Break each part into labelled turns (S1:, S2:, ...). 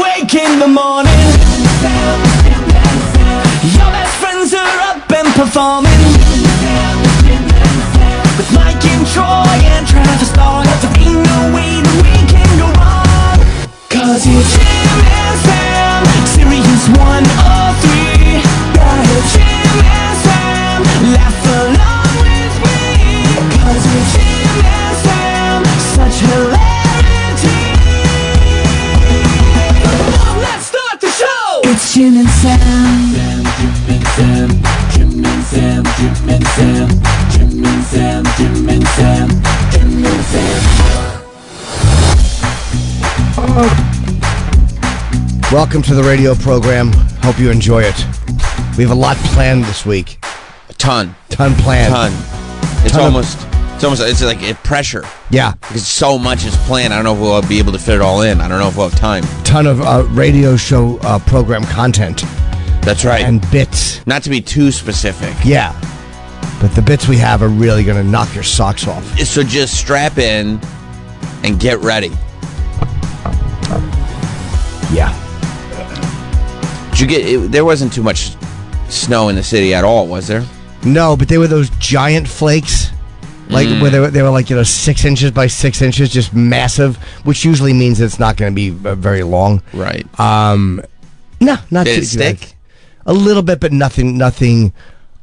S1: the morning. Your best friends are up and performing. With Mike and Troy and Travis Long, there ain't no way that we can go wrong. Cause it's Jim and Sam, Sirius 103. Got a Jim and Sam, laugh along with me. Cause it's Jim and Sam, such hilarity. Let's start the show! It's Jim and Sam.
S2: Oh,
S3: Welcome to the radio program. Hope you enjoy it. We have a lot planned this week.
S2: ton,
S3: Ton planned.
S2: ton. It's
S3: Ton of-
S2: almost, it's almost, it's like it pressure
S3: Yeah.
S2: because so much is planned. I don't know if we'll be able to fit it all in. I don't know if we'll have time.
S3: Ton of uh, radio show uh, program content
S2: That's right.
S3: and bits.
S2: Not to be too specific.
S3: Yeah. But the bits we have are really going to knock your socks off.
S2: So just strap in and get ready.
S3: Yeah.
S2: Did you get? It, there wasn't too much snow in the city at all, was there?
S3: No, but they were those giant flakes. Like where they were, they were like you know six inches by six inches, just massive, which usually means it's not going to be uh, very long.
S2: Right.
S3: Um, no, not
S2: Did
S3: too
S2: it stick?
S3: A little bit, but nothing, nothing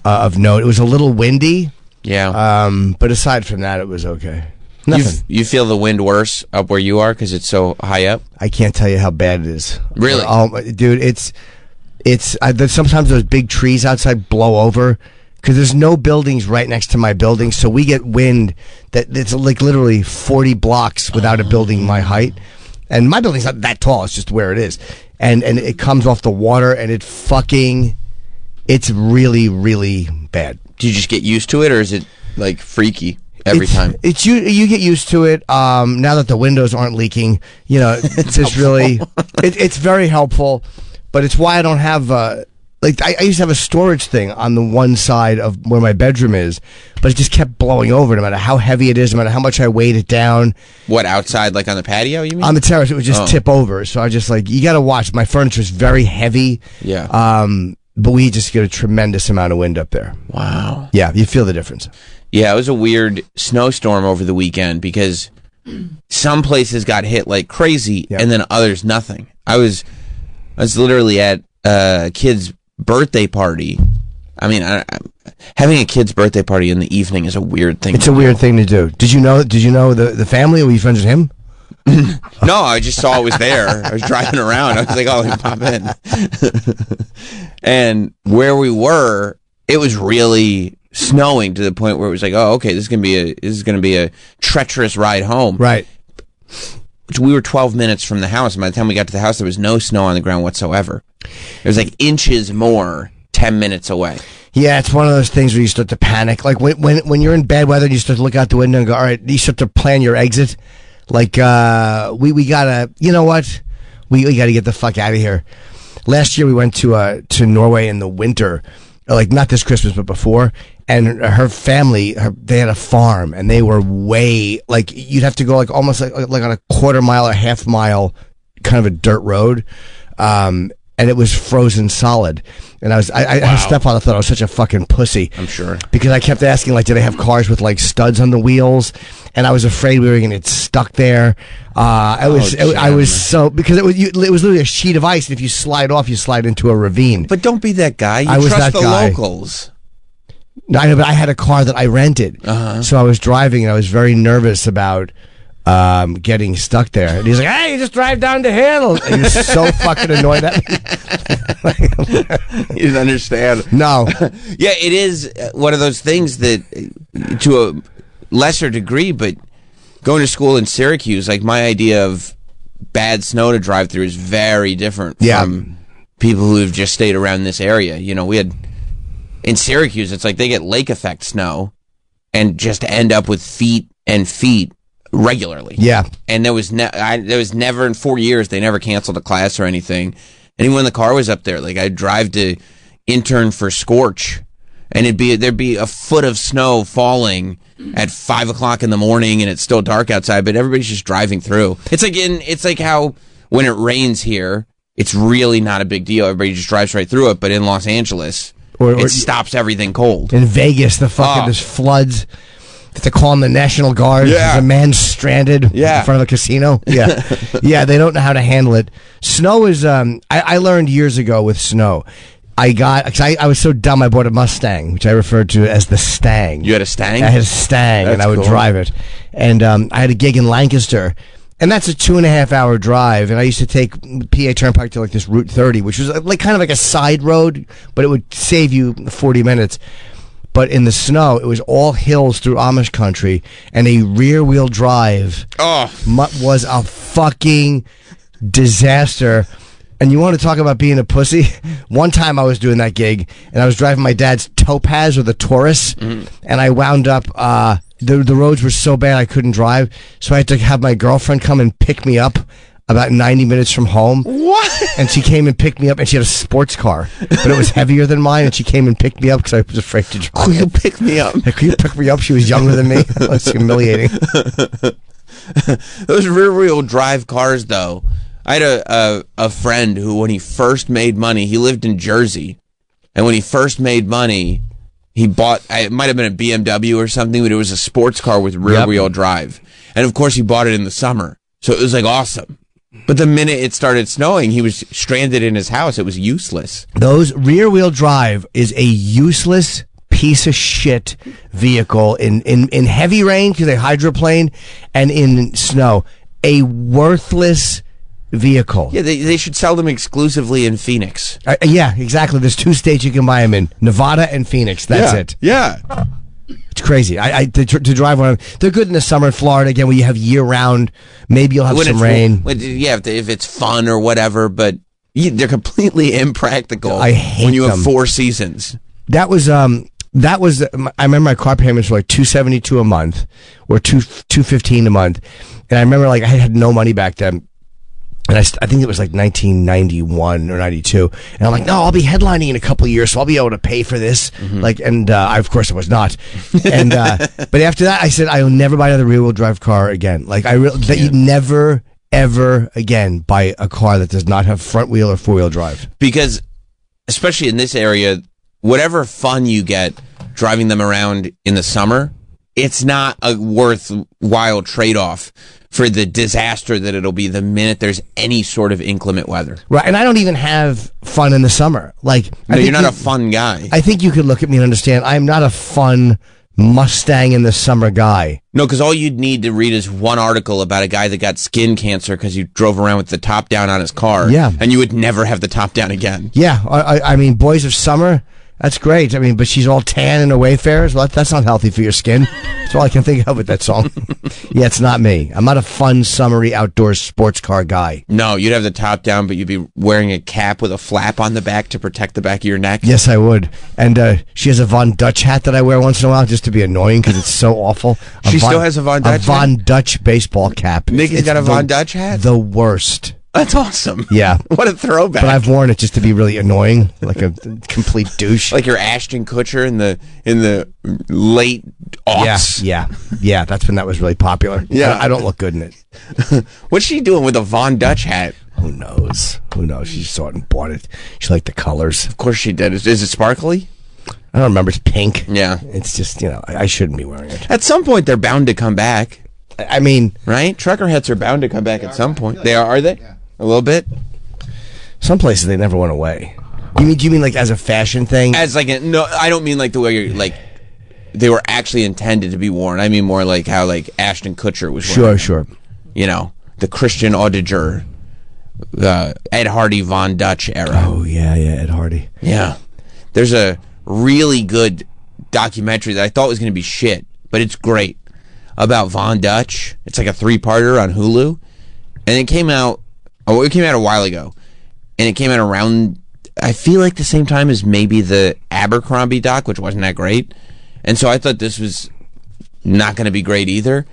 S3: uh, of note. It was a little windy,
S2: Yeah.
S3: um, but aside from that, it was okay.
S2: you,
S3: Nothing.
S2: f- you feel the wind worse up where you are because it's so high up.
S3: I can't tell you how bad it is.
S2: Really?
S3: oh, my- dude, it's it's. I, there's sometimes those big trees outside blow over because there's no buildings right next to my building, so we get wind that it's like literally 40 blocks without a building my height, and my building's not that tall. It's just where it is, and and it comes off the water, and it fucking, it's really really bad.
S2: Do you just get used to it, or is it like freaky every
S3: It's-
S2: time?
S3: It's you. You get used to it. Um, now that the windows aren't leaking, you know, it's just really, it, it's very helpful. But it's why I don't have uh, like I, I used to have a storage thing on the one side of where my bedroom is, but it just kept blowing over. No matter how heavy it is, no matter how much I weighed it down
S2: What outside, like on the patio? You mean?
S3: on the terrace, it would just
S2: Oh.
S3: tip over. So I just like you got to watch. My furniture is very heavy.
S2: Yeah.
S3: Um, but we just get a tremendous amount of wind up there.
S2: wow.
S3: Yeah, you feel the difference.
S2: Yeah, it was a weird snowstorm over the weekend because some places got hit like crazy
S3: Yeah.
S2: and then others nothing. I was I was literally at uh, a kid's birthday party. I mean, I, I, having a kid's birthday party in the evening is a weird thing.
S3: It's a weird thing to do. Did you know? Did you know the the family? Were you friends with him?
S2: no, I just saw it was there. I was driving around. I was like, "Oh, let me pop in." and where we were, it was really snowing to the point where it was like, "Oh, okay, this is gonna be a this is gonna be a treacherous ride home."
S3: Right.
S2: which we were 12 minutes from the house. And by the time we got to the house, there was no snow on the ground whatsoever. It was like inches more 10 minutes away.
S3: Yeah, it's one of those things where you start to panic. Like when when, when you're in bad weather, and you start to look out the window and go, "All right," you start to plan your exit. Like uh, we we gotta, you know what? We we gotta get the fuck out of here. Last year we went to uh to Norway in the winter, uh, like not this Christmas but before. And her family, her, they had a farm, and they were way like you'd have to go like almost like like on a quarter mile or half mile kind of a dirt road, um, and it was frozen solid. And I was, I, I, her stepfather thought I was such a fucking pussy. I'm
S2: sure.
S3: because I kept asking, like, do they have cars with like studs on the wheels? And I was afraid we were going to get stuck there. Uh, I was,
S2: Oh,
S3: I, I was
S2: Jim.
S3: so because it was, you, it was literally a sheet of ice, and if you slide off, you slide into a ravine.
S2: But don't be that guy. You
S3: I was
S2: trust
S3: that
S2: the
S3: guy.
S2: locals.
S3: No, I know, but I had a car that I rented,
S2: Uh-huh.
S3: so I was driving, and I was very nervous about um, getting stuck there. And he's like, "Hey, you just drive down the hill." And he was so fucking annoyed at me.
S2: You didn't understand.
S3: No,
S2: Yeah, it is uh, one of those things that, uh, to a lesser degree, but going to school in Syracuse, like my idea of bad snow to drive through is very different
S3: Yeah.
S2: from people who have just stayed around this area. You know, we had in Syracuse, it's like they get lake effect snow and just end up with feet and feet regularly.
S3: yeah,
S2: And there was ne- I, there was never in four years they never canceled a class or anything. And even when the car was up there, like I'd drive to intern for Scorch, and it'd be there'd be a foot of snow falling at five o'clock in the morning, and it's still dark outside, but everybody's just driving through. It's like in it's like how when it rains here, it's really not a big deal. Everybody just drives right through it. But in Los Angeles,
S3: Or- or-
S2: it stops everything cold.
S3: In Vegas, the fucking
S2: Ah.
S3: there's floods. They have to call in the National Guard.
S2: Yeah.
S3: There's a man stranded
S2: Yeah.
S3: in front of a casino. Yeah. yeah, they don't know how to handle it. Snow is, um, I, I learned years ago with snow. I got, cause I, I was so dumb, I bought a Mustang, which I refer to as the Stang.
S2: You had a Stang?
S3: I had a Stang, and
S2: That's
S3: I would
S2: cool.
S3: drive it. And um, I had a gig in Lancaster, and that's a two and a half hour drive. And I used to take PA Turnpike to like this Route 30, which was uh, like kind of like a side road, but it would save you 40 minutes. But in the snow, it was all hills through Amish country, and a rear wheel drive
S2: Oh,
S3: mu- was a fucking disaster. And you want to talk about being a pussy? One time I was doing that gig, and I was driving my dad's Topaz with a Taurus, and I wound up. Uh, the the roads were so bad I couldn't drive, so I had to have my girlfriend come and pick me up about ninety minutes from home.
S2: what?
S3: And she came and picked me up, and she had a sports car, but it was heavier than mine. And she came and picked me up because I was afraid to drive.
S2: Will you pick me up?
S3: Like, Could you pick me up? She was younger than me. It was humiliating.
S2: Those rear wheel drive cars, though. I had a, a a friend who, when he first made money, he lived in Jersey, and when he first made money, he bought. I- It might have been a BMW or something, but it was a sports car with rear wheel drive. And of course, he bought it in the summer, so it was like awesome. But the minute it started snowing, he was stranded in his house. It was useless.
S3: Those rear wheel drive is a useless piece of shit vehicle in, in, in heavy rain because they hydroplane and in snow. A worthless vehicle.
S2: Yeah, they, they should sell them exclusively in Phoenix.
S3: Uh, yeah, exactly. There's two states you can buy them in Nevada and Phoenix. That's it.
S2: Yeah.
S3: It's crazy. I, I to, to drive one. of them- They're good in the summer in Florida again, where you have year round. Maybe you'll have
S2: when
S3: some
S2: it's
S3: rain.
S2: When, yeah, if, they- if it's fun or whatever, but you, they're completely impractical.
S3: I hate
S2: when you
S3: them.
S2: have four seasons.
S3: that was um that was I remember my car payments were like two seventy two a month or two two fifteen a month, and I remember like I had no money back then. And I, st- I think it was like 1991 or 92. And I'm like, no, I'll be headlining in a couple of years, so I'll be able to pay for this. Like, and uh, I, of course, I was not. And uh, but after that, I said I will never buy another rear wheel drive car again. Like, I real that you never ever again buy a car that does not have front wheel or four wheel drive.
S2: Because, especially in this area, whatever fun you get driving them around in the summer, it's not a worthwhile trade off for the disaster that it'll be the minute there's any sort of inclement weather.
S3: Right, and I don't even have fun in the summer. Like, I
S2: No,
S3: think
S2: you're not
S3: you,
S2: a fun guy.
S3: I think you could look at me and understand. I'm not a fun Mustang in the summer guy.
S2: No, because all you'd need to read is one article about a guy that got skin cancer because you drove around with the top down on his car.
S3: Yeah.
S2: And you would never have the top down again.
S3: Yeah, I, I, I mean, boys of summer. That's great. I mean, but she's all tan and a Wayfarer. So that, that's not healthy for your skin. That's all I can think of with that song. yeah, it's not me. I'm not a fun, summery, outdoor sports car guy.
S2: No, you'd have the top down, but you'd be wearing a cap with a flap on the back to protect the back of your neck.
S3: Yes, I would. And uh, she has a Von Dutch hat that I wear once in a while just to be annoying because it's so awful. A
S2: She still has a Von Dutch
S3: A
S2: hat?
S3: Von Dutch baseball cap.
S2: Nikki's
S3: It's
S2: got a
S3: the-
S2: Von Dutch hat?
S3: The worst.
S2: That's awesome.
S3: Yeah.
S2: what a throwback.
S3: But I've worn it just to be really annoying, like a complete douche.
S2: like your Ashton Kutcher in the in the late
S3: yeah,
S2: aughts.
S3: yeah, yeah. That's when that was really popular.
S2: Yeah.
S3: I, I don't look good in it.
S2: What's she doing with a Von Dutch hat?
S3: Who knows? Who knows? She saw it and bought it. She liked the colors.
S2: Of course she did. Is, is it sparkly?
S3: I don't remember. It's pink.
S2: Yeah.
S3: It's just you know I, I shouldn't be wearing it.
S2: At some point, they're bound to come back.
S3: I, I mean,
S2: right? Trucker hats are bound to come back at some point. They are, are they? A little bit
S3: some places they never went away. You mean? Do you mean like as a fashion thing?
S2: as like a, no, I don't mean like the way you're like they were actually intended to be worn. I mean more like how like Ashton Kutcher was.
S3: sure,
S2: wearing,
S3: sure.
S2: You know the Christian Audiger, uh, Ed Hardy Von Dutch era.
S3: Oh yeah, yeah. Ed Hardy.
S2: Yeah, there's a really good documentary that I thought was going to be shit, but it's great about Von Dutch. It's like a three parter on Hulu, and it came out. Oh, it came out a while ago, and it came out around. I feel like the same time as maybe the Abercrombie doc, which wasn't that great, and so I thought this was not going to be great either.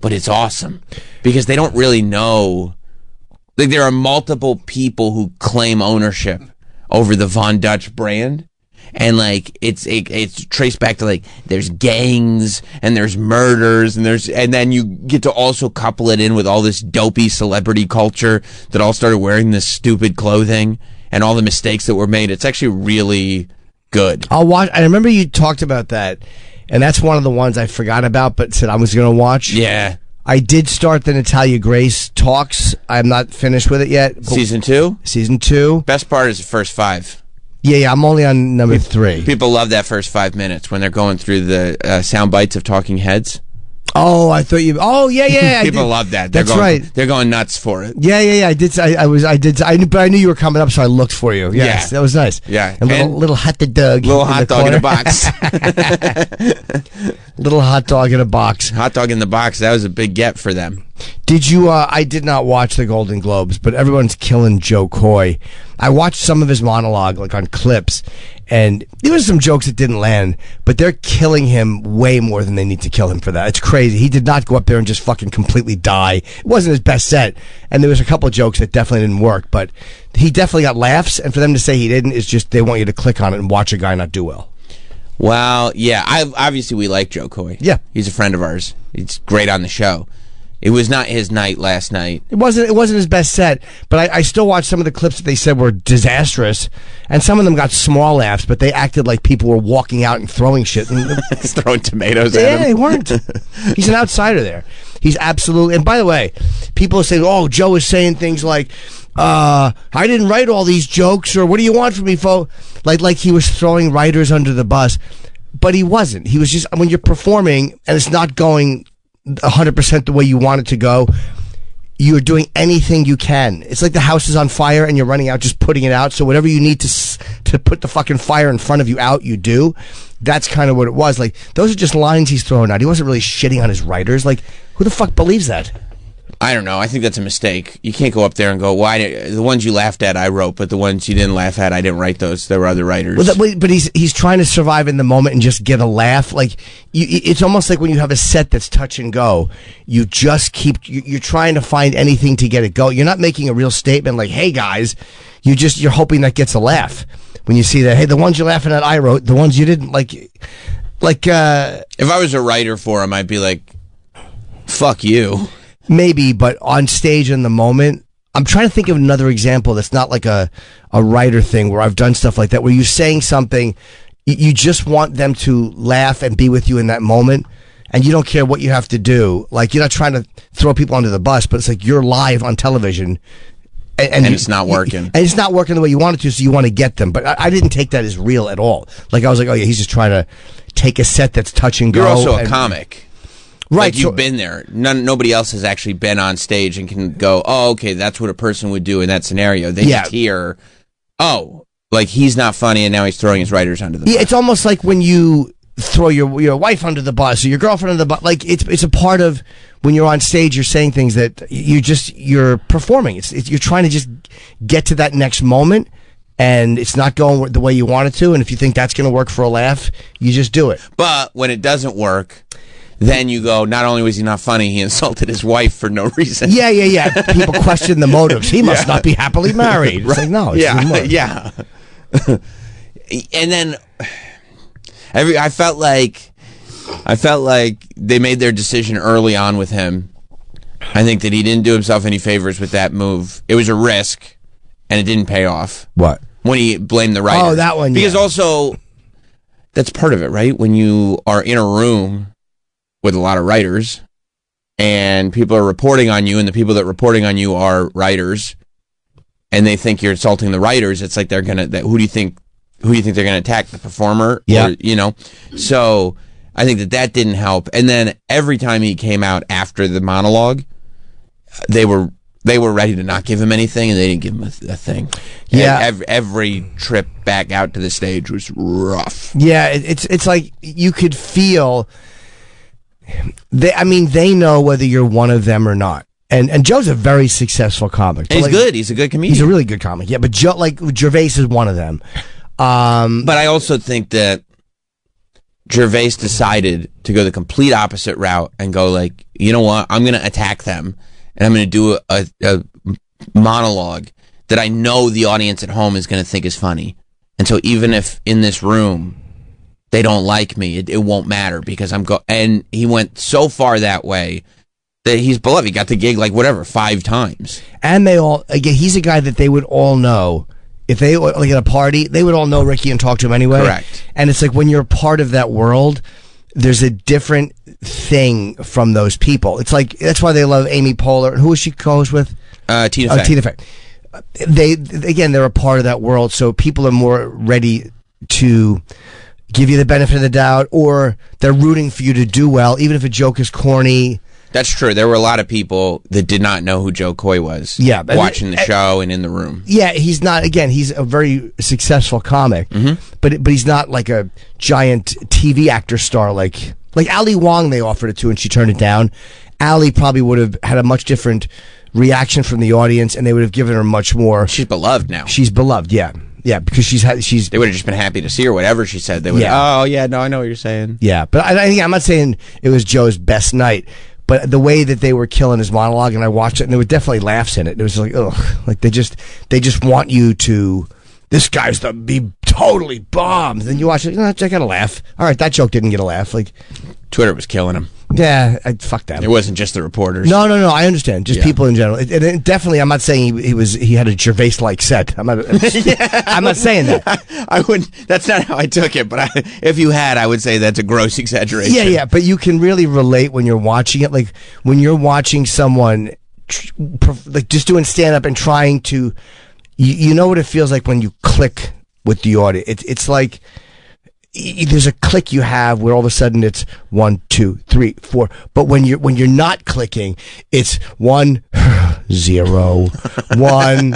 S2: But it's awesome because they don't really know. Like there are multiple people who claim ownership over the Von Dutch brand, and like it's it, it's traced back to like there's gangs and there's murders and there's and then you get to also couple it in with all this dopey celebrity culture that all started wearing this stupid clothing and all the mistakes that were made. It's actually really good.
S3: I'll watch. I remember you talked about that, and that's one of the ones I forgot about, but said I was going to watch.
S2: Yeah,
S3: I did start the Natalia Grace talks. I'm not finished with it yet. but-
S2: season two.
S3: season two.
S2: Best part is the first five.
S3: Yeah, yeah. I'm only on number three.
S2: People love that first five minutes when they're going through the uh, sound bites of talking heads.
S3: Oh, I thought you. Oh, yeah, yeah. I
S2: People
S3: did-
S2: love that. They're
S3: That's
S2: going,
S3: right.
S2: They're going nuts for it.
S3: Yeah, yeah, yeah. I did. I, I was. I did. I knew, but I knew you were coming up, so I looked for you. Yes,
S2: Yeah.
S3: that was nice.
S2: Yeah.
S3: and little,
S2: And-
S3: little hot dog.
S2: Little
S3: in the
S2: hot dog in
S3: corner.
S2: a box.
S3: Little hot dog in a box.
S2: hot dog in the box. That was a big get for them.
S3: Did you? Uh, I did not watch the Golden Globes, but everyone's killing Joe Coy. I watched some of his monologue, like on clips, and there was some jokes that didn't land. But they're killing him way more than they need to kill him for that. It's crazy. He did not go up there and just fucking completely die. It wasn't his best set, and there was a couple jokes that definitely didn't work. But he definitely got laughs, and for them to say he didn't is just they want you to click on it and watch a guy not do well.
S2: Well, yeah. I obviously we like Joe Coy.
S3: Yeah.
S2: he's a friend of ours. He's great on the show. It was not his night last night.
S3: It wasn't. It wasn't his best set, but I, I still watched some of the clips that they said were disastrous, and some of them got small laughs. But they acted like people were walking out and throwing shit. And,
S2: He's throwing tomatoes at
S3: yeah,
S2: him.
S3: they weren't. He's an outsider there. He's absolutely. And by the way, people say, "Oh, Joe is saying things like." Uh, I didn't write all these jokes, or what do you want from me, fo? Like, like he was throwing writers under the bus, but he wasn't. He was just when you're performing and it's not going 100 percent the way you want it to go, you're doing anything you can. It's like the house is on fire and you're running out, just putting it out. So whatever you need to s- to put the fucking fire in front of you out, you do. That's kind of what it was. Like those are just lines he's throwing out. He wasn't really shitting on his writers. Like who the fuck believes that?
S2: I don't know. I think that's a mistake. You can't go up there and go, "Why did the ones you laughed at I wrote, but the ones you didn't laugh at I didn't write those. There were other writers."
S3: Well, that, but- but he's he's trying to survive in the moment and just get a laugh. Like you, it's almost like when you have a set that's touch and go, you just keep you- you're trying to find anything to get it go. You're not making a real statement like, "Hey guys," you just you're hoping that gets a laugh when you see that. Hey, the ones you're laughing at, I wrote. The ones you didn't like, like uh
S2: if I was a writer for him, I'd be like, "Fuck you."
S3: maybe, but on stage in the moment. I'm trying to think of another example that's not like a, a writer thing where I've done stuff like that, where you're saying something, you, you just want them to laugh and be with you in that moment, and you don't care what you have to do. Like, you're not trying to throw people under the bus, but it's like you're live on television. And,
S2: And it's not working.
S3: And it's not working the way you want it to, so you want to get them. But I, I didn't take that as real at all. Like, I was like, oh, yeah, he's just trying to take a set that's touch and go.
S2: You're also a
S3: and-
S2: comic.
S3: Right.
S2: Like you've
S3: so-
S2: been there. None, nobody else has actually been on stage and can go, oh, okay, that's what a person would do in that scenario. They
S3: Yeah.
S2: just hear, oh, like he's not funny, and now he's throwing his writers under the
S3: Yeah,
S2: bus.
S3: it's almost like when you throw your your wife under the bus or your girlfriend under the bus. Like it's it's a part of when you're on stage, you're saying things that you just you're performing. It's, it's you're trying to just get to that next moment, and it's not going the way you want it to. And if you think that's going to work for a laugh, you just do it.
S2: But when it doesn't work, then you go, not only was he not funny, he insulted his wife for no reason.
S3: Yeah, yeah, yeah. People question the motives. He must not be happily married. It's like no, it's even
S2: yeah,
S3: worse.
S2: yeah. and then every I felt like I felt like they made their decision early on with him. I think that he didn't do himself any favors with that move. It was a risk, and it didn't pay off
S3: What?
S2: when he blamed the writer.
S3: Oh, that one,
S2: Because
S3: yeah.
S2: also, that's part of it, right? When you are in a room with a lot of writers and people are reporting on you, and the people that are reporting on you are writers, and they think you're insulting the writers, it's like they're gonna. That, who do you think? Who do you think they're gonna attack? The performer?
S3: Yeah.
S2: Or, you know. So I think that that didn't help. And then every time he came out after the monologue, they were. They were ready to not give him anything, and they didn't give him a, th- a thing.
S3: Yeah.
S2: And ev- every trip back out to the stage was rough.
S3: Yeah, it, it's it's like you could feel. They, I mean, they know whether you're one of them or not. And and Joe's a very successful comic.
S2: And he's
S3: Like,
S2: good. He's a good comedian.
S3: He's a really good comic. Yeah, but Joe, like Gervais, is one of them. Um,
S2: But I also think that Gervais decided to go the complete opposite route and go like, you know what? I'm going to attack them and I'm going to do a, a, a monologue that I know the audience at home is going to think is funny. And so even if in this room they don't like me, it, it won't matter because I'm go. And he went so far that way that he's beloved. He got the gig like whatever five times.
S3: And they all again. He's a guy that they would all know. If they were like at a party, they would all know Ricky and talk to him anyway.
S2: Correct.
S3: And it's like when you're part of that world, there's a different thing from those people. It's like that's why they love Amy Poehler. Who was she co-host with?
S2: Uh, Tina
S3: Oh,
S2: Fey.
S3: Tina Fey. They again, they're a part of that world, so people are more ready to give you the benefit of the doubt, or they're rooting for you to do well, even if a joke is corny.
S2: That's true. There were a lot of people that did not know who Joe Coy was.
S3: Yeah, but-
S2: watching the show and in the room.
S3: Yeah, he's not. Again, he's a very successful comic,
S2: Mm-hmm.
S3: but but he's not like a giant TV actor star like like Ali Wong. They offered it to, and she turned it down. Ali probably would have had a much different reaction from the audience, and they would have given her much more.
S2: She's beloved now.
S3: She's beloved, yeah, yeah, because she's had she's
S2: they would have just been happy to see her. Whatever she said, they would.
S3: Yeah.
S2: Oh yeah, no, I know what you're saying.
S3: Yeah, but I, I think I'm not saying it was Joe's best night, but the way that they were killing his monologue, and I watched it, and there were definitely laughs in it. It was like, ugh, like they just they just want you to. This guy's the be totally bombed. Then you watch it. "No, I got a laugh. All right, that joke didn't get a laugh. Like,
S2: Twitter was killing him.
S3: yeah, I, fuck that.
S2: It wasn't just the reporters.
S3: No, no, no. I understand. Just
S2: Yeah.
S3: people in general. It, and it definitely, I'm not saying he, he was he had a Gervais-like set. I'm not. I'm, I'm not saying that.
S2: I wouldn't. That's not how I took it. But I, if you had, I would say that's a gross exaggeration.
S3: Yeah, yeah, but you can really relate when you're watching it. Like when you're watching someone, tr- perf- like just doing stand up and trying to, you, you know what it feels like when you click with the audience. It's it's like y- y- there's a click you have where all of a sudden it's one, two, three, four. But when you're when you're not clicking, it's one, zero, one,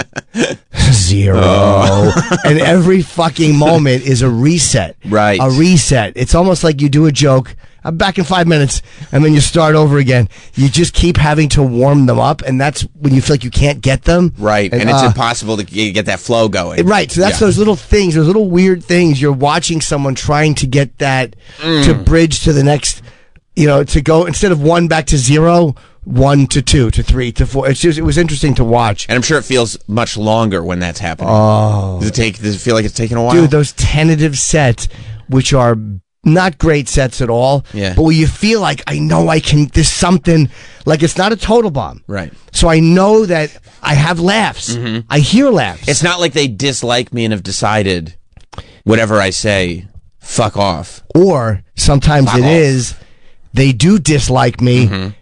S3: zero, and every fucking moment is a reset.
S2: Right.
S3: a reset. It's almost like you do a joke. I'm back in five minutes, and then you start over again. You just keep having to warm them up, and that's when you feel like you can't get them.
S2: Right, and, it's
S3: uh,
S2: impossible to g- get that flow going.
S3: Right. So that's
S2: Yeah.
S3: those little things, those little weird things. You're watching someone trying to get that to bridge to the next, you know, to go instead of one back to zero, one to two to three to four. It's just it was interesting to watch.
S2: and I'm sure it feels much longer when that's happening. Oh, does it take? Does it feel like it's taking a while?
S3: Dude, those tentative sets, which are not great sets at all,
S2: Yeah.
S3: but where you feel like I know I can. There's something like it's not a total bomb,
S2: right.
S3: So I know that I have laughs. I hear laughs.
S2: Mm-hmm. It's not like they dislike me and have decided whatever I say, fuck off.
S3: or sometimes it
S2: off.
S3: is they do dislike me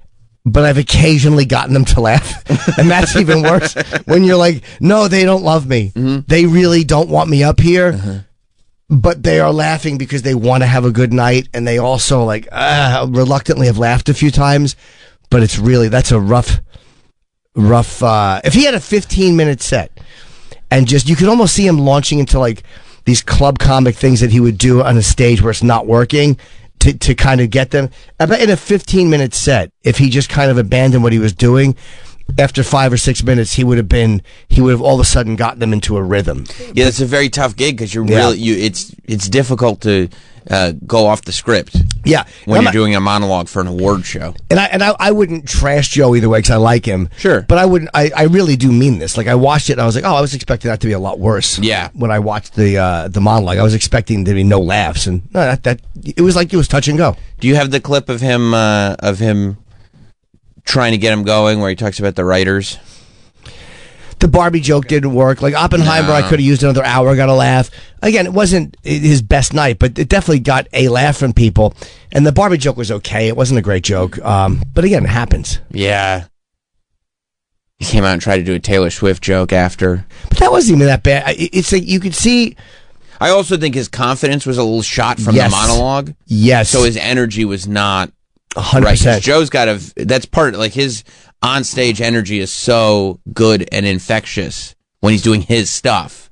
S3: but i've occasionally gotten them to laugh and that's even worse when you're like no they don't love me they really don't want me up here but they are laughing because they want to have a good night and they also like uh, reluctantly have laughed a few times but it's really that's a rough rough uh if he had a 15 minute set and just you could almost see him launching into like these club comic things that he would do on a stage where it's not working to, to kind of get them. I bet in a 15 minute set, if he just kind of abandoned what he was doing, after five or six minutes, he would have been, he would have all of a sudden gotten them into a rhythm.
S2: Yeah, it's a very tough gig because you're
S3: Yeah.
S2: really you. It's it's difficult to uh, go off the script
S3: Yeah.
S2: when
S3: I'm
S2: you're
S3: not-
S2: doing a monologue for an award show.
S3: and I and I, I wouldn't trash Joe either way because I like him.
S2: Sure.
S3: but I wouldn't. I, I really do mean this. Like I watched it, and I was like, oh, I was expecting that to be a lot worse.
S2: Yeah.
S3: When I watched the uh, the monologue, I was expecting there to be no laughs, and no, that, that it was like it was touch and go.
S2: Do you have the clip of him uh, of him trying to get him going where he talks about the writers?
S3: The Barbie joke didn't work. Like Oppenheimer, I could have used another hour, got a laugh. Again, it wasn't i- his best night, but it definitely got a laugh from people. And the Barbie joke was okay. It wasn't a great joke, um, but again, it happens.
S2: Yeah. He came out and tried to do a Taylor Swift joke after.
S3: But that wasn't even that bad. I- it- It's like you could see.
S2: I also think his confidence was a little shot from
S3: Yes.
S2: the monologue,
S3: Yes,
S2: so his energy was not
S3: hundred
S2: right. 'Cause
S3: percent.
S2: Joe's got a that's part like his on stage energy is so good and infectious when he's doing his stuff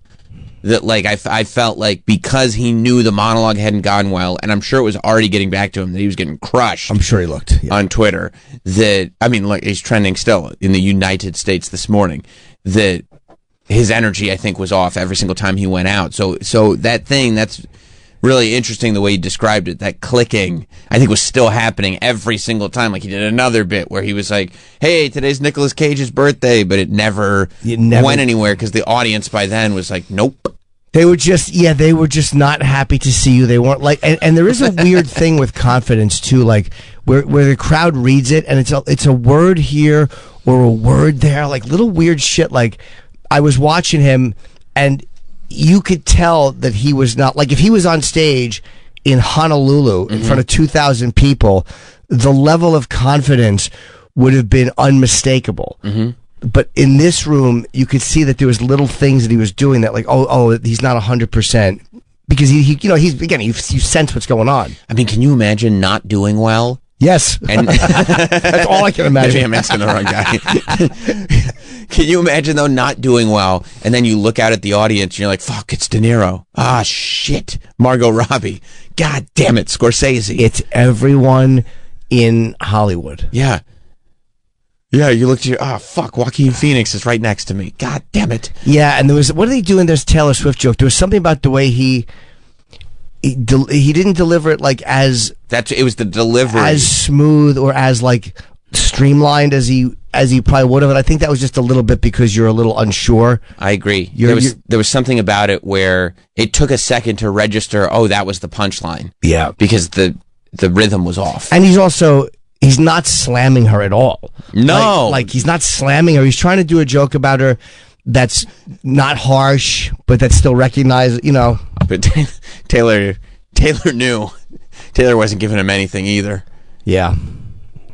S2: that like I, f- I felt like because he knew the monologue hadn't gone well and I'm sure it was already getting back to him that he was getting crushed.
S3: I'm sure he looked. Yeah.
S2: on Twitter that I mean, look, he's trending still in the United States this morning. That his energy, I think, was off every single time he went out. So, so that thing that's really interesting the way he described it. That clicking, I think, was still happening every single time. Like he did another bit where he was like, "Hey, today's Nicolas Cage's birthday," but it never,
S3: It never-
S2: went anywhere because the audience by then was like, "Nope."
S3: They were just yeah, they were just not happy to see you. They weren't like and, and there is a weird thing with confidence too, like where where the crowd reads it and it's a it's a word here or a word there, like little weird shit like I was watching him and you could tell that he was not like if he was on stage in Honolulu in front of 2000 people, the level of confidence would have been unmistakable. Mm-hmm but in this room, you could see that there was little things that he was doing that, like, oh, oh, he's not hundred percent because he, he, you know, he's again, you, you sense what's going on.
S2: I mean, can you imagine not doing well?
S3: Yes,
S2: And
S3: that's all I can
S2: Maybe
S3: imagine.
S2: I'm asking the wrong guy. Can you imagine though not doing well, and then you look out at the audience and you're like, "Fuck, it's De Niro." Ah, shit, Margot Robbie. God damn it, Scorsese.
S3: It's everyone in Hollywood.
S2: yeah, yeah. You look to your ah, fuck, Joaquin Phoenix is right next to me. God damn it.
S3: Yeah, and there was what are they doing? There's Taylor Swift joke. There was something about the way he he, del- he didn't deliver it like as
S2: That's it was the delivery.
S3: as smooth or as like streamlined as he as he probably would have. And I think that was just a little bit because you're a little unsure.
S2: I agree.
S3: You're-
S2: there was
S3: you're-
S2: there was something about it where it took a second to register. Oh, that was the punchline
S3: Yeah,
S2: because the the rhythm was off.
S3: and he's also he's not slamming her at all.
S2: No.
S3: like, like, he's not slamming her. He's trying to do a joke about her that's not harsh, but that's still recognized. You know,
S2: But Ta- Taylor Taylor knew Taylor wasn't giving him anything either.
S3: yeah.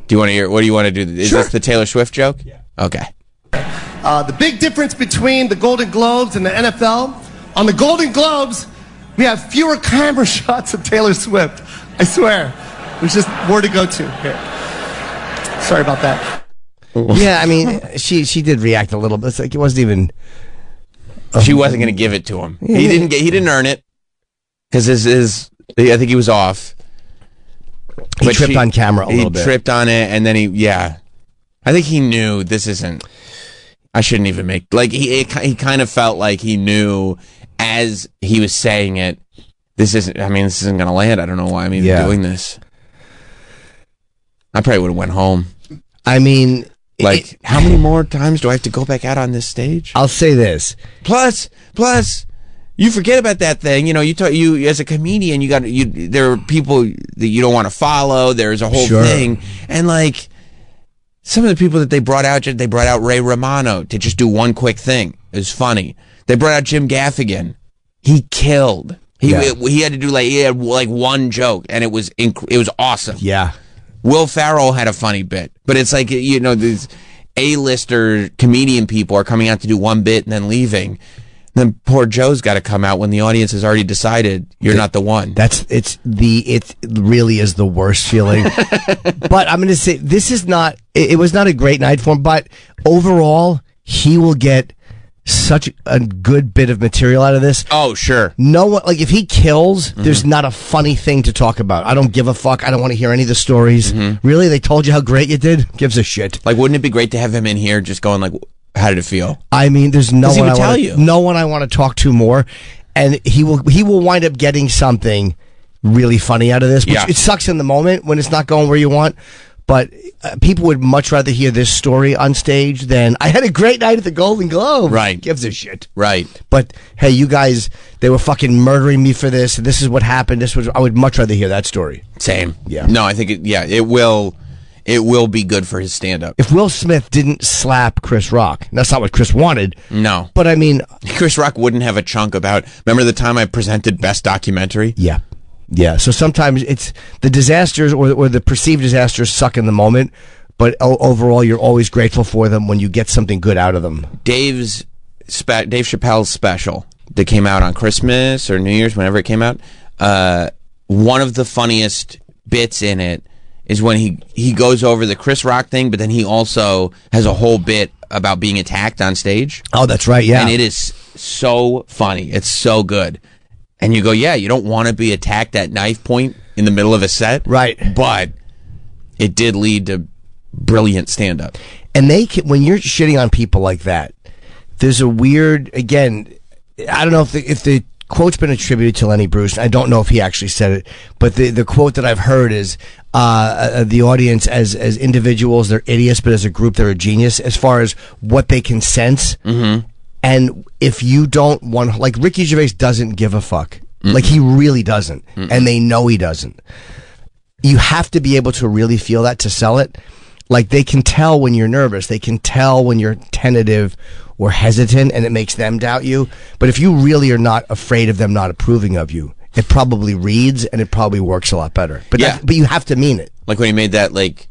S2: Do you want to hear? What do you want to do? Is this the Taylor Swift joke? Yeah. Okay.
S4: Uh, the big difference between the Golden Globes and the NFL on the Golden Globes, we have fewer camera shots of Taylor Swift. I swear. There's just more to go to here. Sorry about that.
S3: yeah, I mean, she she did react a little bit. It's like it wasn't even. Um,
S2: She wasn't going to give it to him. He didn't get. He didn't earn it because his his. I think he was off.
S3: He
S2: But
S3: tripped
S2: she-
S3: on camera a
S2: he
S3: little bit.
S2: tripped on it, and then he yeah. I think he knew this isn't. I shouldn't even make like he it, ki- he kind of felt like he knew as he was saying it. This isn't. I mean, this isn't going to land. I don't know why I'm even
S3: Yeah.
S2: doing this. I probably would have went home.
S3: I mean, it-
S2: Like, how many more times do I have to go back out on this stage?
S3: I'll say this.
S2: Plus, plus, you forget about that thing. You know, you talk, you as a comedian, you got you. There are people that you don't want to follow. There's a whole
S3: Sure.
S2: thing, and like some of the people that they brought out, they brought out Ray Romano to just do one quick thing. It was funny. They brought out Jim Gaffigan. He killed. He
S3: Yeah.
S2: he had to do like he had like one joke, and it was inc- it was awesome.
S3: Yeah,
S2: Will Farrell had a funny bit, but it's like you know these A-lister comedian people are coming out to do one bit and then leaving. Then poor Joe's got to come out when the audience has already decided you're not the one.
S3: that's it's the it really is the worst feeling. but I'm going to say this is not. It, it was not a great night for him. But overall, he will get such a good bit of material out of this.
S2: oh sure,
S3: No one like if he kills,
S2: Mm-hmm.
S3: there's not a funny thing to talk about. I don't give a fuck. I don't want to hear any of the stories. Really, they told you how great you did. Gives a shit.
S2: Mm-hmm. like wouldn't it be great to have him in here just going like, how did it feel?
S3: I mean, there's no
S2: 'Cause he
S3: one I
S2: would tell
S3: wanna,
S2: you.
S3: no one I want to talk to more, and he will he will wind up getting something really funny out of this. Which
S2: Yeah.
S3: it sucks in the moment when it's not going where you want. But uh, people would much rather hear this story on stage than I had a great night at the Golden Globe.
S2: Right.
S3: gives a shit.
S2: Right.
S3: But hey, you guys, they were fucking murdering me for this. And this is what happened. This was I would much rather hear that story.
S2: Same.
S3: Yeah.
S2: No, I think it, yeah, it will. It will be good for his stand-up.
S3: If Will Smith didn't slap Chris Rock, that's not what Chris wanted.
S2: No.
S3: But I mean,
S2: Chris Rock wouldn't have a chunk about. Remember the time I presented best documentary?
S3: yeah, yeah. So sometimes it's the disasters or or the perceived disasters suck in the moment, but o- overall, you're always grateful for them when you get something good out of them.
S2: Dave's spe- Dave Chappelle's special that came out on Christmas or New Year's, whenever it came out. Uh, one of the funniest bits in it is when he he goes over the Chris Rock thing, but then he also has a whole bit about being attacked on stage,
S3: Oh, that's right. Yeah,
S2: and it is so funny. It's so good, and you go, yeah, you don't want to be attacked at knife point in the middle of a set,
S3: Right.
S2: But it did lead to brilliant stand up.
S3: and they can, when you're shitting on people like that, there's a weird again. I don't know if the, if the quote's been attributed to Lenny Bruce. I don't know if he actually said it, but the the quote that I've heard is uh, uh, the audience as as individuals they're idiots, but as a group they're a genius as far as what they can sense. Mm-hmm. And if you don't want, like Ricky Gervais doesn't give a fuck. Like he really doesn't, and they know he doesn't. You have to be able to really feel that to sell it. Like they can tell when you're nervous, they can tell when you're tentative or hesitant, and it makes them doubt you. But if you really are not afraid of them not approving of you, it probably reads and it probably works a lot better. But
S2: Yeah.
S3: that, but you have to mean it.
S2: like when he made that like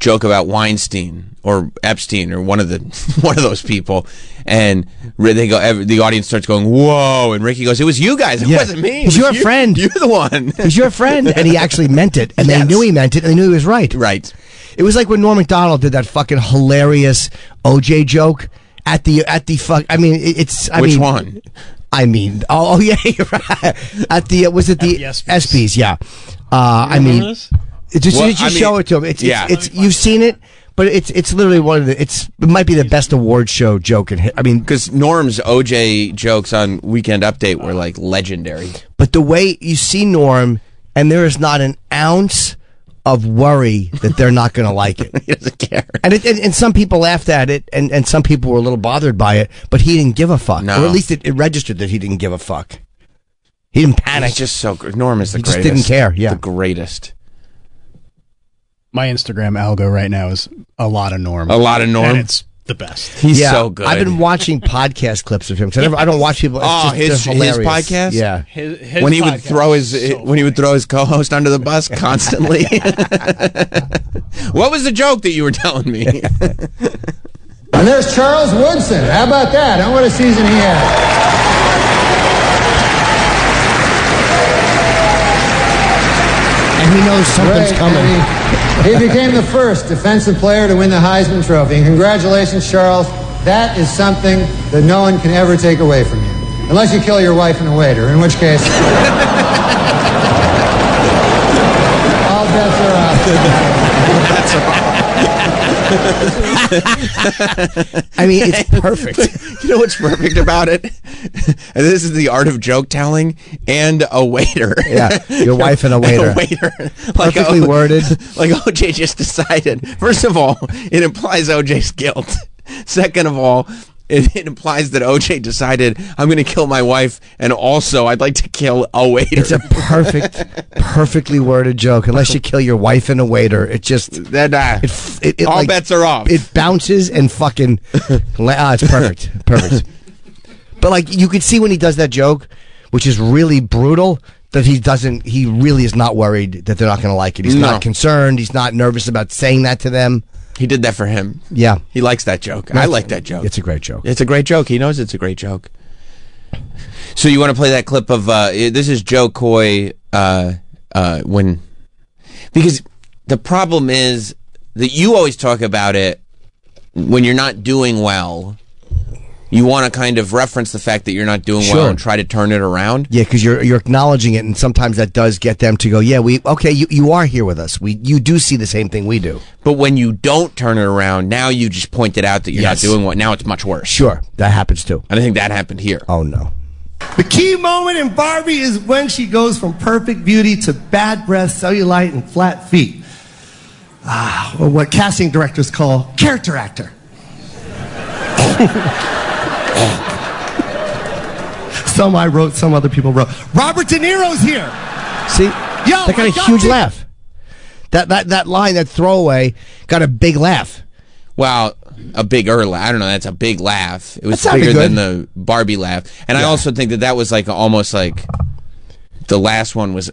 S2: joke about Weinstein or Epstein or one of the one of those people, and re- they go, ev- the audience starts going whoa, and Ricky goes, it was you guys, it
S3: Yeah.
S2: wasn't me, it
S3: He's
S2: was
S3: your
S2: you-
S3: friend."
S2: you're the one,
S3: He's your friend, and he actually meant it, and
S2: Yes.
S3: they knew he meant it, and they knew he was right.
S2: right?
S3: It was like when Norm Macdonald did that fucking hilarious OJ joke at the at the fuck. I mean, it, it's I
S2: Which
S3: mean,
S2: one?
S3: I mean, oh, oh, yeah, you're right. At the uh, was it the,
S5: the ESPYs.
S3: ESPYs? Yeah. Uh, I mean,
S5: this?
S3: it just
S2: Well,
S3: you just
S2: I mean,
S3: show it to him. It's,
S2: yeah.
S3: it's, it's you've seen it, but it's it's literally one of the. It's it might be the best award show joke in. hi- I mean,
S2: Because Norm's OJ jokes on Weekend Update were like legendary.
S3: But the way you see Norm, and there is not an ounce of worry that they're not going to like it.
S2: He doesn't care.
S3: And, it, and and some people laughed at it, and, and some people were a little bothered by it. But he didn't give a fuck,
S2: No.
S3: or at least it, it registered that he didn't give a fuck. He didn't panic.
S2: He's just so gr- Norm is the
S3: just
S2: greatest.
S3: didn't care, yeah.
S2: the greatest.
S5: My Instagram algo right now is a lot of norm.
S2: A lot of Norm.
S5: And it's the best.
S2: He's
S3: yeah,
S2: so good.
S3: I've been watching podcast clips of him because I, never- I don't watch people. It's
S2: Oh,
S3: just- they're
S2: his- his
S3: hilarious.
S2: podcast?
S3: Yeah,
S5: His,
S2: when he would throw his when he would throw his co-host under the bus constantly. what was the joke that you were telling me?
S6: And there's Charles Woodson. How about that? And what a season he had.
S3: and he knows something's
S6: Great,
S3: coming.
S6: and He, he became the first defensive player to win the Heisman Trophy. And congratulations, Charles. That is something that no one can ever take away from you. Unless you kill your wife and a waiter, in which case. all bets are off.
S3: I mean, it's perfect.
S2: you know what's perfect about it? And this is the art of joke telling and a waiter.
S3: Yeah, your wife and a waiter.
S2: waiter.
S3: Perfectly
S2: O-
S3: worded.
S2: Like OJ just decided. First of all, it implies OJ's guilt. Second of all, it, it implies that OJ decided I'm going to kill my wife, and also I'd like to kill a waiter.
S3: It's a perfect, perfectly worded joke. Unless you kill your wife and a waiter, it just
S2: that, uh,
S3: It, f- it, it
S2: All
S3: like-
S2: bets are off.
S3: It bounces and fucking. la- ah, it's perfect, perfect. but like you could see when he does that joke, which is really brutal, that he doesn't. He really is not worried that they're not going to like it. He's
S2: No.
S3: not concerned. He's not nervous about saying that to them.
S2: he did that for him.
S3: Yeah,
S2: He likes that joke. I like that joke.
S3: It's a great joke.
S2: It's a great joke. He knows it's a great joke. So you want to play that clip of uh, i- this is Joe Coy uh, uh, when because the problem is that you always talk about it when you're not doing well. You want to kind of reference the fact that you're not doing well
S3: Sure.
S2: and try to turn it around.
S3: Yeah, because you're you're acknowledging it, and sometimes that does get them to go. Yeah, we okay. You you are here with us. We you do see the same thing we do.
S2: But when you don't turn it around, now you just pointed out that you're
S3: Yes.
S2: not doing well. Now it's much worse.
S3: Sure, that happens too.
S2: And I think that happened here.
S3: Oh no.
S4: The key moment in Barbie is when she goes from perfect beauty to bad breath, cellulite, and flat feet. Ah, or what casting directors call character actor. some I wrote, some other people wrote. Robert De Niro's here.
S3: See,
S4: Yo,
S3: that got
S4: I
S3: a
S4: got
S3: huge
S4: it.
S3: laugh. That that that line, that throwaway, got a big laugh.
S2: Well, a big laugh. I don't know. That's a big laugh. It was
S3: That's not
S2: bigger
S3: good.
S2: than the Barbie laugh, and I also think that that was like almost like the last one was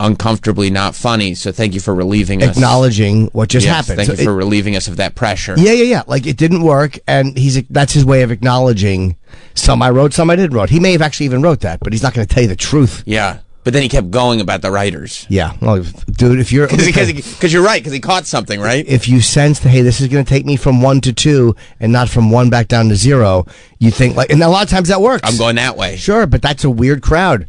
S2: uncomfortably not funny. So thank you for relieving us.
S3: Acknowledging what just
S2: Yes,
S3: happened.
S2: Thank
S3: So
S2: you for
S3: it-
S2: relieving us of that pressure.
S3: yeah, yeah, yeah. Like it didn't work, and he's that's his way of acknowledging. Some I wrote, some I didn't wrote. He may have actually even wrote that, but he's not going to tell you the truth.
S2: Yeah. But then he kept going about the writers
S3: Yeah, well, if- dude, if you're
S2: because because you're right because he caught something right.
S3: if you sense that hey, this is going to take me from one to two, and not from one back down to zero, you think like, and a lot of times that works.
S2: I'm going that way.
S3: sure, but that's a weird crowd.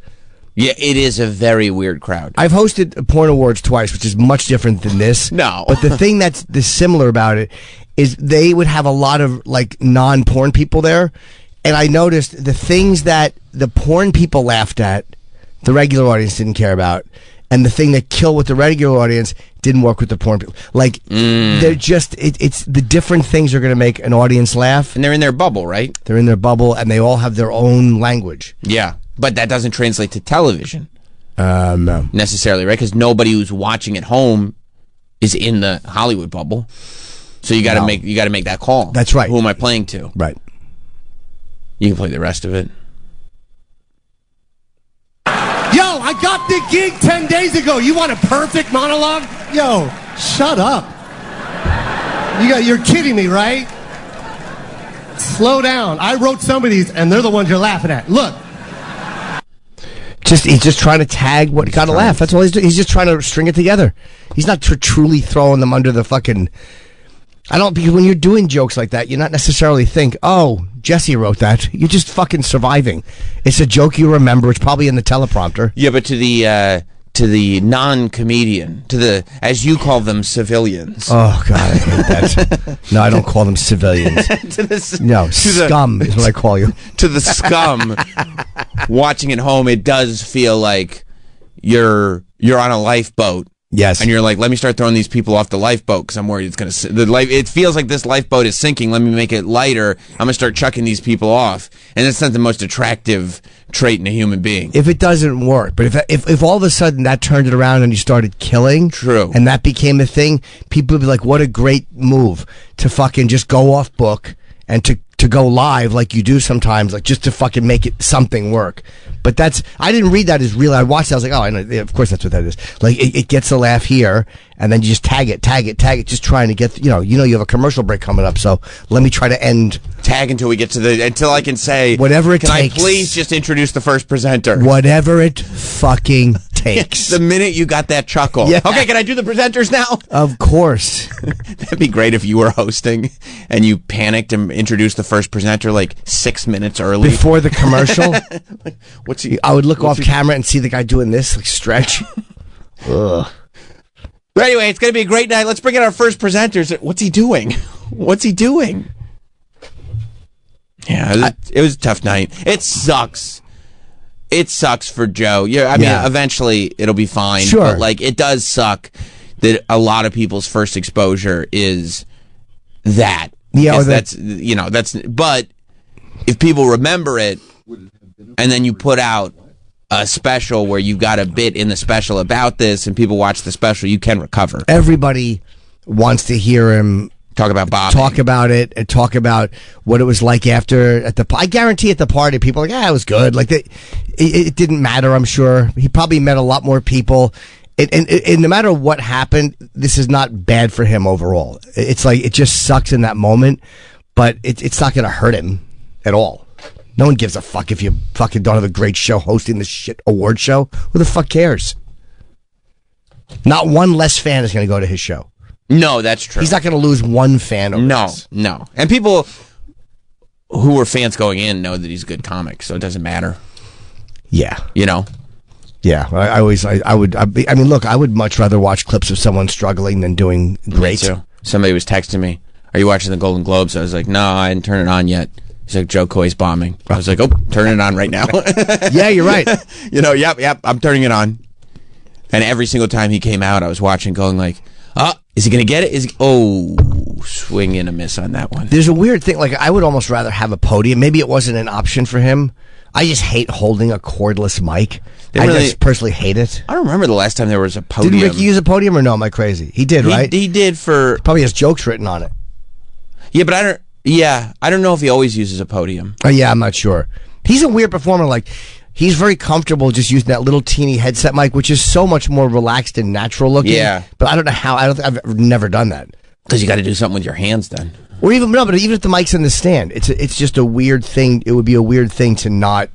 S2: Yeah, it is a very weird crowd.
S3: I've hosted porn awards twice, which is much different than this.
S2: No.
S3: but the thing that's the similar about it is they would have a lot of like non-porn people there, and I noticed the things that the porn people laughed at, the regular audience didn't care about, and the thing that killed with the regular audience didn't work with the porn people. Like
S2: Mm.
S3: they're just it, it's the different things are going to make an audience laugh.
S2: and they're in their bubble, right?
S3: They're in their bubble and they all have their own language.
S2: Yeah, but that doesn't translate to television
S3: Uh, no.
S2: necessarily, right? Because nobody who's watching at home is in the Hollywood bubble. So you got to make you got to make that call.
S3: That's right.
S2: Who am I playing to?
S3: Right.
S2: You can play the rest of it.
S4: Yo, I got the gig 10 days ago. You want a perfect monologue? Yo, shut up. You got, you're kidding me, right? Slow down. I wrote some of these, and they're the ones you're laughing at. Look,
S3: Just he's just trying to tag what got to laugh. That's all he's doing. He's just trying to string it together. He's not tr- truly throwing them under the fucking. I don't because when you're doing jokes like that, you're not necessarily think, oh, Jesse wrote that. You're just fucking surviving. It's a joke you remember. It's probably in the teleprompter.
S2: Yeah, but to the uh, to the non comedian, to the as you call them civilians,
S3: Oh God, I hate that. no, I don't call them civilians.
S2: to the s-
S3: No,
S2: to the-
S3: scum is what I call you.
S2: to the scum watching at home, it does feel like you're you're on a lifeboat.
S3: Yes.
S2: and you're like, let me start throwing these people off the lifeboat because I'm worried it's gonna si- the life. It feels like this lifeboat is sinking. Let me make it lighter. I'm gonna start chucking these people off, and that's not the most attractive trait in a human being.
S3: if it doesn't work, but if, if if all of a sudden that turned it around and you started killing,
S2: True.
S3: and that became a thing, people would be like, "What a great move to fucking just go off book and to to go live like you do sometimes, like just to fucking make it something work." But that's I didn't read that as real. I watched. It, I was like, "Oh, I know, yeah, of course that's what that is." Like it, it gets a laugh here, and then you just tag it, tag it, tag it, just trying to get you know you know you have a commercial break coming up, so let me try to end
S2: Tag until we get to the until I can say
S3: Whatever it
S2: can
S3: takes.
S2: I please just introduce the first presenter?
S3: whatever it fucking takes.
S2: The minute you got that chuckle.
S3: Yeah.
S2: Okay, can I do the presenters now?
S3: of course.
S2: That'd be great if you were hosting and you panicked and introduced the first presenter like six minutes early.
S3: before the commercial,
S2: What's he?
S3: I would look off camera and see the guy doing this, like stretch. Ugh.
S2: But anyway, it's gonna be a great night. Let's bring in our first presenters. What's he doing? What's he doing? Yeah, it was, it was a tough night. It sucks. It sucks for Joe. Yeah, I mean,
S3: Yeah.
S2: eventually it'll be fine.
S3: Sure.
S2: but like it does suck that a lot of people's first exposure is that.
S3: Yeah, or
S2: Because
S3: the-
S2: that's you know that's. But if people remember it, and then you put out a special where you got a bit in the special about this, and people watch the special, you can recover.
S3: Everybody wants to hear him
S2: Talk about Bob.
S3: talk about it and talk about what it was like after at the. pa- I guarantee at the party, people are like, "Yeah, it was good." Like they, it, it didn't matter. I'm sure he probably met a lot more people. And, and, and no matter what happened, this is not bad for him overall. It's like it just sucks in that moment, but it, it's not going to hurt him at all. No one gives a fuck if you fucking don't have a great show hosting this shit award show. Who the fuck cares? Not one less fan is going to go to his show.
S2: No, that's true.
S3: He's not going to lose one fan. Over
S2: no,
S3: this.
S2: Oh, no. And people who were fans going in know that he's a good comic, so it doesn't matter.
S3: Yeah.
S2: You know.
S3: Yeah, I, I always, I, I would, I, be, I mean, look, I would much rather watch clips of someone struggling than doing great.
S2: So somebody was texting me, "Are you watching the Golden Globes?" I was like, "No, I didn't turn it on yet." He's like, "Joe Coy's bombing." I was like, "Oh, turn it on right now."
S3: yeah, you're right.
S2: you know, yep, yep, I'm turning it on. And every single time he came out, I was watching, going like, "Ah, is he gonna get it? Is he- oh, swing and a miss on that one."
S3: There's a weird thing. Like, I would almost rather have a podium. Maybe it wasn't an option for him. I just hate holding a cordless mic.
S2: They
S3: I
S2: really-
S3: just personally hate it.
S2: I don't remember the last time there was a podium.
S3: Did Ricky use a podium or no? Am I crazy? He did,
S2: he,
S3: right?
S2: he did for
S3: Probably has jokes written on it.
S2: yeah, but I don't. Yeah, I don't know if he always uses a podium.
S3: Oh, yeah, I'm not sure. He's a weird performer. Like, he's very comfortable just using that little teeny headset mic, which is so much more relaxed and natural looking.
S2: Yeah.
S3: But I don't know how. I don't. think I've ever- never done that.
S2: Because you got to do something with your hands then.
S3: Or even no, but even if the mic's in the stand, it's it's just a weird thing. It would be a weird thing to not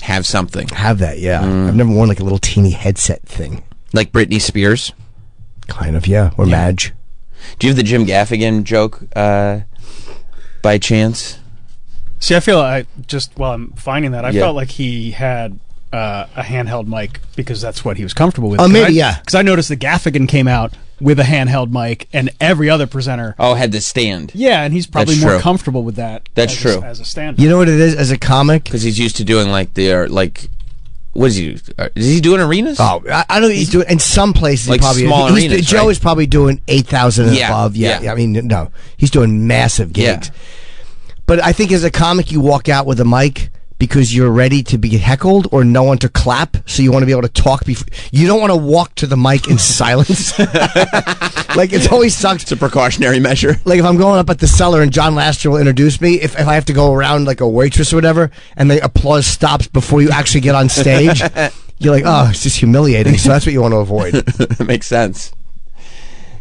S2: Have something Mm.
S3: have that. Yeah, I've never worn like a little teeny headset thing.
S2: like Britney Spears.
S3: Kind of, yeah, or Madge.
S2: Do you have the Jim Gaffigan joke uh, by chance?
S5: See, I feel I just while I'm finding that, I
S2: Yeah.
S5: felt like he had uh, a handheld mic because that's what he was comfortable with.
S3: Oh, maybe, yeah.
S5: Because I noticed that Gaffigan came out with a handheld mic, and every other presenter.
S2: Oh, had the stand
S5: Yeah, and he's probably
S2: That's
S5: more
S2: true.
S5: comfortable with that.
S2: That's
S5: as a-
S2: true.
S5: as a stand.
S3: You know what it is as a comic?
S2: because he's used to doing like the uh, like what is he? uh, Is he doing arenas?
S3: Oh, I, I know he's doing in some places.
S2: Like
S3: he probably
S2: small
S3: he's,
S2: arenas,
S3: Joe
S2: right?
S3: is probably doing eight thousand and
S2: Yeah,
S3: above. Yeah,
S2: yeah.
S3: I mean, no, he's doing massive
S2: Yeah.
S3: gigs. But I think as a comic, you walk out with a mic because you're ready to be heckled or no one to clap. So you want to be able to talk. Before you don't want to walk to the mic in silence. like it's always sucks.
S2: It's a precautionary measure.
S3: Like if I'm going up at the cellar and John Laster will introduce me, if, if I have to go around like a waitress or whatever, and the applause stops before you actually get on stage, you're like, oh, it's just humiliating. So that's what you want to avoid.
S2: that makes sense.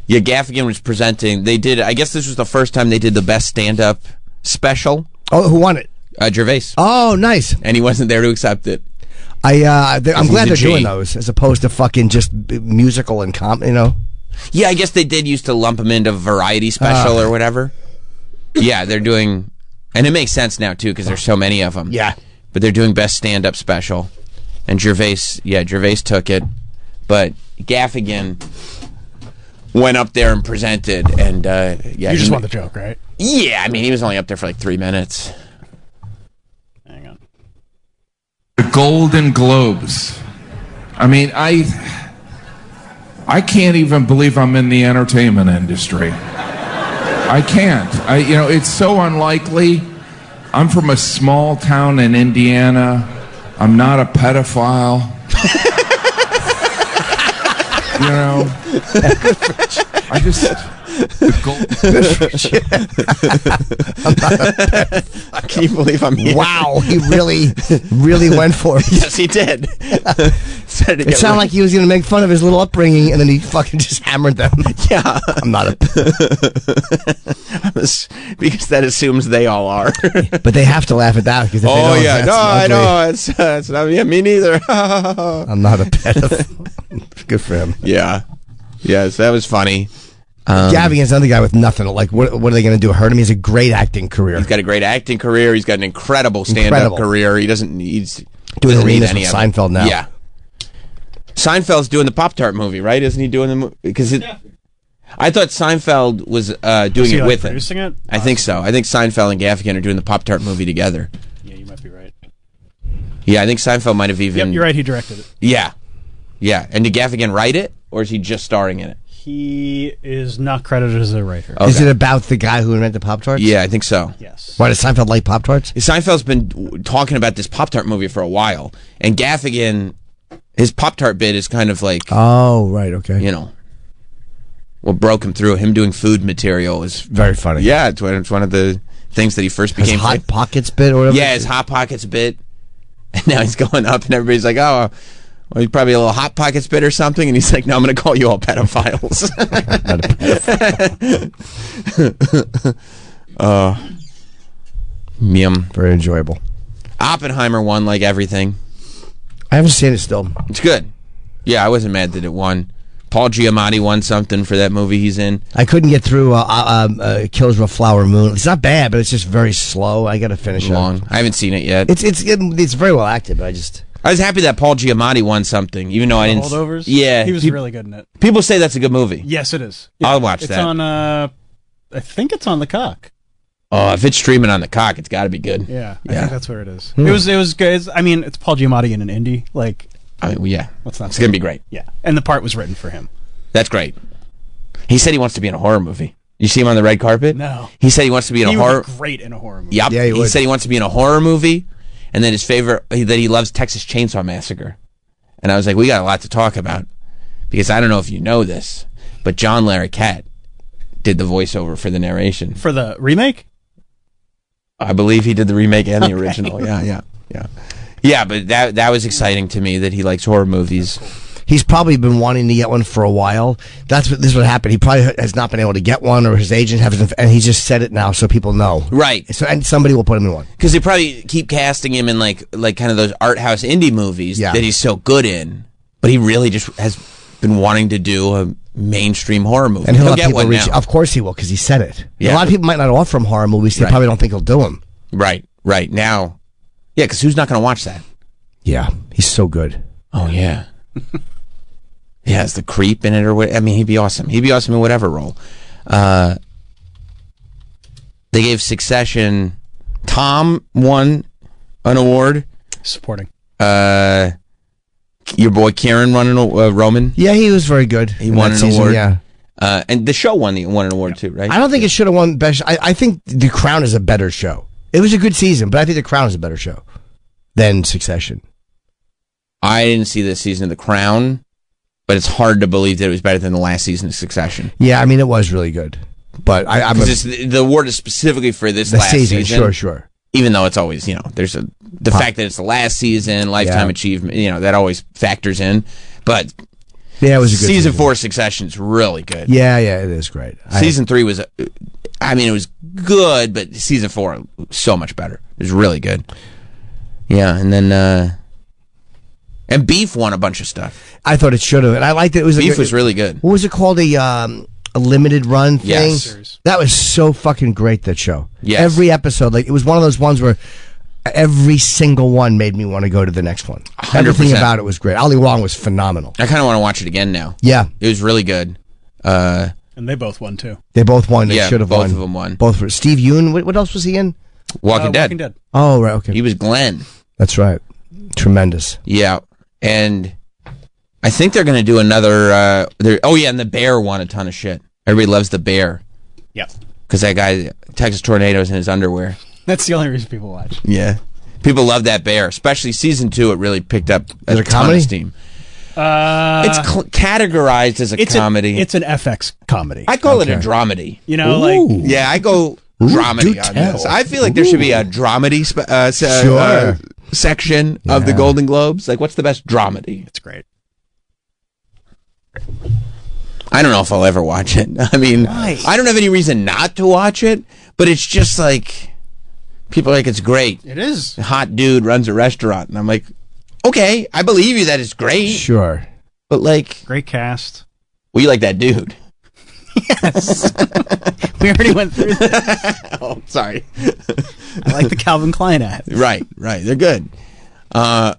S2: Yeah, Gaffigan was presenting. They did. I guess this was the first time they did the best stand-up special.
S3: Oh, who won it?
S2: Uh, Gervais,
S3: Oh, nice.
S2: and he wasn't there to accept it.
S3: I uh, th- I'm
S2: He's
S3: glad
S2: a
S3: they're
S2: G.
S3: doing those as opposed to fucking just b- musical and com. You know,
S2: Yeah, I guess they did used to lump him into variety special
S3: Ah.
S2: or whatever. Yeah, they're doing, and it makes sense now too because there's so many of them.
S3: Yeah.
S2: but they're doing best stand-up special, and Gervais, yeah, Gervais took it, but Gaffigan went up there and presented, and uh, yeah,
S5: You just
S2: he-
S5: want the joke, right?
S2: yeah. I mean, he was only up there for like three minutes.
S5: Hang on.
S7: the Golden Globes. I mean, I I can't even believe I'm in the entertainment industry. I can't. I you know, it's so unlikely. I'm from a small town in Indiana. I'm not a pedophile. you know. I just the gold
S2: Can you believe I'm here?
S3: wow, he really, really went for it.
S2: Yes, he did. Started to
S3: It
S2: get
S3: sounded
S2: really-
S3: like he was going to make fun of his little upbringing, and then he fucking just hammered them.
S2: yeah,
S3: I'm not a,
S2: because that assumes they all are.
S3: but they have to laugh at that because if
S2: oh
S3: they don't,
S2: yeah,
S3: that's
S2: no, I
S3: ugly.
S2: know it's uh, it's not yeah, me neither.
S3: I'm not a pedophile. Good for him.
S2: yeah, yes, that was funny. Um,
S3: Gavigan's another guy with nothing. Like, what, what are they going to do? Hurt him? He has a great acting career.
S2: He's got a great acting career. He's got an incredible stand-up
S3: Incredible.
S2: career. He doesn't need
S3: Doing
S2: doesn't need
S3: arenas
S2: any
S3: with
S2: of it.
S3: Seinfeld now.
S2: Yeah, Seinfeld's doing the Pop Tart movie, right? Isn't he doing the because it? I thought Seinfeld was uh, doing
S5: Is he,
S2: it
S5: like,
S2: with him.
S5: producing it?
S2: I think so. I think Seinfeld and Gaffigan are doing the Pop Tart movie together.
S5: Yeah, you might be right.
S2: Yeah, I think Seinfeld might have even.
S5: Yep, you're right. He directed it.
S2: Yeah, yeah. And did Gaffigan write it, or is he just starring in it?
S5: He is not credited as a writer.
S2: Oh.
S3: Is
S2: Okay.
S3: it about the guy who invented Pop Tarts?
S2: Yeah, I think so.
S5: Yes.
S3: Why does Seinfeld like Pop Tarts?
S2: Seinfeld's been w- talking about this Pop Tart movie for a while, and Gaffigan, his Pop Tart bit is kind of like
S3: Oh, right. Okay.
S2: you know what broke him through. Him doing food material is
S3: Very funny.
S2: yeah, it's one, it's one of the things that he first
S3: His
S2: became.
S3: Hot
S2: fam-
S3: Pockets bit or whatever.
S2: yeah, his Hot Pockets bit, and now he's going up, and everybody's like, oh. Well, he's probably a little hot pockets bit or something, and he's like, "No, I'm going to call you all pedophiles." Uh, Yum.
S3: Very enjoyable.
S2: Oppenheimer won like everything.
S3: I haven't seen it still.
S2: It's good. Yeah, I wasn't mad that it won. Paul Giamatti won something for that movie he's in.
S3: I couldn't get through uh, uh, um, uh, Kills of a Flower Moon. It's not bad, but it's just very slow. I got to finish it.
S2: Long. I haven't seen it yet.
S3: It's it's it, it's very well acted, but I just
S2: I was happy that Paul Giamatti won something, even though I didn't.
S5: Holdovers.
S2: Yeah,
S5: he was
S2: Pe-
S5: really good in it.
S2: People say that's a good movie.
S5: Yes, it is.
S2: I'll watch
S5: it's
S2: that.
S5: on. Uh, I think it's on the cock.
S2: Oh, if it's streaming on the cock, it's got to be good.
S5: Yeah, I
S2: Yeah.
S5: think that's where it is. It was. It was good. It's- I mean, it's Paul Giamatti in an indie. Like,
S2: I mean, well, yeah,
S5: Let's not
S2: it's
S5: say
S2: gonna
S5: it.
S2: be great.
S5: yeah, and the part was written for him.
S2: That's great. He said he wants to be in a horror movie. You see him on the red carpet?
S5: No.
S2: He said he wants to be in
S5: he
S2: a
S5: would
S2: horror.
S5: be great in a horror movie.
S2: Yup.
S3: Yeah, he
S2: he
S3: would.
S2: said he wants to be in a horror movie, and then his favorite that he loves Texas Chainsaw Massacre. And I was like, we got a lot to talk about because I don't know if you know this, but John Larroquette did the voiceover for the narration.
S5: for the remake.
S2: I believe he did the remake and the original. Yeah, yeah, yeah, yeah. But that that was exciting to me that he likes horror movies.
S3: he's probably been wanting to get one for a while. That's what this is what happened. He probably has not been able to get one, or his agent hasn't, and he just said it now so people know.
S2: Right.
S3: So and somebody will put him in one.
S2: because they probably keep casting him in like like kind of those art house indie movies
S3: Yeah.
S2: that he's so good in, but he really just has been wanting to do a mainstream horror movie.
S3: And he'll, have
S2: get
S3: people
S2: one
S3: reach.
S2: now.
S3: Of course he will, because he said it.
S2: Yeah.
S3: A lot of people might not offer him horror movies. They
S2: Right.
S3: probably don't think he'll do them.
S2: Right, right now, yeah. Because who's not going to watch that?
S3: Yeah, he's so good.
S2: Oh yeah, he has the creep in it or what? I mean, he'd be awesome. He'd be awesome in whatever role. Uh, they gave Succession. Tom won an award.
S5: Supporting.
S2: Uh, your boy Kieran running uh, Roman.
S3: Yeah, he was very good.
S2: He
S3: in
S2: won
S3: that
S2: an
S3: season,
S2: award.
S3: Yeah.
S2: Uh, and the show won the won an award too, right?
S3: I don't think it should have won best. I, I think The Crown is a better show. It was a good season, but I think The Crown is a better show than Succession.
S2: I didn't see this season of The Crown, but it's hard to believe that it was better than the last season of Succession.
S3: Yeah, I mean it was really good, but I, I'm a,
S2: 'Cause it's- the the award is specifically for this
S3: the
S2: last
S3: season,
S2: season.
S3: Sure, sure.
S2: Even though it's always, you know, there's a the fact that it's the last season, lifetime
S3: Yeah.
S2: achievement, you know, that always factors in. But
S3: Yeah, it was a good
S2: season, four of Succession is really good.
S3: Yeah, yeah, it is great. I-
S2: Season three was, uh, I mean, it was good, but season four so much better. It was really good. Yeah, and then uh and Beef won a bunch of stuff.
S3: I, thought it should have, and I liked it. It was a
S2: Beef
S3: good-
S2: was really good.
S3: What was it called? A um, a limited run thing.
S2: Yes.
S3: That was so fucking great. That show.
S2: Yes.
S3: Every episode, like it was one of those ones where every single one made me want to go to the next one. Everything
S2: 100%.
S3: about it was great. Ali Wong was phenomenal.
S2: I kind of want to watch it again now.
S3: Yeah,
S2: It was really good. Uh,
S5: And they both won too.
S3: they both won. Oh, They
S2: Yeah,
S3: should have
S2: both
S3: won.
S2: of them won.
S3: Both were Steve Yoon. What, what else was he in?
S2: Walking,
S5: Uh,
S2: Dead.
S5: Walking Dead.
S3: Oh right, okay.
S2: He was Glenn.
S3: That's right. Tremendous.
S2: Yeah, and I think they're gonna do another. Uh, they're- oh yeah, and the bear won a ton of shit. Everybody loves the bear
S5: Yeah.
S2: because that guy Texas tornadoes in his underwear.
S5: That's the only reason people watch.
S2: Yeah, people love that bear, especially season two. It really picked up a
S3: Is it a
S2: ton
S3: comedy?
S2: of steam.
S5: Uh,
S2: it's cl- categorized as a
S5: it's
S2: comedy.
S5: A, it's an FX comedy.
S2: I call it a dramedy.
S5: you know, like
S2: Yeah, I go dramedy
S3: do
S2: on
S3: tell.
S2: this. I feel like there should be a dramedy sp- uh, s- uh,
S3: Sure.
S2: uh, section of the Golden Globes. Like, what's the best dramedy?
S5: it's great.
S2: I don't know if I'll ever watch it. I mean, I don't have any reason not to watch it, but it's just like people are like, it's great.
S5: It is.
S2: Hot dude runs a restaurant. And I'm like, okay, I believe you that it's great,
S3: Sure.
S2: but like,
S5: Great cast.
S2: we like that dude.
S5: We already went through that.
S2: Oh, sorry.
S5: I like the Calvin Klein ad.
S2: right, right. They're good. Uh,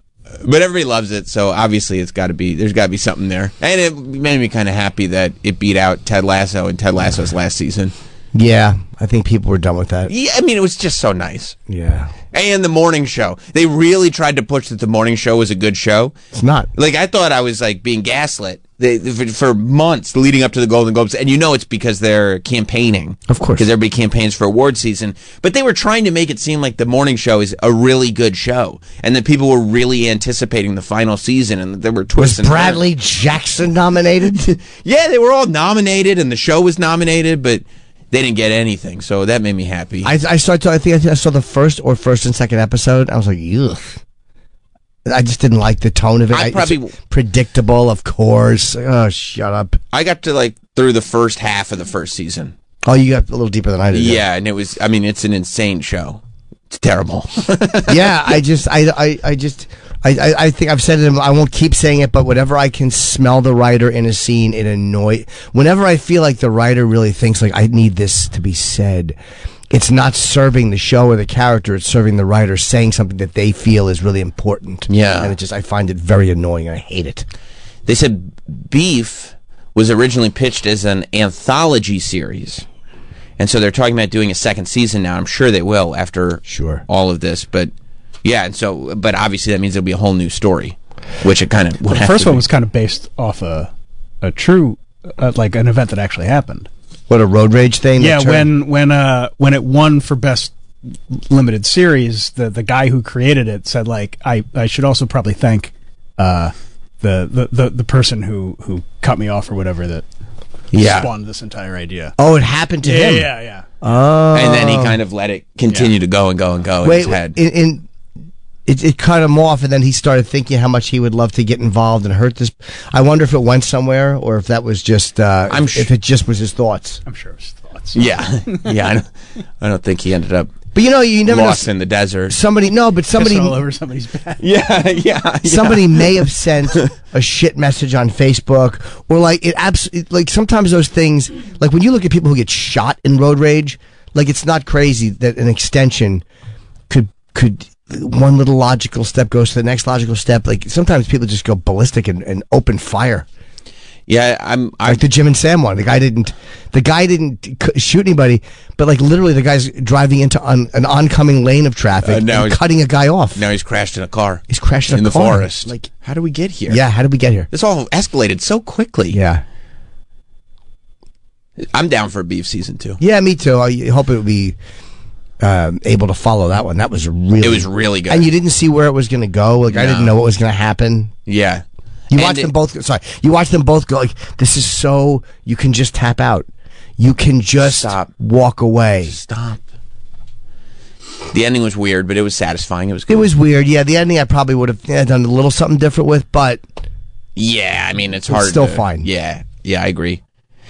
S2: but everybody loves it, so obviously it's got to be there's got to be something there. And it made me kind of happy that it beat out Ted Lasso and Ted Lasso's last season.
S3: Yeah, I think people were done with that.
S2: Yeah, I mean it was just so nice.
S3: Yeah.
S2: And the morning show. They really tried to push that the morning show was a good show.
S3: It's not.
S2: Like I thought I was like being gaslit they, for, for months leading up to the Golden Globes, and you know it's because they're campaigning,
S3: Of course.
S2: because everybody campaigns for award season. But they were trying to make it seem like the morning show is a really good show, and that people were really anticipating the final season, and that there were
S3: Was
S2: twists. and turns.
S3: Bradley Jackson nominated?
S2: Yeah, they were all nominated, and the show was nominated, but they didn't get anything. So that made me happy.
S3: I, I saw. I think I saw the first or first and second episode. I was like, ugh. I just didn't like the tone of it.
S2: I
S3: it's
S2: probably-
S3: predictable, of course. Oh, shut up.
S2: I got to like through the first half of the first season.
S3: Oh, you got a little deeper than I did.
S2: Yeah, and it was. I mean, it's an insane show. It's terrible.
S3: yeah. I just, I, I, I just, I, I, I think I've said it. I won't keep saying it, but whenever I can smell the writer in a scene, it annoys. Whenever I feel like the writer really thinks like I need this to be said, it's not serving the show or the character. It's serving the writer saying something that they feel is really important.
S2: Yeah.
S3: and it just I find it very annoying. and I hate it.
S2: They said Beef was originally pitched as an anthology series. And so they're talking about doing a second season now. I'm sure they will after
S3: Sure.
S2: all of this, but yeah, and so but obviously that means it'll be a whole new story, which it kind of would
S5: The
S2: have
S5: first
S2: to
S5: one
S2: be.
S5: was kind of based off a a true uh, like an event that actually happened.
S3: What a road rage thing.
S5: yeah
S3: that turned-
S5: when when uh when it won for best limited series the the guy who created it said like i i should also probably thank uh the the the, the person who who cut me off or whatever that
S3: Yeah.
S5: spawned this entire idea
S3: oh, it happened to
S5: yeah
S3: him.
S5: yeah yeah
S2: and then he
S5: uh,
S2: kind of let it continue to go and go and go in
S3: Wait,
S2: his head.
S3: in, in it, it cut him off, and then he started thinking how much he would love to get involved and hurt this. I wonder if it went somewhere or if that was just. Uh,
S2: I'm
S3: if-
S2: sh-
S3: if it just was his thoughts.
S5: i'm sure it was thoughts
S2: yeah. yeah, I don't, I don't think he ended up
S3: But you know, you never
S2: lost
S3: know.
S2: in the desert.
S3: Somebody no, but somebody
S5: Pissed all over somebody's back
S2: Yeah, yeah.
S3: somebody may have sent a shit message on Facebook or like it abs- it- like sometimes those things like when you look at people who get shot in road rage like it's not crazy that an extension could could one little logical step goes to the next logical step like sometimes people just go ballistic and, and open fire
S2: Yeah, I'm I
S3: like the Jim and Sam one. The guy didn't, the guy didn't c- shoot anybody, but like literally, the guy's driving into un, an oncoming lane of traffic
S2: Uh, now
S3: and
S2: he's-
S3: cutting a guy off.
S2: now he's crashed in a car.
S3: He's crashed a
S2: in the
S3: car.
S2: forest.
S3: Like
S2: How do we get here?
S3: Yeah, how did we get here?
S2: This all escalated so quickly.
S3: Yeah.
S2: I'm down for beef season two.
S3: Yeah, me too. I hope it would be um, able to follow that one. That was really
S2: It was really good.
S3: And you didn't see where it was going to go. Like I didn't
S2: No.
S3: know what was going to happen.
S2: yeah.
S3: You
S2: And
S3: watch
S2: it-
S3: them both. go- Sorry, you watch them both go. Like this is so. You can just tap out. You can just
S2: Stop.
S3: walk away.
S2: Stop. The ending was weird, but it was satisfying. It was
S3: It
S2: good.
S3: was weird. Yeah, the ending I probably would have yeah, done a little something different with, but
S2: yeah, I mean, it's hard.
S3: still
S2: to-
S3: fine.
S2: Yeah, yeah, I agree.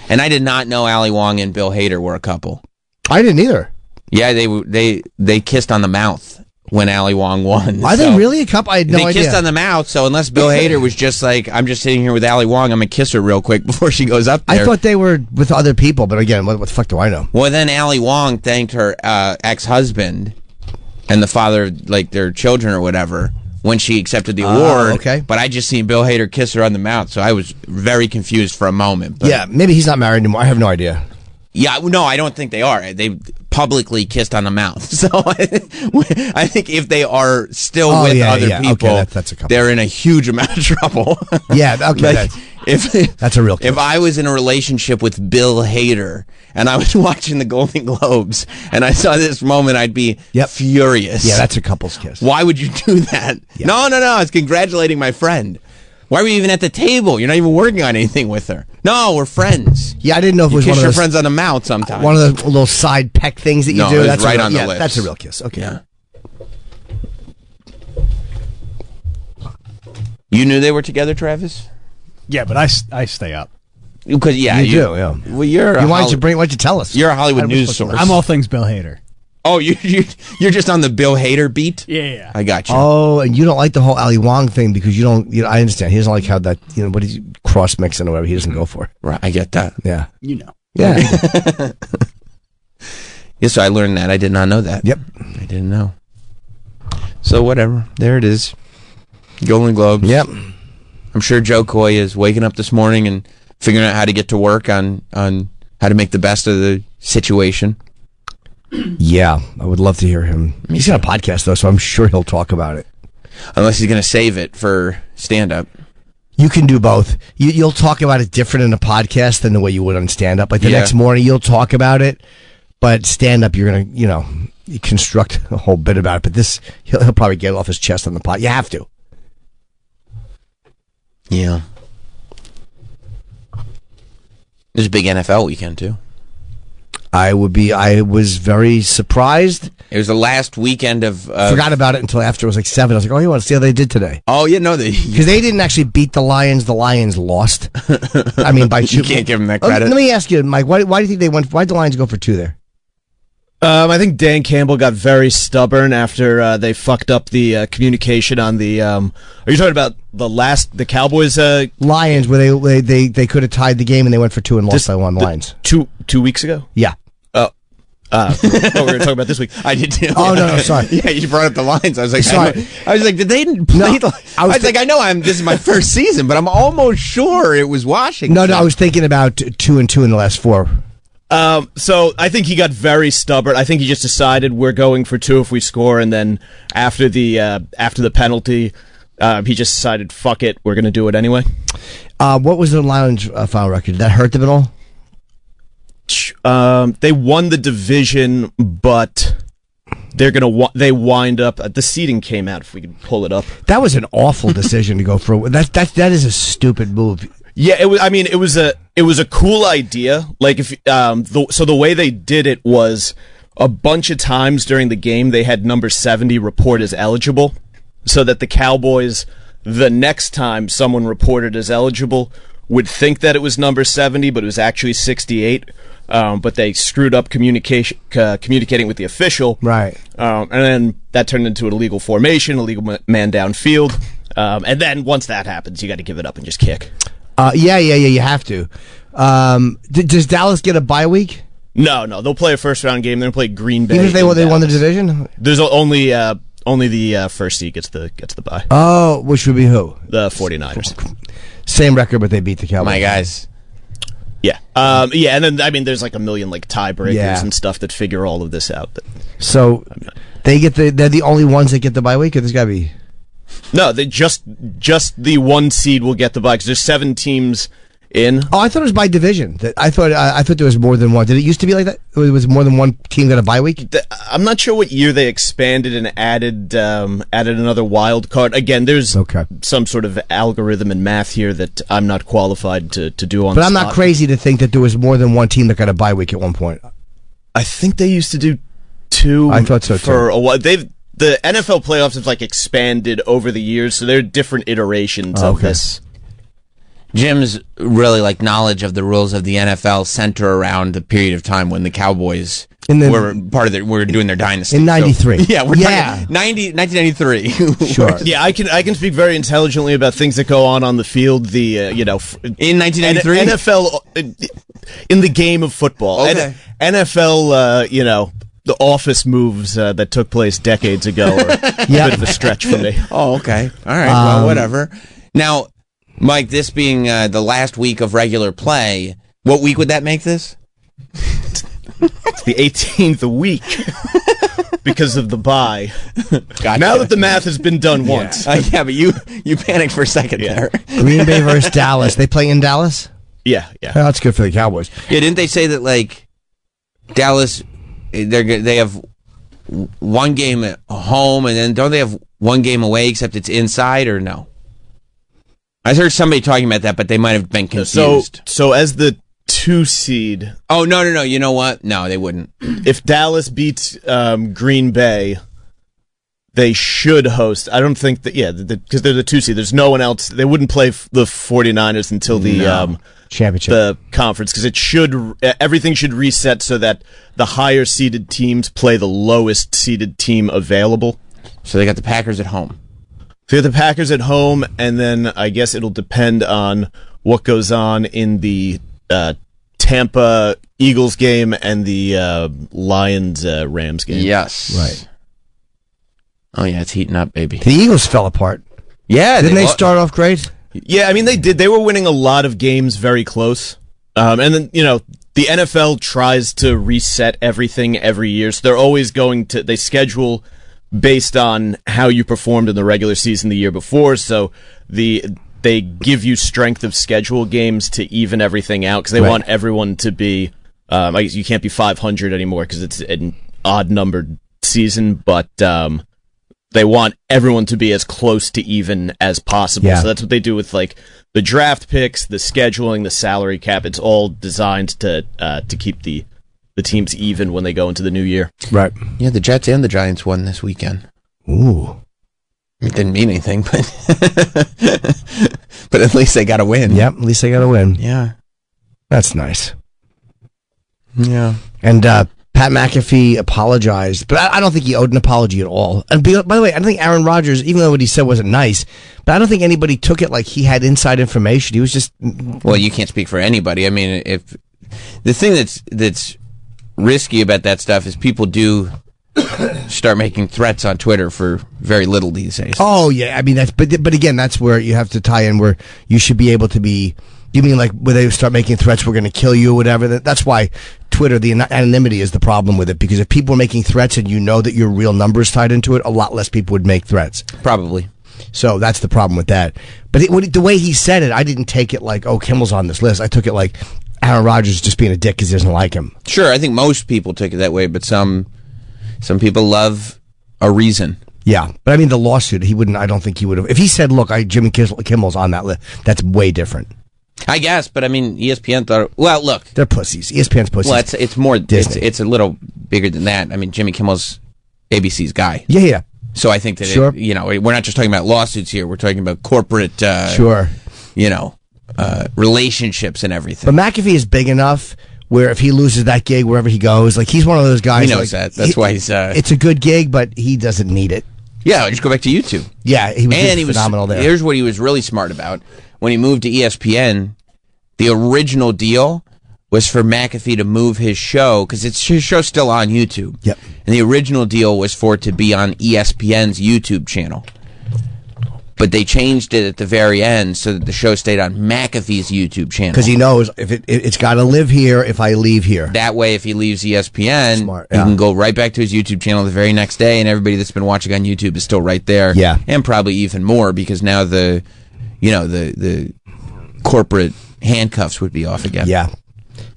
S2: And I did not know Ali Wong and Bill Hader were a couple.
S3: I didn't either.
S2: Yeah, they w- they they kissed on the mouth when Ali Wong won.
S3: Are
S2: so-
S3: they really a couple? I had no
S2: they
S3: idea.
S2: kissed on the mouth, so unless Bill Hader was just like, "I'm just sitting here with Ali Wong, I'm gonna kiss her real quick before she goes up there."
S3: I thought they were with other people, but again, what, what the fuck do I know?
S2: Well, then Ali Wong thanked her uh, ex-husband and the father of like their children or whatever when she accepted the award.
S3: Ah, okay.
S2: But I just seen Bill Hader kiss her on the mouth, so I was very confused for a moment. But
S3: Yeah, maybe he's not married anymore. I have no idea.
S2: Yeah, no, I don't think they are. They publicly kissed on the mouth. So I think if they are still
S3: Oh,
S2: with
S3: yeah,
S2: other
S3: yeah. Okay,
S2: people,
S3: that- that's a couple.
S2: they're in a huge amount of trouble.
S3: Yeah, okay,
S2: Like,
S3: that's-
S2: if
S3: that's a real kiss.
S2: If I was in a relationship with Bill Hader and I was watching the Golden Globes and I saw this moment, I'd be
S3: Yep.
S2: furious.
S3: Yeah, that's a couple's kiss.
S2: Why would you do that? No, no, no. It's congratulating my friend. Why were you even at the table? You're not even working on anything with her. No, we're friends.
S3: Yeah, I didn't know if it
S2: You
S3: was
S2: kiss
S3: one of
S2: your
S3: those,
S2: friends on the mouth sometimes.
S3: one of the little side peck things that you
S2: No,
S3: do.
S2: it was
S3: That's a
S2: right
S3: real-
S2: on the
S3: yeah,
S2: list.
S3: That's a real kiss. Okay.
S2: Yeah. You knew they were together, Travis?
S5: Yeah, but I, s- I stay up.
S2: Because yeah,
S3: You do, yeah.
S2: Well, you're a
S3: You, why don't
S2: Holly-
S3: you bring? Why don't you tell us?
S2: You're a Hollywood
S3: How do we
S2: news
S3: supposed to
S2: source.
S3: know?
S5: I'm all things Bill Hader.
S2: oh, you you you're just on the Bill Hader beat.
S5: Yeah, yeah, yeah.
S2: I got you.
S3: Oh, and you don't like the whole Ali Wong thing because you don't. You know, I understand. He doesn't like how that. You know what is cross mixing or whatever. He doesn't go for.
S2: Right, I get that.
S3: Yeah.
S5: You know.
S3: Yeah.
S2: Yes, I learned that. I did not know that.
S3: yep.
S2: I didn't know. So whatever. There it is. Golden Globes.
S3: Yep.
S2: I'm sure Joe Coy is waking up this morning and figuring out how to get to work on on how to make the best of the situation.
S3: Yeah. I would love to hear him. He's got a podcast though, so I'm sure he'll talk about it.
S2: Unless he's going to save it for stand up.
S3: You can do both. You, you'll talk about it different in a podcast than the way you would on stand up. Like the
S2: Yeah.
S3: next morning, you'll talk about it, but stand up, you're gonna, you know, you construct a whole bit about it. But this, he'll, he'll probably get it off his chest on the pod. You have to.
S2: Yeah. There's a big NFL weekend too.
S3: I would be. I was very surprised.
S2: It was the last weekend of. Uh,
S3: Forgot about it until after it was like seven. I was like, oh, you want to see how they did today?
S2: Oh yeah, no, the
S3: Because they didn't actually beat the Lions. The Lions lost. I mean, by two.
S2: You can't give them that
S3: Oh,
S2: credit.
S3: Let me ask you, Mike. Why, why do you think they went? Why did the Lions go for two there?
S8: Um, I think Dan Campbell got very stubborn after uh, they fucked up the uh, communication on the. Um, are you talking about the last the Cowboys uh,
S3: Lions, where they they they, they could have tied the game and they went for two and lost
S8: this-
S3: by one.
S8: the-
S3: Lions.
S8: two two weeks ago?
S3: Yeah.
S8: Uh, oh, we were talking about this week.
S2: I did too.
S3: Oh, no, no, sorry.
S2: yeah, you brought up the lines. I was like,
S3: Sorry.
S2: I, know- I was like, did they play? No,
S3: I
S2: I
S3: was
S2: was,
S3: thi-
S2: like, I know, I'm. This is my first season, but I'm almost sure it was Washington.
S3: No, no, I was thinking about two and two in the last four.
S8: Um, so I think he got very stubborn. I think he just decided we're going for two if we score, and then after the uh, after the penalty, uh, he just decided fuck it, we're gonna do it anyway.
S3: Uh, what was the Lions' uh, final record? Did that hurt them at all?
S8: Um, they won the division, but they're gonna wi- they wind up. uh, the seeding came out. If we could pull it up,
S3: That was an awful decision to go for. That that that is a stupid move.
S8: yeah. It was. I mean, it was a it was a cool idea. Like if um, the, so the way they did it was a bunch of times during the game they had number seventy report as eligible, so that the Cowboys the next time someone reported as eligible would think that it was number seventy, but it was actually sixty eight. Um, but they screwed up communication uh, communicating with the official,
S3: Right.
S8: Um, and then that turned into an illegal formation, illegal ma- man downfield. Um, and then once that happens, you got to give it up and just kick.
S3: Uh, yeah, yeah, yeah. You have to. Um, d- does Dallas get a bye week?
S8: No, no, they'll play a first round game. They're gonna play Green Bay.
S3: Even if they
S8: in
S3: won, they won the
S8: Dallas.
S3: division.
S8: There's o- only uh, only the uh, first seed gets the gets the bye.
S3: Oh, which would be who?
S8: the 49ers.
S3: Same record, but they beat the Cowboys.
S2: My guys,
S8: Yeah, um, yeah, and then I mean, there's like a million like tiebreakers
S3: Yeah.
S8: and stuff that figure all of this out. But
S3: So they get the. They're the only ones that get the bye week. Or there's got to be.
S8: No, they just just the one seed will get the bye 'cause there's seven teams in.
S3: Oh, I thought it was by division. That I thought I, I thought there was more than one. Did it used to be like that? It was more than one team got a bye week.
S8: The- I'm not sure what year they expanded and added um, added another wild card. Again, there's
S3: Okay.
S8: some sort of algorithm and math here that I'm not qualified to, to do on.
S3: But
S8: the
S3: I'm not
S8: spot.
S3: crazy to think that there was more than one team that got a bye week at one point.
S8: I think they used to do two.
S3: I thought so, too.
S8: for a while. They've the NFL playoffs have like expanded over the years, so there are different iterations of
S3: Okay.
S8: this.
S2: Jim's really like knowledge of the rules of the NFL center around the period of time when the Cowboys
S3: In the-
S2: were part of their were doing their dynasty
S3: In
S2: So-
S3: 93.
S2: yeah, we're
S3: Yeah.
S2: talking 90, 1993.
S3: Sure.
S8: Yeah, I can I can speak very intelligently about things that go on on the field. The uh, you know f-
S2: In 1993?
S8: N- NFL uh, in the game of football.
S2: Okay.
S8: N- NFL, uh, you know the office moves uh, that took place decades ago. Are a
S3: Yeah.
S8: bit of a stretch for me.
S2: Oh, okay. All right.
S3: Um,
S2: well, whatever. Now, Mike, this being uh, the last week of regular play, what week would that make this?
S8: It's the 18th week because of the bye.
S2: Gotcha.
S8: Now that the math has been done once.
S2: uh, yeah, but you you panicked for a second there.
S3: Green Bay versus Dallas. They play in Dallas.
S8: Yeah, yeah.
S3: Oh, that's good for the Cowboys.
S2: Yeah, didn't they say that like Dallas eh, they're go- they have w- one game at home and then don't they have one game away except it's inside or no? I heard somebody talking about that, but they might have been
S8: So
S2: confused.
S8: so as the two seed,
S2: oh no, no, no! You know what? No, they wouldn't.
S8: if Dallas beats um, Green Bay, they should host. I don't think that, yeah, because they're the two seed. There's no one else. They wouldn't play f- the 49ers until the um,
S3: Championship.
S8: the conference because it should, uh, everything should reset so that the higher seeded teams play the lowest seeded team available.
S2: So they got the Packers at home.
S8: So you have the Packers at home, and then I guess it'll depend on what goes on in the uh, Tampa Eagles game and the uh, Lions uh, Rams game.
S2: Yes.
S3: Right.
S2: Oh yeah, it's heating up, baby.
S3: the Eagles fell apart.
S2: Yeah.
S3: Didn't they
S2: lo-
S3: start off great?
S8: Yeah, I mean they did. They were winning a lot of games very close, um, and then you know the NFL tries to reset everything every year, so they're always going to they schedule based on how you performed in the regular season the year before. So the they give you strength of schedule games to even everything out because they want everyone to be. Um, I guess you can't be 500 anymore because it's an odd numbered season, but um, they want everyone to be as close to even as possible.
S3: Yeah.
S8: So that's what they do with like the draft picks, the scheduling, the salary cap. It's all designed to uh, to keep the the teams even when they go into the new year.
S3: Right.
S2: Yeah, the Jets and the Giants won this weekend.
S3: Ooh.
S2: It didn't mean anything, but but at least they got a win.
S3: Yep. At least they got a win.
S2: Yeah.
S3: That's nice.
S2: Yeah.
S3: And uh, Pat McAfee apologized, but I, I don't think he owed an apology at all. And be, by the way, I don't think Aaron Rodgers, even though what he said wasn't nice, but I don't think anybody took it like he had inside information. He was just
S2: Well, you can't speak for anybody. I mean, if the thing that's that's risky about that stuff is people do start making threats on Twitter for very little these days.
S3: Oh yeah, I mean that's but but again that's where you have to tie in where you should be able to be. You mean like where they start making threats, we're going to kill you or whatever? That, that's why Twitter, the an- anonymity is the problem with it because if people are making threats and you know that your real number is tied into it, a lot less people would make threats.
S2: Probably.
S3: So that's the problem with that. But it, what, the way he said it, I didn't take it like oh Kimmel's on this list. I took it like Aaron Rodgers is just being a dick because he doesn't like him.
S2: Sure, I think most people took it that way, but some some people love a reason.
S3: Yeah, but I mean the lawsuit, he wouldn't. I don't think he would have. If he said, "Look, I Jimmy Kimmel, Kimmel's on that list," that's way different.
S2: I guess, but I mean, E ESPN thought. Well, look,
S3: They're pussies. E ESPN's pussies.
S2: well, it's it's more. It's,
S3: Disney.
S2: it's a little bigger than that. I mean, Jimmy Kimmel's ABC's guy,
S3: yeah, yeah.
S2: so I think that it-
S3: Sure.
S2: you know we're not just talking about lawsuits here. We're talking about corporate, uh,
S3: Sure.
S2: you know, uh, relationships and everything.
S3: But McAfee is big enough where if he loses that gig wherever he goes, like he's one of those guys.
S2: He knows
S3: like,
S2: that. That's
S3: he-
S2: why he's, uh,
S3: It's a good gig, but he doesn't need it.
S2: yeah, just go back to YouTube.
S3: Yeah, he was,
S2: and he was
S3: phenomenal there.
S2: Here's what he was really smart about when he moved to E ESPN. The original deal was for McAfee to move his show because it's his show's still on YouTube.
S3: Yep.
S2: E And the original deal was for it to be on ESPN's YouTube channel. but they changed it at the very end so that the show stayed on McAfee's YouTube channel.
S3: because he knows if it, it it's got to live here. If I leave here,
S2: That way, if he leaves E ESPN,
S3: Smart,
S2: he
S3: yeah.
S2: can go right back to his YouTube channel the very next day, and everybody that's been watching on YouTube is still right there.
S3: Yeah.
S2: and probably even more because now the, you know, the the corporate handcuffs would be off again.
S3: yeah,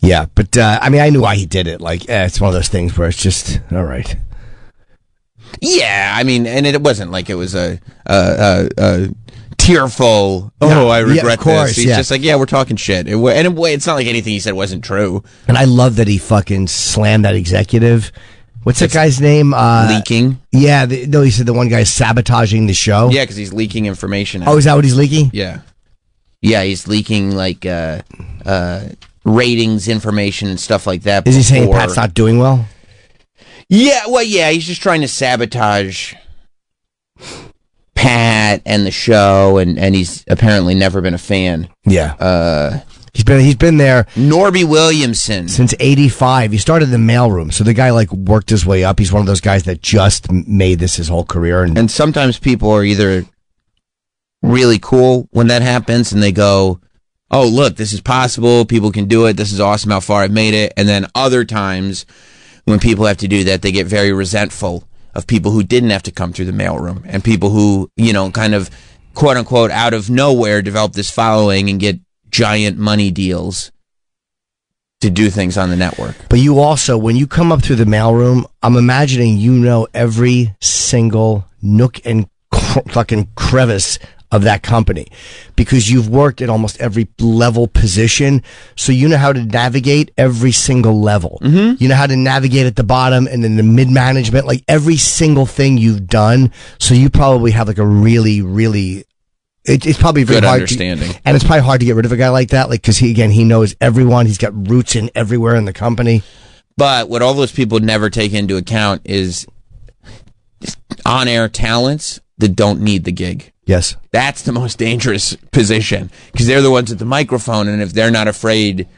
S3: yeah. But uh, I mean, I knew why he did it. Like eh, it's one of those things where it's just all right.
S2: yeah. I mean, and it wasn't like it was a a a, a tearful. Oh, I
S3: yeah, of
S2: regret
S3: course,
S2: this. He's
S3: yeah.
S2: just like, yeah, we're talking shit. It, wa- and it, wa- it's not like anything he said wasn't true.
S3: And I love that he fucking slammed that executive. What's that guy's name? Uh,
S2: leaking.
S3: Yeah, the, no, he said the one guy's sabotaging the show.
S2: Yeah, because he's leaking information. out.
S3: Oh, is that what he's leaking?
S2: Yeah. Yeah, he's leaking like uh uh ratings information and stuff like that.
S3: Is he saying
S2: before-
S3: Pat's not doing well?
S2: Yeah, well yeah, he's just trying to sabotage Pat and the show and and he's apparently never been a fan.
S3: Yeah. Uh, he's been he's been there
S2: Norby Williamson.
S3: since '85. He started in the mailroom, so the guy like worked his way up. He's one of those guys that just m- made this his whole career. And,
S2: And sometimes people are either really cool when that happens and they go, Oh, look, this is possible. People can do it. This is awesome how far I've made it. And then other times when people have to do that, they get very resentful of people who didn't have to come through the mailroom and people who, you know, kind of quote unquote out of nowhere develop this following and get giant money deals to do things on the network.
S3: but you also, when you come up through the mailroom, I'm imagining you know every single nook and cr- fucking crevice of that company because you've worked at almost every level position so you know how to navigate every single level you know how to navigate at the bottom and then the mid management like every single thing you've done so you probably have like a really really it, it's probably very
S2: Good
S3: hard to-
S2: understanding.
S3: and it's probably hard to get rid of a guy like that like because he again he knows everyone he's got roots in everywhere in the company
S2: But what all those people never take into account is on air talents that don't need the gig.
S3: yes
S2: That's the most dangerous position because they're the ones at the microphone. And if they're not afraid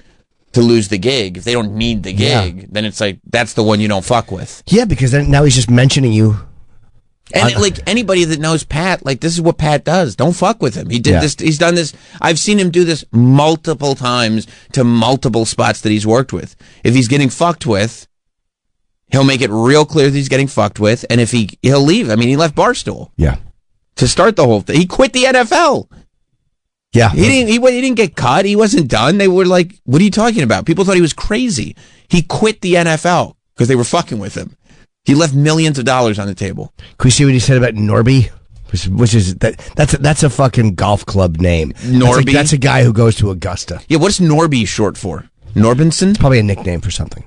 S2: to lose the gig, if they don't need the
S3: Yeah.
S2: gig, then it's like that's the one you don't fuck with.
S3: yeah because then now he's just mentioning you
S2: And like anybody that knows Pat, like this is what Pat does. Don't fuck with him. He did
S3: Yeah.
S2: this. He's done this. I've seen him do this multiple times to multiple spots that he's worked with. If he's getting fucked with, he'll make it real clear that he's getting fucked with. And if he, he'll leave. I mean, he left Barstool
S3: yeah
S2: to start the whole thing. He quit the NFL.
S3: yeah
S2: He didn't. He, wa- he didn't get cut. He wasn't done. They were like, "What are you talking about?" People thought he was crazy. He quit the NFL because they were fucking with him. He left millions of dollars on the table.
S3: Can we see what he said about Norby? Which, which is that that's a, that's a fucking golf club name. That's a-
S2: Norby?
S3: That's a, guy who goes to Augusta.
S2: Yeah, what's Norby short for? Norbinson?
S3: Probably a nickname for something.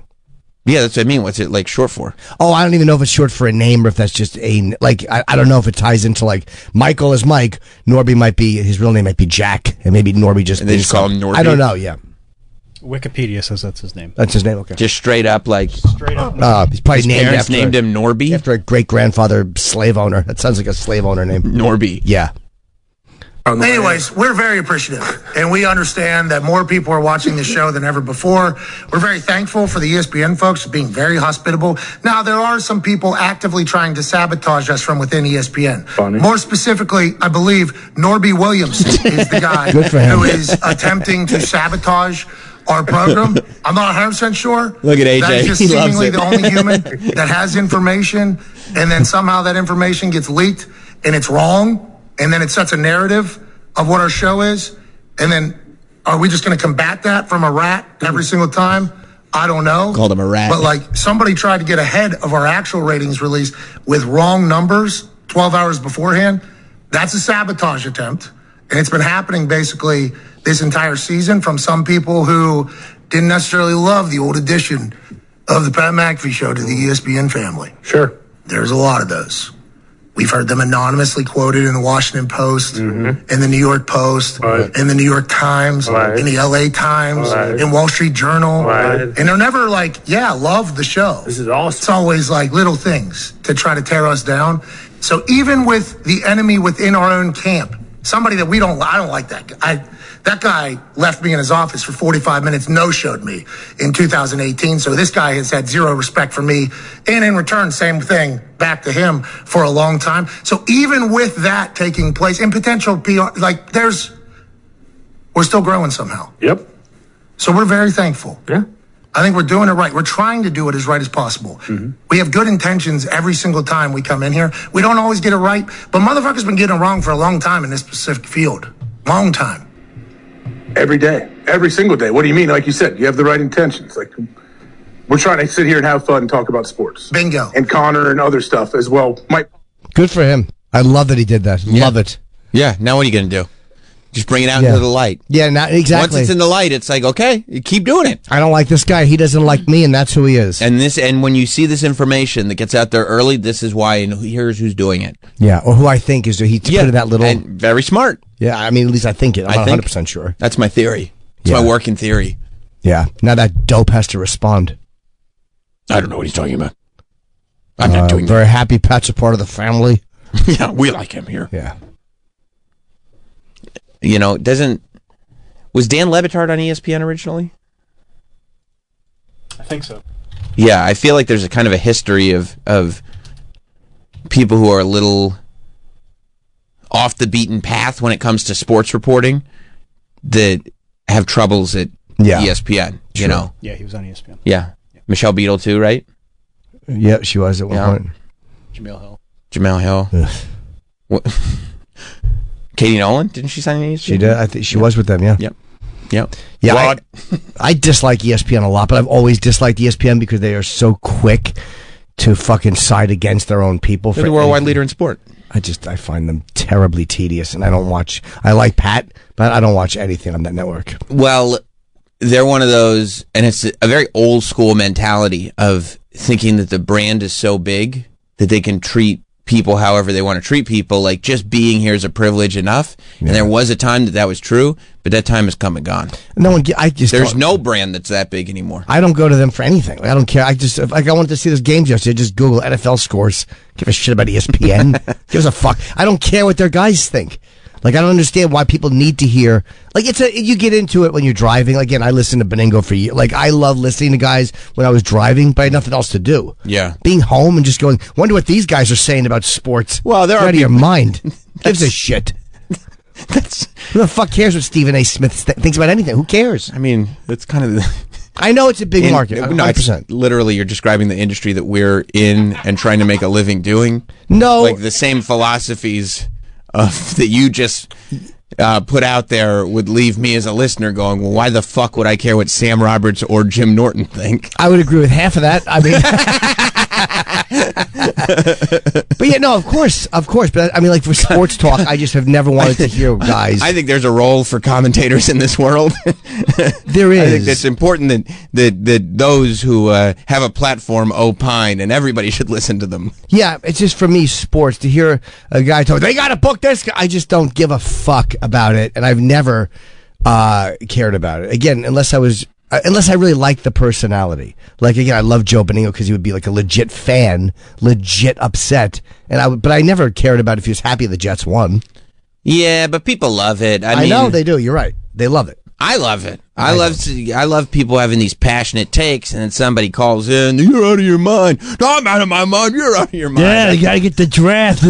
S2: Yeah, that's what I mean. What's it like short for?
S3: Oh, I don't even know if it's short for a name or if that's just a like. I, I don't know if it ties into like Michael is Mike. Norby might be his real name might be Jack, and maybe Norby just.
S2: And they just call him Norby?
S3: I don't know. Yeah,
S5: Wikipedia says that's his name.
S3: that's his name. Okay.
S2: Just straight up like
S3: Uh, he's probably named
S2: parents
S3: after
S2: named him Norby.
S3: after a great grandfather slave owner. That sounds like a slave owner name.
S2: Norby.
S3: Yeah. Oh,
S9: Anyways, we're very appreciative, and we understand that more people are watching this show than ever before. We're very thankful for the E ESPN folks being very hospitable. Now, there are some people actively trying to sabotage us from within E ESPN. More specifically, I believe Norby Williamson is the guy
S3: for him.
S9: who is attempting to sabotage our program. I'm not 100% sure.
S2: Look at
S9: That
S2: AJ.
S9: is just
S2: He loves
S9: seemingly
S2: it.
S9: the only human that has information, and then somehow that information gets leaked and it's wrong, and then it sets a narrative of what our show is, and then are we just going to combat that from a rat every single time? I don't know.
S2: Called him Hmm. a rat.
S9: But like somebody tried to get ahead of our actual ratings release with wrong numbers 12 hours beforehand. That's a sabotage attempt. And it's been happening basically this entire season from some people who didn't necessarily love the old edition of the Pat McAfee show to the E ESPN family.
S10: Sure.
S9: There's a lot of those. We've heard them anonymously quoted in the Washington Post, in the New York Post,
S10: Mm-hmm. Right.
S9: in the New York Times,
S10: Right.
S9: in the LA Times,
S10: Right.
S9: in Wall Street Journal.
S10: Right.
S9: And they're never like, yeah, love the show.
S10: This is awesome.
S9: It's always like little things to try to tear us down. So even with the enemy within our own camp, Somebody that we don't, I don't like that. guy. I, that guy left me in his office for 45 minutes, no showed me in 2018. So this guy has had zero respect for me. And in return, same thing back to him for a long time. So even with that taking place and potential PR, like there's, we're still growing somehow.
S10: Yep.
S9: So we're very thankful.
S10: Yeah.
S9: I think we're doing it right. We're trying to do it as right as possible.
S10: Mm-hmm.
S9: We have good intentions every single time we come in here. We don't always get it right, but motherfuckers been getting it wrong for a long time in this specific field. Long time.
S10: Every day. Every single day. What do you mean? Like you said, you have the right intentions. Like we're trying to sit here and have fun and talk about sports.
S9: Bingo.
S10: And Connor and other stuff as well might
S3: Good for him. I love that he did that. Love it.
S2: Yeah. Now what are you going to do? Just bring it out
S3: Yeah.
S2: into the light.
S3: Yeah, not exactly.
S2: Once it's in the light, it's like okay, you keep doing it.
S3: I don't like this guy. He doesn't like me, and that's who he is.
S2: And this, and when you see this information that gets out there early, this is why, and here's who's doing it.
S3: yeah, or who I think is. He put in that little.
S2: and very smart.
S3: yeah, I mean, at least I think it. I'm
S2: I
S3: not
S2: think-
S3: 100 percent sure.
S2: That's my theory. It's
S3: Yeah.
S2: my working theory.
S3: Yeah. Now that dope has to respond.
S2: I don't know what he's talking about. I'm not
S3: Uh,
S2: doing that.
S3: very happy. Pat's a part of the family.
S2: yeah, we like him here.
S3: Yeah.
S2: You know, it doesn't was Dan Levitard on E ESPN originally?
S5: I think so.
S2: Yeah, I feel like there's a kind of a history of of people who are a little off the beaten path when it comes to sports reporting that have troubles at E
S3: Yeah.
S2: ESPN. You know,
S5: Yeah, he was on E ESPN.
S2: yeah. Michelle Beadle too, right?
S3: Yeah, she was at one
S2: Yeah.
S3: point.
S5: Jamil Hill.
S2: Jamel Hill. What? Katie Nolan didn't she sign E an ESPN?
S3: She did. I think she was with them. Yeah.
S2: Yep. Yep.
S3: Yeah, I,
S2: Rod-
S3: I dislike E ESPN a lot, but I've always disliked E ESPN because they are so quick to fucking side against their own people.
S2: they're the worldwide leader in sport.
S3: I just I find them terribly tedious, and I don't watch. I like Pat, but I don't watch anything on that network.
S2: Well, they're one of those, and it's a very old school mentality of thinking that the brand is so big that they can treat people however they want to treat people. Like just being here is a privilege enough. And there was a time that that was true, but that time has come and gone.
S3: No one. ge- I just
S2: There's
S3: don't-
S2: no brand that's that big anymore.
S3: I don't go to them for anything. Like, I don't care. I just if, like I wanted to see this game yesterday. Just Google NFL scores. Give a shit about E ESPN. Gives a fuck. I don't care what their guys think. Like I don't understand why people need to hear. Like it's a you get into it when you're driving. Like, again, I listen to Beningo for you. Like I love listening to guys when I was driving, but I had nothing else to do.
S2: Yeah.
S3: being home and just going. Wonder what these guys are saying about sports.
S2: Well, there
S3: You're
S2: are
S3: out of your
S2: people-
S3: mind. Gives a shit.
S2: That's,
S3: Who the fuck cares what Stephen A. Smith th- thinks about anything? Who cares?
S2: I mean, that's kind of the
S3: I know it's a big market.
S2: In, no,
S3: 100.
S2: it's
S3: percent
S2: literally you're describing the industry that we're in and trying to make a living doing.
S3: No,
S2: like the same philosophies of, that you just uh, put out there would leave me as a listener going, well, why the fuck would I care what Sam Roberts or Jim Norton think?
S3: I would agree with half of that. I mean, but yeah, no, of course, of course. But I mean, like for sports talk, I just have never wanted to hear guys.
S2: I think there's a role for commentators in this world.
S3: there is.
S2: I think it's important that that, that those who uh, have a platform opine, and everybody should listen to them.
S3: yeah, it's just for me, sports to hear a guy talk. They got to book this. guy." I just don't give a fuck about it, and I've never uh, cared about it. Again, unless I was. uh, Unless I really liked the personality, like again, I love Joe Beningo because he would be like a legit fan, legit upset, and I. Would, but I never cared about if he was happy the Jets won.
S2: Yeah, but people love it. I,
S3: I
S2: mean,
S3: know they do. You're right. They love it.
S2: I love it. I, love to, I love people having these passionate takes, and then somebody calls in, "You're out of your mind." No, I'm out of my mind. You're out of your mind.
S3: Yeah, you gotta get the draft.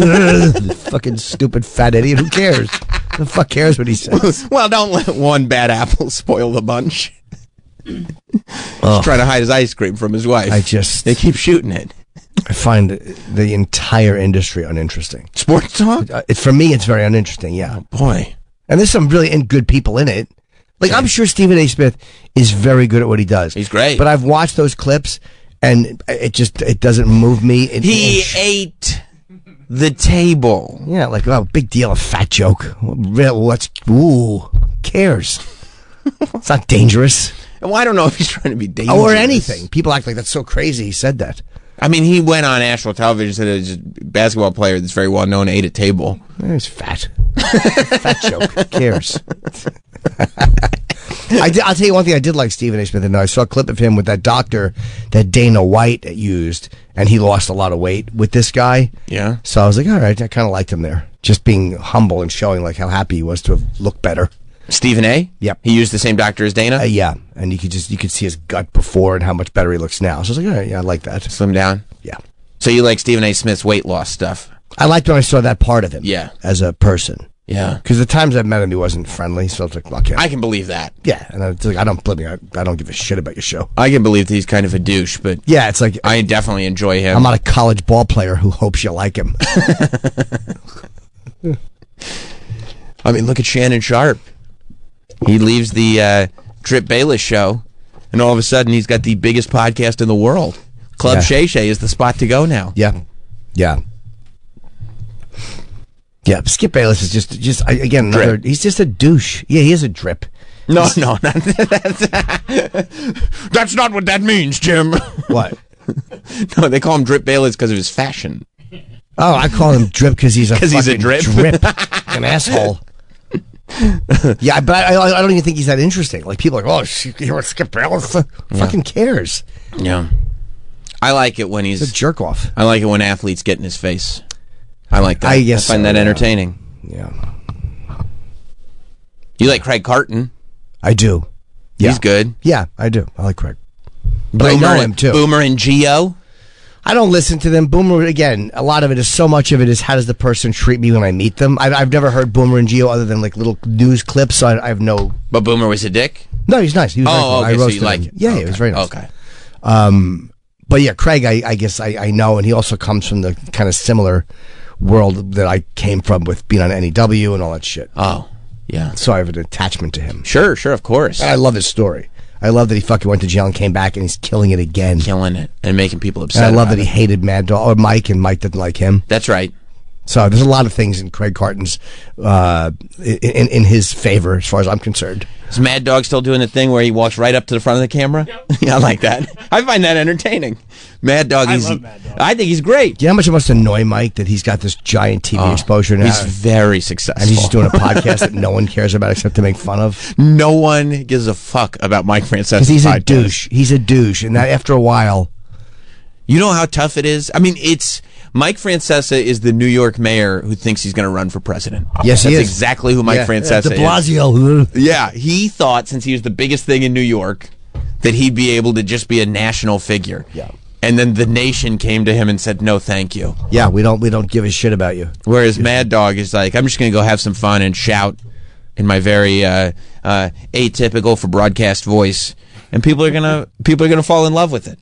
S3: Fucking stupid fat idiot. Who cares? the fuck cares what he says?
S2: well, don't let one bad apple spoil the bunch.
S3: Oh.
S2: He's trying to hide his ice cream from his wife.
S3: I just-
S2: they keep shooting it.
S3: I find the entire industry uninteresting.
S2: Sports talk, Oh,
S3: Uh, it, for me, it's very uninteresting. Yeah,
S2: boy.
S3: and there's some really in- good people in it. Like I'm sure Stephen A. Smith is very good at what he does.
S2: He's great.
S3: But I've watched those clips, and it just it doesn't move me. It,
S2: He
S3: it-
S2: ate the table.
S3: yeah, like oh, big deal, a fat joke. Real, what's ooh cares? it's not dangerous.
S2: Well, I don't know if he's trying to be dangerous
S3: or anything. People act like that's so crazy. He said that.
S2: I mean, he went on national television and said it was just a basketball player that's very well known ate a table.
S3: He's fat. fat joke. Who cares? I did, I'll tell you one thing. I did like Stephen A. Smith, and I saw a clip of him with that doctor that Dana White used and he lost a lot of weight with this guy.
S2: Yeah.
S3: So I was like, all right, I kind of liked him there, just being humble and showing like how happy he was to have looked better.
S2: Stephen A.
S3: Yep.
S2: He used the same doctor as Dana.
S3: Uh, yeah, and you could just you could see his gut before and how much better he looks now. So I was like, all right, yeah, I like that.
S2: Slim down.
S3: Yeah,
S2: So you like Stephen A. Smith's weight loss stuff?
S3: I liked when I saw that part of him.
S2: Yeah.
S3: as a person.
S2: Yeah.
S3: because the times I've met him, he wasn't friendly. So I was like, fuck him.
S2: I can believe that.
S3: yeah, and I was like, I don't blame you. I, I don't give a shit about your show.
S2: I can believe that he's kind of a douche, but
S3: Yeah, it's like
S2: I definitely enjoy him.
S3: I'm not a college ball player who hopes you like him.
S2: I mean, look at Shannon Sharp. He leaves the uh, Trip Bayless show, and all of a sudden he's got the biggest podcast in the world. Club
S3: Yeah.
S2: Shay Shay is the spot to go now.
S3: Yeah, yeah, yeah. Skip Bayless is just, just I- again, another.
S2: Drip.
S3: He's just a douche. Yeah, he is a drip.
S2: No, no, not, that's, that's not what that means, Jim.
S3: What?
S2: no, they call him Drip Bayless because of his fashion.
S3: Oh, I call him drip because he's a
S2: 'Cause he's a
S3: fucking
S2: drip.
S3: drip, an asshole. yeah, but I, I, I don't even think he's that interesting. Like people are like, oh, sh- you hear what Skip Bayless f- fucking cares?
S2: Yeah, I like it when
S3: He's a
S2: he's.
S3: jerk off.
S2: I like it when athletes get in his face. I like that.
S3: I guess
S2: find
S3: so,
S2: that
S3: yeah.
S2: entertaining.
S3: Yeah,
S2: You like Craig Carton?
S3: I do. Yeah.
S2: He's good.
S3: Yeah, I do. I like Craig. But
S2: Boomer,
S3: I know
S2: and-
S3: him too.
S2: Boomer and Geo.
S3: I don't listen to them. Boomer again. A lot of it is so much of it is how does the person treat me when I meet them. I've, I've never heard Boomer and Geo other than like little news clips. So I, I have no.
S2: But Boomer was a dick.
S3: No, he's nice. He was
S2: Oh,
S3: very
S2: okay,
S3: cool.
S2: so
S3: I
S2: you
S3: roasted
S2: like
S3: him.
S2: it.
S3: Yeah,
S2: okay.
S3: it was very nice.
S2: Okay.
S3: Um, But yeah, Craig, I, I guess I, I know, and he also comes from the kind of similar world that I came from with being on NEW and all that shit.
S2: Oh, yeah.
S3: So I have an attachment to him.
S2: Sure, sure, of course.
S3: And I love his story. I love that he fucking went to jail and came back, and he's killing it again.
S2: Killing it and making people upset.
S3: And I love
S2: about
S3: that he
S2: it.
S3: hated Mad Dog or Mike, and Mike didn't like him.
S2: That's right.
S3: So there's a lot of things in Craig Carton's uh, in in his favor, as far as I'm concerned.
S2: Is Mad Dog still doing the thing where he walks right up to the front of the camera? yeah, I like that. I find that entertaining. Mad Dog. I
S5: love Mad Dog.
S2: I think he's great. Oh,
S3: Do you know how much it must annoy Mike that he's got this giant TV exposure now,
S2: He's very successful.
S3: and he's just doing a podcast that no one cares about except to make fun of?
S2: no one gives a fuck about Mike Francesa's
S3: Because he's a
S2: podcast.
S3: douche. He's a douche, and that after a while,
S2: You know how tough it is. I mean, it's Mike Francesa is the New York mayor who thinks he's going to run for president.
S3: Yes, he
S2: that's
S3: is.
S2: exactly who Mike
S3: Yeah.
S2: Francesa
S3: De
S2: is.
S3: Blasio, who-
S2: Yeah, he thought since he was the biggest thing in New York that he'd be able to just be a national figure.
S3: Yeah.
S2: And then the nation came to him and said, "No, thank you."
S3: yeah, we don't we don't give a shit about you.
S2: Whereas Mad Dog is like, "I'm just going to go have some fun and shout in my very uh, uh, atypical for broadcast voice," and people are gonna people are gonna fall in love with it.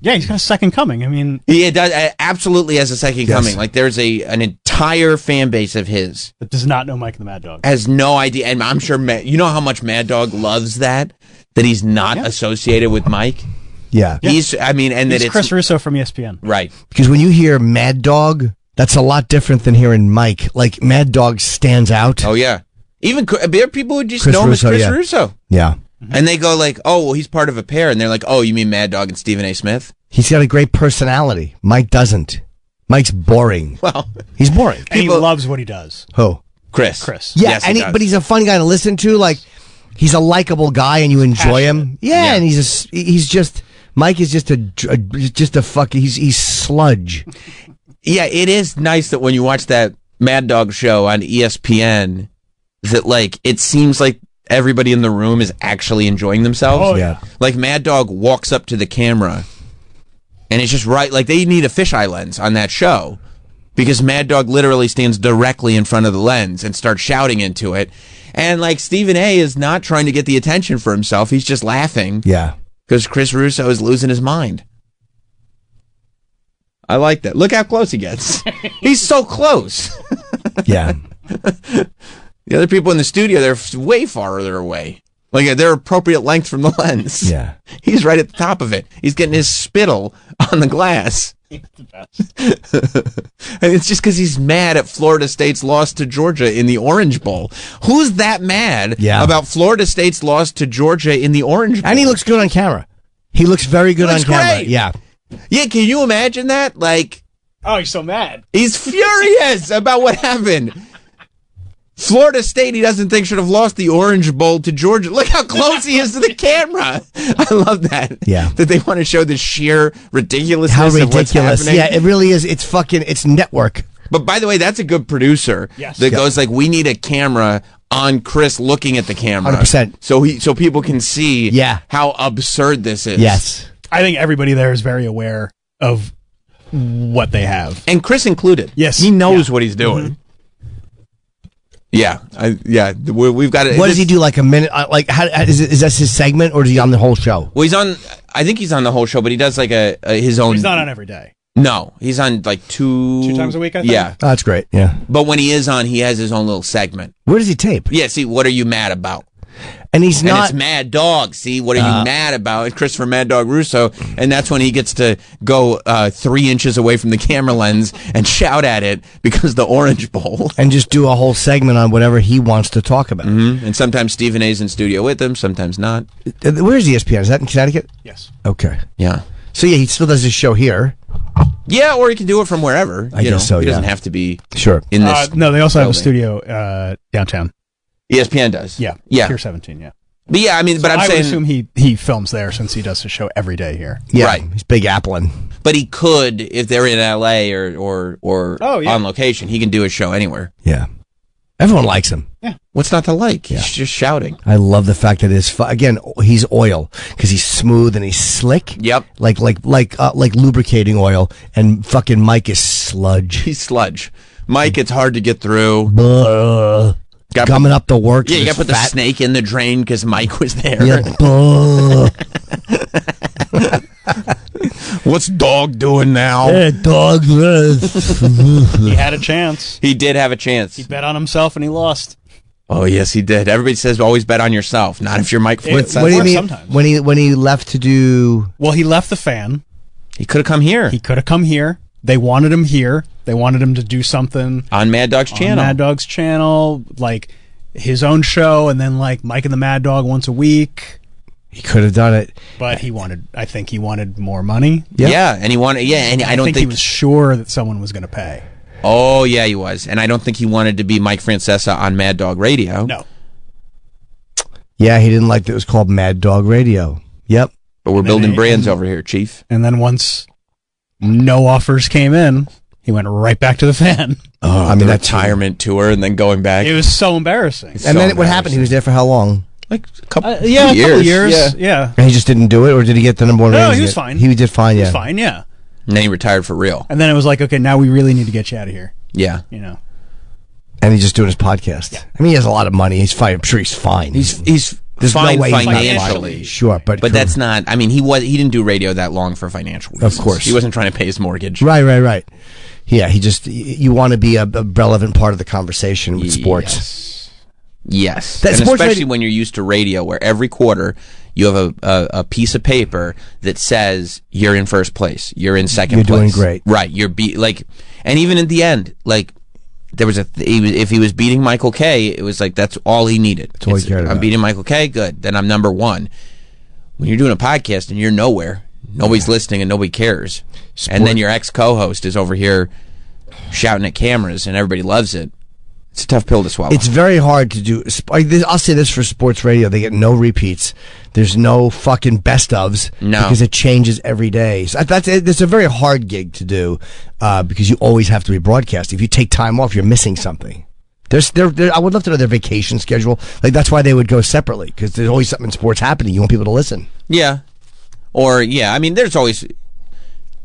S5: Yeah, he's got a second coming. I mean,
S2: He does uh, absolutely has a second
S3: Yes.
S2: coming. Like there's a an entire fan base of his
S5: that does not know Mike the Mad Dog.
S2: has no idea, and I'm sure Ma you know how much Mad Dog loves that that he's not associated with Mike.
S3: Yeah,
S2: He's I mean, and that
S5: It's
S2: it's
S5: Chris Russo from E ESPN.
S2: right.
S3: because when you hear Mad Dog, that's a lot different than hearing Mike. Like Mad Dog stands out.
S2: Oh yeah, even Chr- there are people who just
S3: Chris
S2: know him
S3: Russo,
S2: as Chris
S3: yeah.
S2: Russo,
S3: Yeah,
S2: and they go like, "Oh, well, he's part of a pair," and they're like, "Oh, you mean Mad Dog and Stephen A. Smith?"
S3: he's got a great personality. Mike doesn't. Mike's boring.
S2: Well,
S3: He's boring.
S5: And he
S2: People-
S5: loves what he does.
S3: Who?
S2: Chris,
S5: Chris.
S3: Yeah,
S2: Yes, he
S3: and he,
S2: does.
S3: but he's a fun guy to listen to. Like, he's a likable guy, and you enjoy him. Yeah,
S2: Yeah.
S3: and he's a s he's just Mike is just a, dr- a just a fuck. He's he's sludge.
S2: yeah, it is nice that when you watch that Mad Dog show on E ESPN, that like it seems like everybody in the room is actually enjoying themselves.
S5: Oh,
S3: yeah.
S2: Like Mad Dog walks up to the camera, and it's just right. Like they need a fisheye lens on that show because Mad Dog literally stands directly in front of the lens and starts shouting into it. And like Stephen A is not trying to get the attention for himself; he's just laughing
S3: Yeah,
S2: because Chris Russo is losing his mind. I like that. Look how close he gets. He's so close.
S3: yeah.
S2: The other people in the studio, they're f- way farther away. Like they're appropriate length from the lens.
S3: Yeah.
S2: He's right at the top of it. He's getting his spittle on the glass. and it's just because he's mad at Florida State's loss to Georgia in the Orange Bowl. Who's that mad
S3: Yeah.
S2: about Florida State's loss to Georgia in the Orange Bowl?
S3: And he looks good on camera. He looks very good
S2: Looks
S3: on camera.
S2: great.
S3: Yeah.
S2: Yeah, can you imagine that? Like,
S5: Oh, he's so mad.
S2: He's furious about what happened. Florida State, he doesn't think should have lost the Orange Bowl to Georgia. Look how close he is to the camera. I love that.
S3: Yeah.
S2: That they want to show the sheer ridiculousness
S3: How
S2: of what's
S3: ridiculous!
S2: happening.
S3: Yeah, it really is. It's fucking. It's network.
S2: But by the way, that's a good producer
S5: Yes.
S2: that
S3: Yeah.
S2: goes like, "We need a camera on Chris looking at the camera,
S3: 100%.
S2: so he so people can see
S3: Yeah.
S2: how absurd this is."
S3: Yes.
S5: I think everybody there is very aware of what they have.
S2: and Chris included.
S5: Yes. Mm-hmm.
S2: he knows what he's doing. Yeah, I, yeah, we, we've got it.
S3: What does he
S2: this-
S3: do? Like a minute? uh, Like how, how is it, is this his segment or is he on the whole show?
S2: Well, he's on. I think he's on the whole show, but he does like a, a his own.
S5: He's not on every day.
S2: No, he's on like two
S5: Two times a week, I think?
S2: Yeah,
S3: Oh, that's great. Yeah.
S2: but when he is on, he has his own little segment.
S3: Where does he tape?
S2: Yeah, see, what are you mad about?
S3: And he's
S2: and
S3: not. Uh.
S2: it's Mad Dog. See, what are you mad about? It's Christopher Mad Dog Russo, and that's when he gets to go uh, three inches away from the camera lens and shout at it because the Orange Bowl.
S3: and just do a whole segment on whatever he wants to talk about.
S2: and sometimes Stephen A's in studio with him, sometimes not.
S3: Uh, Where's ESPN? Is that in Connecticut?
S5: Yes.
S3: Okay.
S2: Yeah,
S3: So yeah, he still does his show here.
S2: yeah, or he can do it from wherever.
S3: I
S2: you
S3: guess
S2: know.
S3: so,
S2: He doesn't
S3: yeah.
S2: have to be
S3: Sure.
S2: in this.
S5: Uh, no, they also have a
S2: building.
S5: studio uh, downtown.
S2: ESPN does.
S5: Yeah.
S2: yeah,
S5: Pier 17, yeah.
S2: but yeah. I mean, but I'm
S5: I would
S2: saying,
S5: assume he, he films there since he does his show every day here.
S3: Yeah.
S2: Right.
S3: He's big appling.
S2: but he could if they're in LA or or or
S5: Oh, yeah.
S2: on location, he can do a show anywhere.
S3: Yeah. Everyone likes him.
S2: What's not to like? He's just shouting.
S3: I love the fact that his fu- again he's oil because he's smooth and he's slick.
S2: Yep.
S3: Like like like uh, like lubricating oil and fucking Mike is sludge.
S2: He's sludge. Mike, it's hard to get through.
S3: Blah.
S2: Gotta
S3: Gumming up the works.
S2: Yeah, you
S3: of his
S2: got to put the
S3: fat-
S2: snake in the drain because Mike was there.
S3: Yeah. Blah.
S2: What's dog doing
S9: Oh.
S2: now?
S3: Eh, dog.
S5: He had a chance.
S2: He did have a chance.
S5: He bet on himself and he lost.
S2: Oh yes, he did. Everybody says always bet on yourself, not if you're Mike
S3: what
S2: Flitz.
S3: do you
S5: works
S3: mean?
S5: sometimes.
S3: When he when he left to do
S5: Well, he left the fan.
S2: He could have come here
S5: He could have come here. They wanted him here. They wanted him to do something
S2: on Mad Dog's
S5: on
S2: channel.
S5: Mad Dog's channel, like his own show, and then like Mike and the Mad Dog once a week.
S3: he could have done it.
S5: But he wanted, I think he wanted more money.
S2: Yeah. and he wanted. Yeah, and I,
S5: I
S2: don't
S5: think,
S2: think.
S5: he was sure that someone was going to pay.
S2: oh yeah, he was, and I don't think he wanted to be Mike Francesa on Mad Dog Radio.
S5: No,
S3: Yeah, he didn't like that it was called Mad Dog Radio. Yep.
S2: but we're
S5: then
S2: building
S5: he-
S2: brands over here, Chief.
S5: and then once no offers came in, he went right back to the fan.
S3: Oh, I
S2: The
S3: mean that's
S2: retirement tour and then going back.
S5: It was so embarrassing.
S3: And then what happened? He was there for how long?
S2: like a couple,
S5: Uh, yeah, a couple
S2: years.
S5: years.
S2: Yeah.
S5: Yeah,
S3: And he just didn't do it, or did he get the number one?
S5: No,
S3: rating?
S5: he was fine.
S3: He did fine. Yeah.
S5: it's fine. Yeah,
S2: And then he retired for real.
S5: and then it was like, okay, now we really need to get you out of here.
S2: Yeah,
S5: You know,
S3: And he's just doing his podcast. I mean, he has a lot of money. He's fine. I'm sure he's fine.
S2: he's he's
S3: There's no
S2: fine
S3: way he's not fine.
S2: financially.
S3: sure, but
S2: But that's not. I mean, he was he didn't do radio that long for financial reasons.
S3: course.
S2: he wasn't trying to pay his mortgage.
S3: right, right, right. Yeah, he just y- you want to be a, a relevant part of the conversation with sports.
S2: Yes,
S3: That
S2: and
S3: sports
S2: especially
S3: radio-
S2: when you're used to radio, where every quarter you have a, a, a piece of paper that says you're in first place, you're in 2nd
S3: You're doing
S2: place,
S3: great.
S2: right? You're be like, and even at the end, like there was a th- he was, if he was beating Michael K, it was like that's all he needed.
S3: all he
S2: It's,
S3: cared
S2: I'm
S3: about.
S2: beating Michael K, good. Then I'm number one. When you're doing a podcast and you're nowhere, nobody's listening and nobody cares, and then your ex co-host is over here shouting at cameras and everybody loves it. It's a tough pill to swallow.
S3: It's very hard to do. sp- I- this- I'll say this for sports radio: they get no repeats. There's no fucking best ofs
S2: No.
S3: because it changes every day. So that's it, it's a very hard gig to do uh, because you always have to be broadcasting. If you take time off, you're missing something. There's, there, there, I would love to know their vacation schedule. Like that's why they would go separately because there's always something in sports happening. You want people to listen.
S2: Yeah. Or yeah, I mean there's always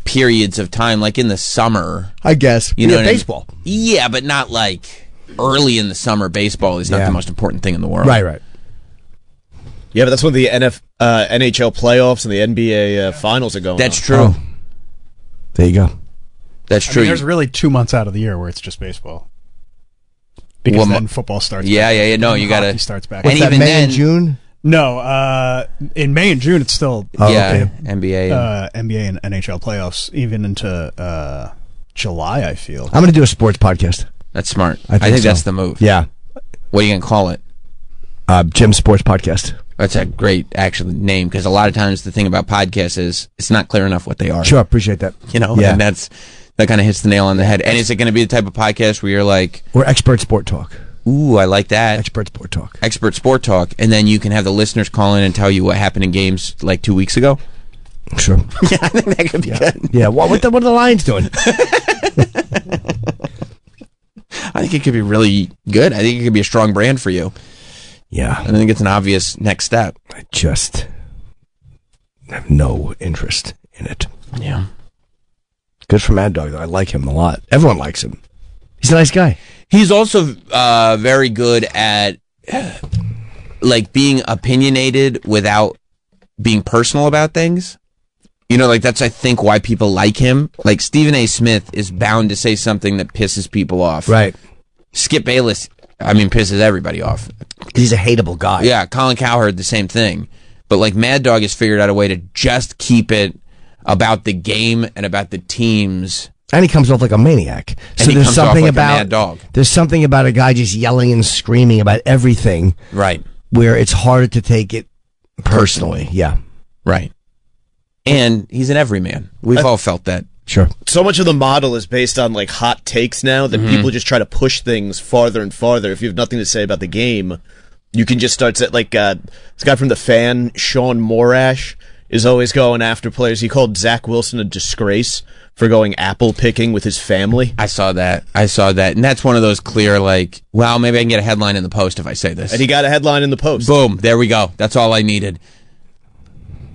S2: periods of time like in the summer.
S3: I guess
S2: You know
S3: yeah,
S2: what I mean?
S3: baseball.
S2: Yeah, but not like early in the summer baseball is not
S3: Yeah.
S2: the most important thing in the world.
S3: Right, right.
S8: Yeah, but that's when the NF, uh, NHL playoffs and the NBA uh, finals are going.
S2: That's
S8: on.
S2: true.
S3: Oh. There you go.
S2: That's
S5: I
S2: true.
S5: mean, there's really two months out of the year where it's just baseball. Because
S2: Well, mo-
S5: then football starts.
S2: yeah,
S5: back.
S2: yeah, yeah. No, you
S5: Hockey
S2: gotta
S5: starts back.
S2: And
S3: Is that
S2: even
S3: May
S2: then,
S3: and June? Oh,
S5: No, uh, in May and June it's still
S2: yeah, NBA. and-
S5: uh, NBA and NHL playoffs, even into uh, July. I feel
S3: I'm going to do a sports podcast.
S2: that's smart. I
S3: I
S2: think,
S3: think so.
S2: that's the move.
S3: Yeah,
S2: What are you gonna call it?
S3: uh, Jim's sports podcast.
S2: That's a great actual name because a lot of times the thing about podcasts is it's not clear enough what they are.
S3: Sure, appreciate that.
S2: You know,
S3: Yeah.
S2: and that's that kind of hits the nail on the head. And is it going to be the type of podcast where you're like,
S3: We're expert sport talk.
S2: ooh, I like that.
S3: Expert sport talk.
S2: Expert Sport Talk, and then you can have the listeners call in and tell you what happened in games like two weeks ago.
S3: Sure.
S2: Yeah, I think that could be good.
S3: Yeah. What what, the, what are the Lions doing?
S2: I think it could be really good. I think it could be a strong brand for you.
S3: yeah.
S2: I think it's an obvious next step.
S3: I just have no interest in it.
S2: Yeah.
S3: Good for Mad Dog though. I like him a lot. Everyone likes him. He's a nice guy.
S2: He's also uh, very good at like being opinionated without being personal about things. You know, like that's I think why people like him. Like Stephen A. Smith is bound to say something that pisses people off.
S3: Right.
S2: Skip Bayless, I mean, pisses everybody off.
S3: He's a hateable guy.
S2: Yeah, Colin Cowherd, the same thing. But like Mad Dog has figured out a way to just keep it about the game and about the teams.
S3: And he comes off like a maniac. So
S2: he
S3: there's
S2: comes off
S3: something
S2: like a
S3: about
S2: mad dog.
S3: there's something about a guy just yelling and screaming about everything
S2: Right.
S3: where it's harder to take it personally. Yeah.
S2: Right. And he's an everyman. We've all felt that.
S3: Sure.
S8: so much of the model is based on like hot takes now
S2: Mm-hmm.
S8: that people just try to push things farther and farther. If you have nothing to say about the game, you can just start to like uh, this guy from the fan, Sean Morash, is always going after players. He called Zach Wilson a disgrace for going apple picking with his family.
S2: I saw that. I saw that. And that's one of those clear, like, well, maybe I can get a headline in the post if I say this.
S8: And he got a headline in the post.
S2: Boom. There we go. That's all I needed.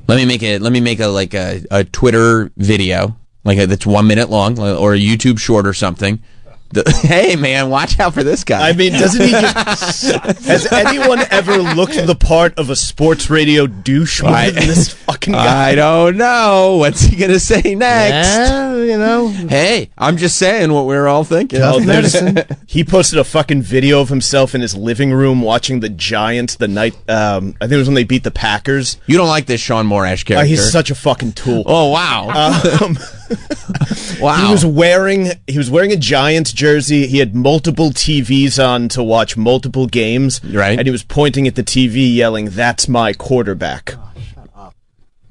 S2: Let me make it. Let me make a like a, a Twitter video, like a, that's one minute long, or a YouTube short or something. The, hey man, watch out for this guy.
S8: I mean, doesn't he just? has anyone ever looked the part of a sports radio douche more
S2: I-
S8: than this fucking guy?
S2: I don't know. What's he gonna say next?
S3: Yeah, you know.
S2: Hey, I'm just saying what we're all thinking.
S8: Oh, there's-
S3: medicine.
S8: he posted a fucking video of himself in his living room watching the Giants the night. Um, I think it was when they beat the Packers.
S2: You don't like this Sean Morash character.
S8: Uh, he's such a fucking tool.
S2: oh wow,
S8: Um,
S2: wow.
S8: he was wearing he was wearing a Giants jersey. He had multiple TVs on to watch multiple games.
S2: Right.
S8: and he was pointing at the TV, yelling, "That's my quarterback."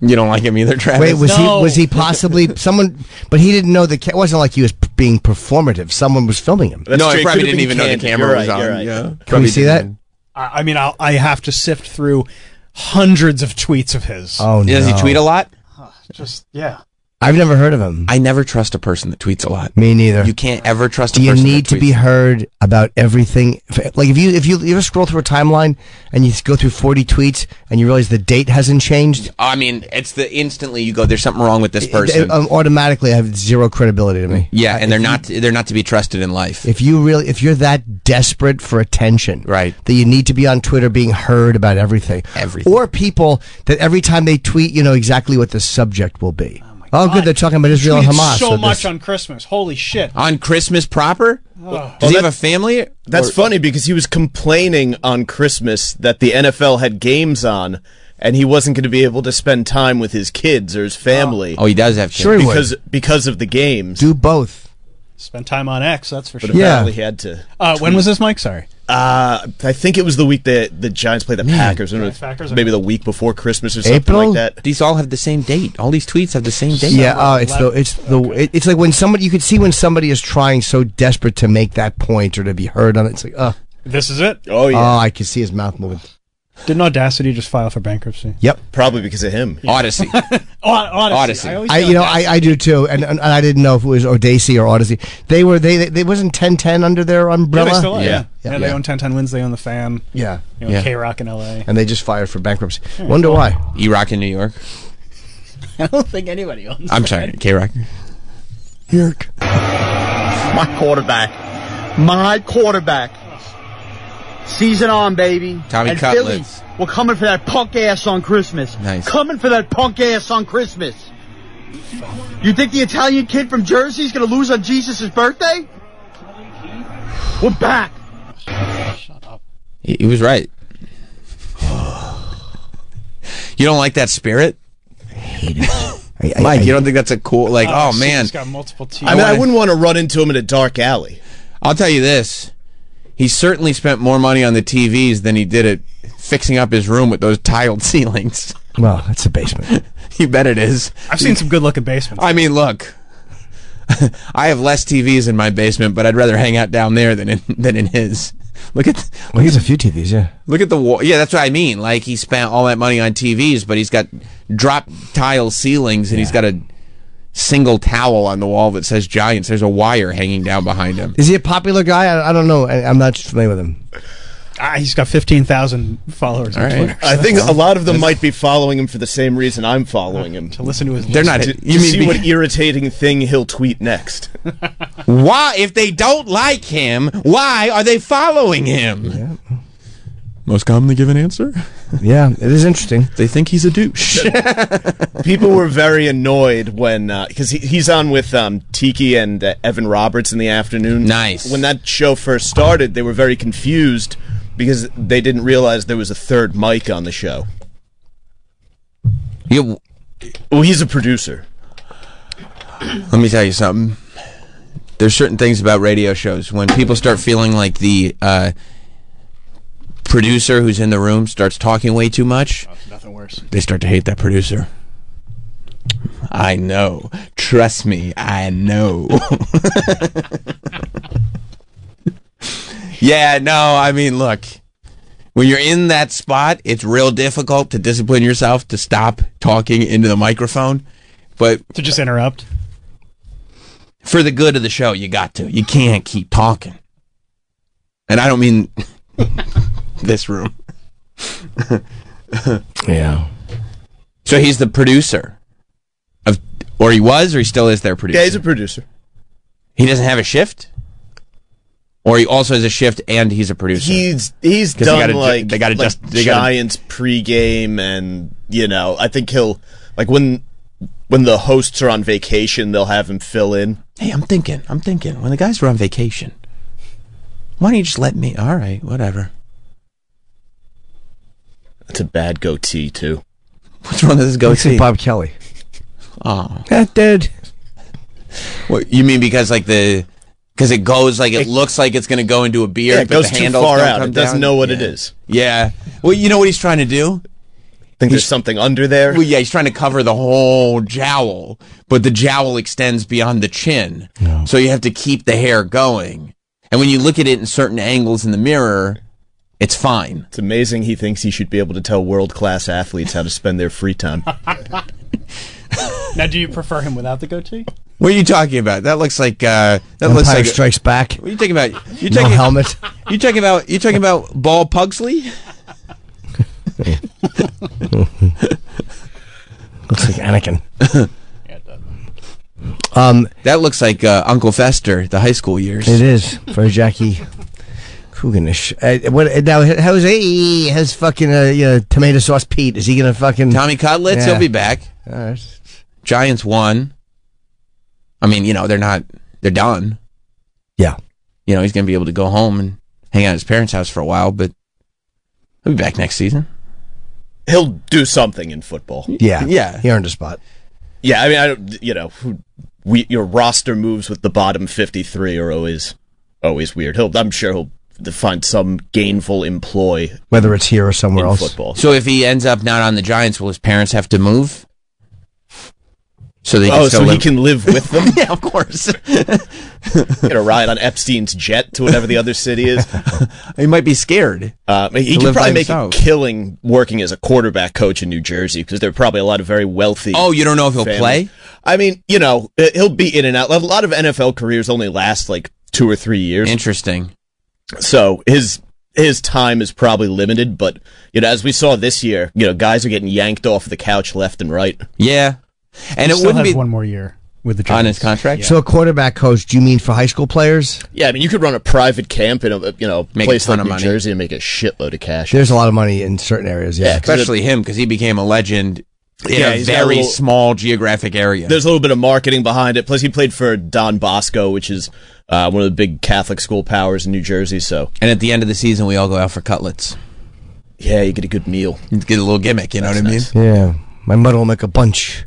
S2: you don't like him either, Travis.
S3: Wait, was he was he possibly someone? But he didn't know the. ca- It wasn't like he was p- being performative. Someone was filming him.
S8: That's
S2: no,
S8: true.
S2: I
S8: It
S2: probably
S8: could've
S2: didn't even
S8: been
S2: know the
S8: candid.
S2: camera
S8: You're
S2: was
S8: right,
S2: on.
S8: you're right.
S2: Yeah.
S3: Can we
S2: Probably
S3: see
S2: didn't
S3: that?
S2: even-
S5: I, I mean, I'll, I have to sift through hundreds of tweets of his.
S3: Oh no!
S2: Does he tweet a lot?
S5: Ah, Just yeah.
S3: I've never heard of him.
S2: I never trust a person that tweets a lot.
S3: Me neither.
S2: You can't ever trust a
S3: Do you
S2: person
S3: need
S2: that
S3: to be
S2: tweets-
S3: heard about everything? If- Like if you if you you ever scroll through a timeline and you go through forty tweets and you realize the date hasn't changed,
S2: I mean, it's the instantly you go, there's something wrong with this person.
S3: it- um, automatically I have zero credibility to me.
S2: yeah, and they're not they're not to be trusted in life.
S3: If you really, if you're that desperate for attention,
S2: Right.
S3: that you need to be on Twitter being heard about everything,
S2: Everything.
S3: or people that every time they tweet, you know exactly what the subject will be. Oh, good, they're talking about Israel and
S5: Tweeted
S3: Hamas.
S5: So
S3: this-
S5: much on Christmas. Holy shit.
S2: on Christmas proper? Does he have a family?
S8: That's
S2: Or-
S8: funny because he was complaining on Christmas that the NFL had games on and he wasn't going to be able to spend time with his kids or his family
S2: Oh, he does have kids.
S3: Sure he would.
S8: because because of the games.
S3: do both.
S5: Spent time on X. That's for sure.
S3: Yeah.
S8: Apparently he had to.
S5: Uh, when was this, Mike? Sorry.
S8: Uh, I think it was the week that the Giants played the Packers, and it was
S5: Packers are-
S8: maybe the week before Christmas or something
S3: April?
S8: like that.
S2: These all have the same date. All these tweets have the same date.
S3: Yeah, oh, it's the it's the it- it's like when somebody you could see when somebody is trying so desperate to make that point or to be heard on it. It's like, oh,
S5: This is it.
S8: Oh yeah,
S3: oh, I could see his mouth moving.
S5: Didn't Audacity just file for bankruptcy?
S3: Yep,
S8: probably because of him.
S2: Odyssey.
S5: Oh, Odyssey.
S2: Odyssey.
S5: always
S3: I
S5: say
S3: you know
S5: Audacity.
S3: I, I do too, and, and I didn't know if it was Odacy or Odyssey. They were they they, they wasn't ten ten under their
S5: Yeah,
S3: umbrella.
S5: they still are.
S2: Yeah.
S5: Yeah.
S3: Yeah.
S5: Yeah, they
S3: Yeah.
S5: own 1010 wins. They own the fan.
S3: Yeah.
S5: You know,
S2: Yeah.
S5: K Rock in LA.
S3: and they just fired for bankruptcy. Wonder why?
S2: E Rock in New York.
S5: I don't think anybody owns
S2: I'm sorry, K Rock.
S3: Yerk.
S11: My quarterback. My quarterback. Season on, baby.
S2: Tommy
S11: and
S2: Cutlets.
S11: Philly, we're coming for that punk ass on Christmas.
S2: Nice.
S11: Coming for that punk ass on Christmas. You think the Italian kid from Jersey's gonna lose on Jesus' birthday? We're back.
S2: He, he was right. you don't like that spirit,
S3: I, I,
S2: Mike?
S3: I-
S2: You don't think that's a cool like? Oh,
S5: She's
S2: man,
S5: got multiple teams.
S8: I mean, I
S2: wanna-
S8: wouldn't want to run into him in a dark alley.
S2: I'll tell you this. He certainly spent more money on the TVs than he did at fixing up his room with those tiled ceilings.
S3: well, that's the basement.
S2: you bet it is.
S5: I've seen some good-looking basements.
S2: I mean, look. I have less TVs in my basement, but I'd rather hang out down there than in than in his. Look at
S3: Well, he has a few TVs, yeah.
S2: Look at the wall. Yeah, that's what I mean. Like he spent all that money on TVs, but he's got drop tile ceilings and he's got a single towel on the wall that says Giants. There's a wire hanging down behind him.
S3: Is he a popular guy? I, I don't know. I, I'm not familiar with him.
S5: Ah, he's got fifteen thousand followers.
S2: All
S5: on
S2: right.
S5: Twitter.
S8: I
S5: so
S8: think
S5: that's-
S8: a lot of them might be following him for the same reason I'm following him.
S5: to listen to his.
S2: They're not.
S8: To,
S2: You mean
S8: to see what
S2: beca-
S8: irritating thing he'll tweet next.
S2: why? If they don't like him, why are they following him? Most commonly given answer:
S3: Yeah, it is interesting.
S2: They think he's a douche.
S8: People were very annoyed when because he, he's on with um, Tiki and uh, Evan Roberts in the afternoon.
S2: Nice.
S8: When that show first started, they were very confused because they didn't realize there was a third mic on the show.
S2: You-
S8: Well, he's a producer.
S2: Let me tell you something. There's certain things about radio shows when people start feeling like the uh, producer who's in the room starts talking way too much.
S5: nothing worse.
S2: They start to hate that producer. I know. Trust me, I know. yeah, no, I mean, look. When you're in that spot, it's real difficult to discipline yourself to stop talking into the microphone. But
S5: To just interrupt.
S2: for the good of the show, you got to. You can't keep talking. And I don't mean this room.
S3: Yeah.
S2: So he's the producer of, or he was, or he still is their producer.
S8: Yeah, he's a producer.
S2: he doesn't have a shift, or he also has a shift and he's a producer.
S8: He's he's
S2: 'Cause they
S8: done
S2: gotta ju-
S8: like
S2: they gotta
S8: like
S2: just- they gotta-
S8: Giants pregame and you know I think he'll like when when the hosts are on vacation they'll have him fill in.
S2: hey, I'm thinking, I'm thinking. When the guys were on vacation, why don't you just let me? All right, whatever.
S8: That's a bad goatee too.
S2: What's wrong with this go
S3: Let's see
S2: see?
S3: Bob Kelly.
S2: Oh,
S3: That dude.
S2: what, you mean because like the because it goes like it, looks like it's gonna go into a beard,
S8: Yeah, it
S2: but
S8: goes
S2: the
S8: too
S2: handles
S8: far
S2: don't
S8: out.
S2: come
S8: It doesn't
S2: down?
S8: know what it
S2: Yeah.
S8: is.
S2: Yeah. Well, you know what he's trying to do.
S8: think there's something under there.
S2: Well, yeah, he's trying to cover the whole jowl, but the jowl extends beyond the chin. So you have to keep the hair going. And when you look at it in certain angles in the mirror, it's fine.
S8: It's amazing he thinks he should be able to tell world class athletes how to spend their free time.
S5: Now, do you prefer him without the goatee?
S2: What are you talking about? That looks like uh, that looks
S3: Empire
S2: like.
S3: Strikes Back.
S2: what are you talking about? You
S3: No
S2: talking
S3: helmet.
S2: You talking about you talking about Ball Pugsley?
S3: Looks like Anakin. um,
S2: That looks like uh, Uncle Fester, the high school years.
S3: it is for Jackie Cooganish. Uh, what uh, now? Jose has fucking uh, you know, tomato sauce. Pete is he gonna fucking?
S2: Tommy Codlitz,
S3: Yeah.
S2: he'll be back.
S3: All right.
S2: Giants won. I mean, you know, they're not they're done.
S3: yeah.
S2: you know, he's going to be able to go home and hang out at his parents' house for a while, but he'll be back next season.
S8: He'll do something in football.
S3: Yeah.
S2: Yeah.
S3: He earned a spot.
S8: Yeah, I mean, I don't, you know, who- we your roster moves with the bottom 53 are always always weird. He'll, I'm sure he'll find some gainful employ
S3: Whether it's here or somewhere
S8: in
S3: else.
S8: football.
S2: So if he ends up not on the Giants, will his parents have to move? So they can
S8: oh,
S2: still
S8: so he
S2: live-
S8: can live with them.
S2: yeah, of course.
S8: Get a ride on Epstein's jet to whatever the other city is.
S2: he might be scared.
S8: Uh, he
S2: To
S8: could
S2: live by
S8: probably make a
S2: himself.
S8: killing working as a quarterback coach in New Jersey because there are probably a lot of very wealthy.
S2: Oh, you don't know if he'll
S8: family.
S2: play?
S8: I mean, you know, uh, he'll be in and out. A lot of NFL careers only last like two or three years,
S2: Interesting.
S8: so his his time is probably limited. But you know, as we saw this year, you know, guys are getting yanked off the couch left and right.
S2: Yeah. And it
S5: Still
S2: wouldn't
S5: has
S2: be
S5: one more year with the
S2: on his
S5: Giants.
S2: contract.
S3: So a quarterback coach? Do you mean for high school players?
S8: Yeah, I mean, you could run a private camp in a you know
S2: Make a
S8: place
S2: ton
S8: like
S2: of
S8: New
S2: money.
S8: Jersey and make a shitload of cash.
S3: There's a lot of money in certain areas. Yeah.
S8: Yeah, 'cause
S2: Especially him because he became a legend in
S8: Yeah,
S2: a
S8: he's got a
S2: very
S8: little-
S2: small geographic area.
S8: there's a little bit of marketing behind it. Plus, he played for Don Bosco, which is uh, one of the big Catholic school powers in New Jersey. So,
S2: and at the end of the season, we all go out for cutlets.
S8: yeah, you get a good meal.
S2: Get a little gimmick, you know
S8: That's
S2: what I mean?
S8: nice.
S3: Yeah, my mother will make a bunch.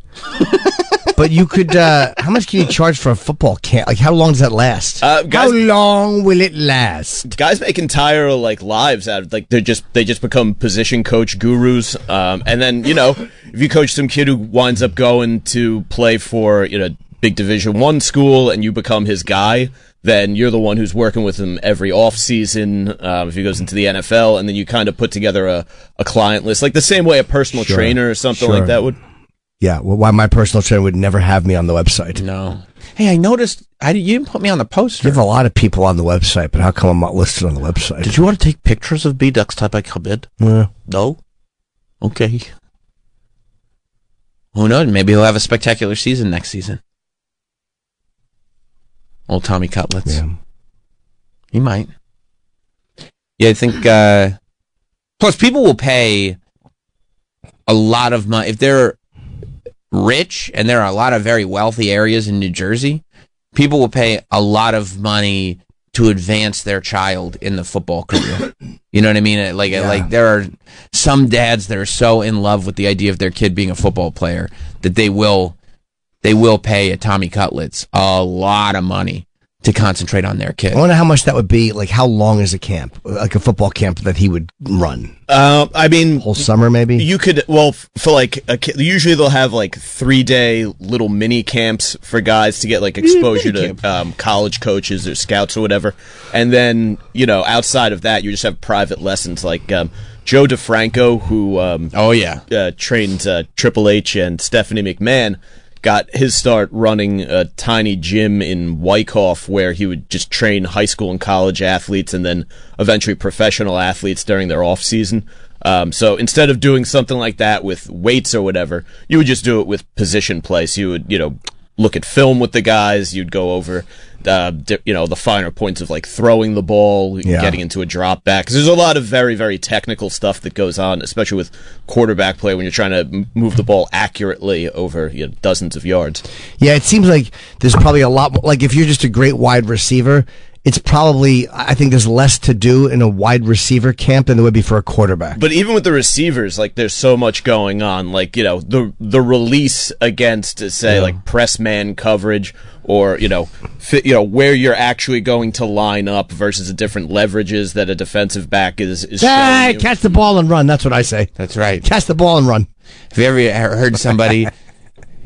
S3: but you could. Uh, how much can you charge for a football camp? Like, how long does that last?
S8: Uh, guys-
S3: how long will it last?
S8: Guys make entire like lives out of like they're just they just become position coach gurus. Um, and then you know if you coach some kid who winds up going to play for you know big Division One school and you become his guy, then you're the one who's working with him every offseason um, if he goes into the NFL, and then you kind of put together a, a client list, like the same way a personal
S3: Sure.
S8: trainer or something
S3: Sure.
S8: like that would.
S3: Yeah, well, why my personal trainer would never have me on the website.
S2: No. Hey, I noticed I, you didn't put me on the poster.
S3: You have a lot of people on the website, but how come I'm not listed on the website?
S12: Did you want to take pictures of me next time I come in?
S3: Yeah.
S12: No? Okay.
S2: Who knows? Maybe he'll have a spectacular season next season. Old Tommy Cutlets.
S3: Yeah.
S2: He might. Yeah, I think. Uh, plus, people will pay a lot of money if they're rich, and there are a lot of very wealthy areas in New Jersey. People will pay a lot of money to advance their child in the football career. you know what I mean? Like, like there are some dads that are so in love with the idea of their kid being a football player that they will they will pay a Tommy Cutlets a lot of money to concentrate on their kid.
S3: I wonder how much that would be. Like, how long is a camp, like a football camp that he would run?
S8: Uh, I mean,
S3: Whole summer, maybe?
S8: You could well f- for like a, ki- usually they'll have like three day little mini camps for guys to get like exposure to um, college coaches or scouts or whatever, and then you know outside of that you just have private lessons like um, Joe DeFranco who um,
S2: oh yeah
S8: uh, trained uh, Triple H and Stephanie McMahon. Got his start running a tiny gym in Wyckoff where he would just train high school and college athletes and then eventually professional athletes during their off season. Um, so instead of doing something like that with weights or whatever, you would just do it with position play. So you would, you know, look at film with the guys. You'd go over, uh, di- you know, the finer points of like throwing the ball,
S3: Yeah.
S8: getting into a drop back. 'Cause there's a lot of very, very technical stuff that goes on, especially with quarterback play when you're trying to m- move the ball accurately over you know, dozens of yards.
S3: Yeah, it seems like there's probably a lot more. Like, if you're just a great wide receiver, it's probably, I think there's less to do in a wide receiver camp than there would be for a quarterback.
S8: But even with the receivers, like there's so much going on. Like you know the the release against uh, say like press man coverage or you know fit, you know where you're actually going to line up versus the different leverages that a defensive back is is
S3: Hey,
S8: showing you.
S3: catch the ball and run. That's what I say.
S2: That's right.
S3: Catch the ball and run.
S2: Have you ever he- heard somebody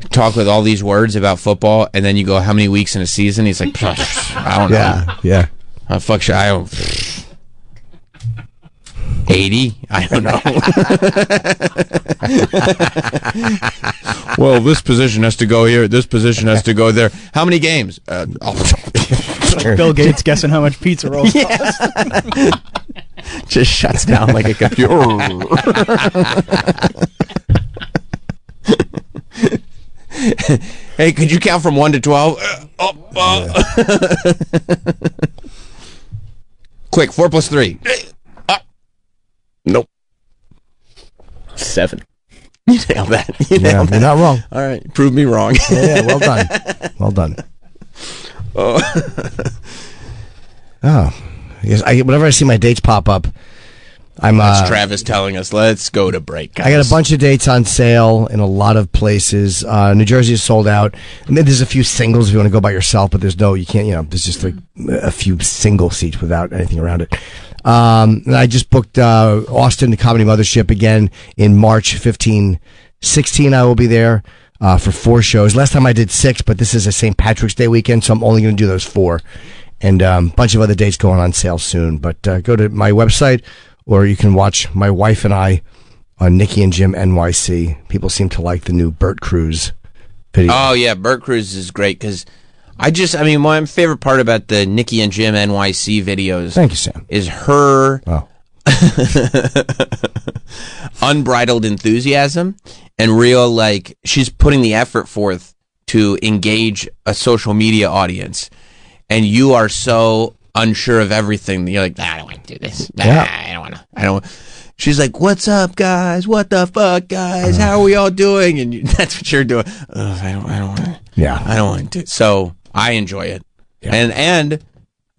S2: talk with all these words about football, and then you go, "How many weeks in a season?" He's like, "Pff, "I don't know.
S3: yeah.
S2: Uh, fuck, shit, I don't." pff, 80? I don't know. well, this position has to go here. This position has to go there. How many games? Uh,
S5: Bill Gates guessing how much pizza rolls.
S2: just shuts down like a computer. hey, could you count from one to twelve? Uh, oh, uh. Quick, four plus three. Uh, nope.
S8: seven.
S2: You nailed that. You
S3: Yeah,
S2: nailed
S3: you're
S2: that.
S3: not wrong.
S2: All right, prove me wrong.
S3: Yeah, yeah, well done. Well done.
S2: Oh.
S3: Oh. I guess I, whenever I see my dates pop up, I'm. uh,
S2: That's Travis telling us. Let's go to break.
S3: I got a
S2: guys.
S3: bunch of dates on sale in a lot of places. Uh, New Jersey is sold out. And then there's a few singles if you want to go by yourself, but there's no, you can't, you know, there's just like a few single seats without anything around it. Um, and I just booked uh, Austin, the Comedy Mothership, again in March 15, 16. I will be there uh, for four shows. Last time I did six, but this is a St. Patrick's Day weekend, so I'm only going to do those four. And a um, bunch of other dates going on sale soon. But uh, go to my website, or you can watch my wife and I on Nikki and Jim NYC. People seem to like the new Bert Cruz video.
S2: Oh yeah, Bert Cruz is great because I just I mean my favorite part about the Nikki and Jim NYC videos
S3: Thank you, Sam.
S2: is her
S3: Oh.
S2: unbridled enthusiasm and real like she's putting the effort forth to engage a social media audience and you are so unsure of everything that you're like "Nah, i don't want to do this Nah,
S3: Yeah.
S2: i don't want to i don't she's like what's up guys what the fuck guys how are we all doing and you, that's what you're doing Ugh, i don't i don't want to
S3: Yeah.
S2: I don't want to. So I enjoy it, and and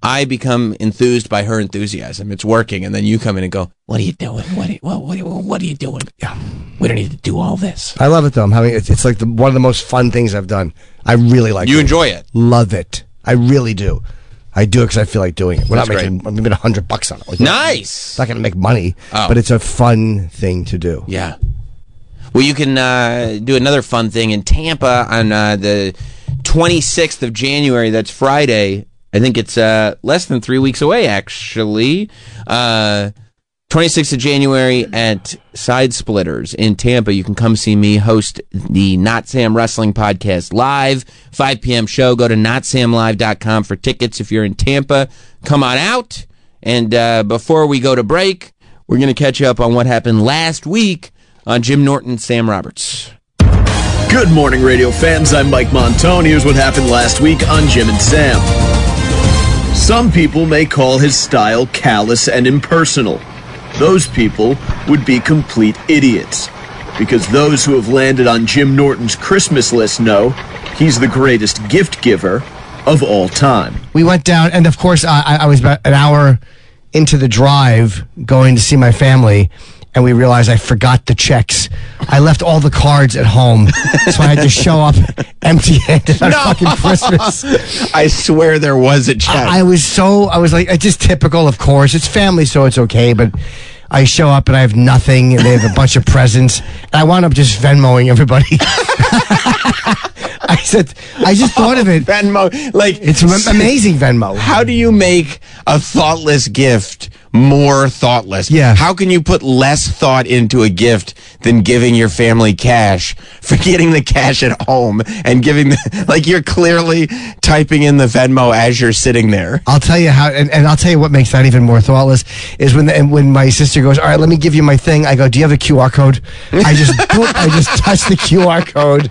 S2: I become enthused by her enthusiasm. It's working, and then you come in and go, "What are you doing? What are you, what, what, what are you doing? Yeah, we don't need to do all this."
S3: I love it though. I'm having it's, it's like the, one of the most fun things I've done. I really like
S2: You
S3: it.
S2: enjoy it.
S3: Love it. I really do. I do it because I feel like doing it. We're not
S2: That's
S3: making I'm making a hundred bucks on it. Like,
S2: Nice.
S3: It's not going to make money,
S2: Oh.
S3: but it's a fun thing to do.
S2: Yeah. Well, you can uh, do another fun thing in Tampa on uh, the 26th of January. That's Friday I think it's uh, less than three weeks away, actually. Uh, 26th of January at Side Splitters in Tampa. You can come see me host the Not Sam Wrestling Podcast live, 5 p.m. show. Go to notsamlive.com for tickets if you're in Tampa. Come on out. And uh, before we go to break, we're going to catch up on what happened last week on Uh, Jim Norton, Sam Roberts.
S8: Good morning, radio fans. I'm Mike Montone. Here's what happened last week on Jim and Sam. Some people may call his style callous and impersonal. Those people would be complete idiots. Because those who have landed on Jim Norton's Christmas list know he's the greatest gift giver of all time.
S3: We went down, and of course, I, I- I was about an hour into the drive going to see my family, and we realized I forgot the checks. I left all the cards at home, so I had to show up empty-handed on fucking Christmas.
S2: I swear there was a check.
S3: I, I was so I was like it's just typical. Of course, it's family, so it's okay. But I show up and I have nothing, and they have a bunch of presents, and I wound up just Venmoing everybody. I said, I just thought of it.
S2: Venmo, like
S3: it's am- amazing. Venmo.
S2: How do you make a thoughtless gift more thoughtless? Yeah. How can you put less thought into a gift than giving your family cash, forgetting the cash at home, and giving the, like you're clearly typing in the Venmo as you're sitting there?
S3: I'll tell you how, and, and I'll tell you what makes that even more thoughtless is when the, and when my sister goes, all right, let me give you my thing. I go, do you have a QR code? I just, boop, I just touch the QR code.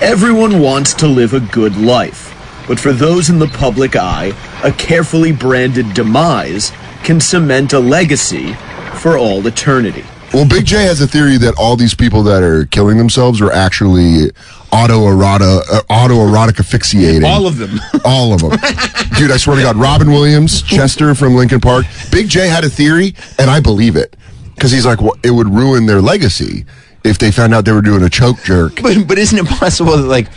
S8: Everyone wants to live a good life, but for those in the public eye, a carefully branded demise can cement a legacy for all eternity.
S13: Well, Big J has a theory that all these people that are killing themselves are actually autoerotic, uh, autoerotic asphyxiating.
S8: All of them.
S13: All of them. Dude, I swear to God, Robin Williams, Chester from Lincoln Park. Big J had a theory, and I believe it. Because he's like, well, it would ruin their legacy if they found out they were doing a choke jerk.
S2: But, but isn't it possible that, like,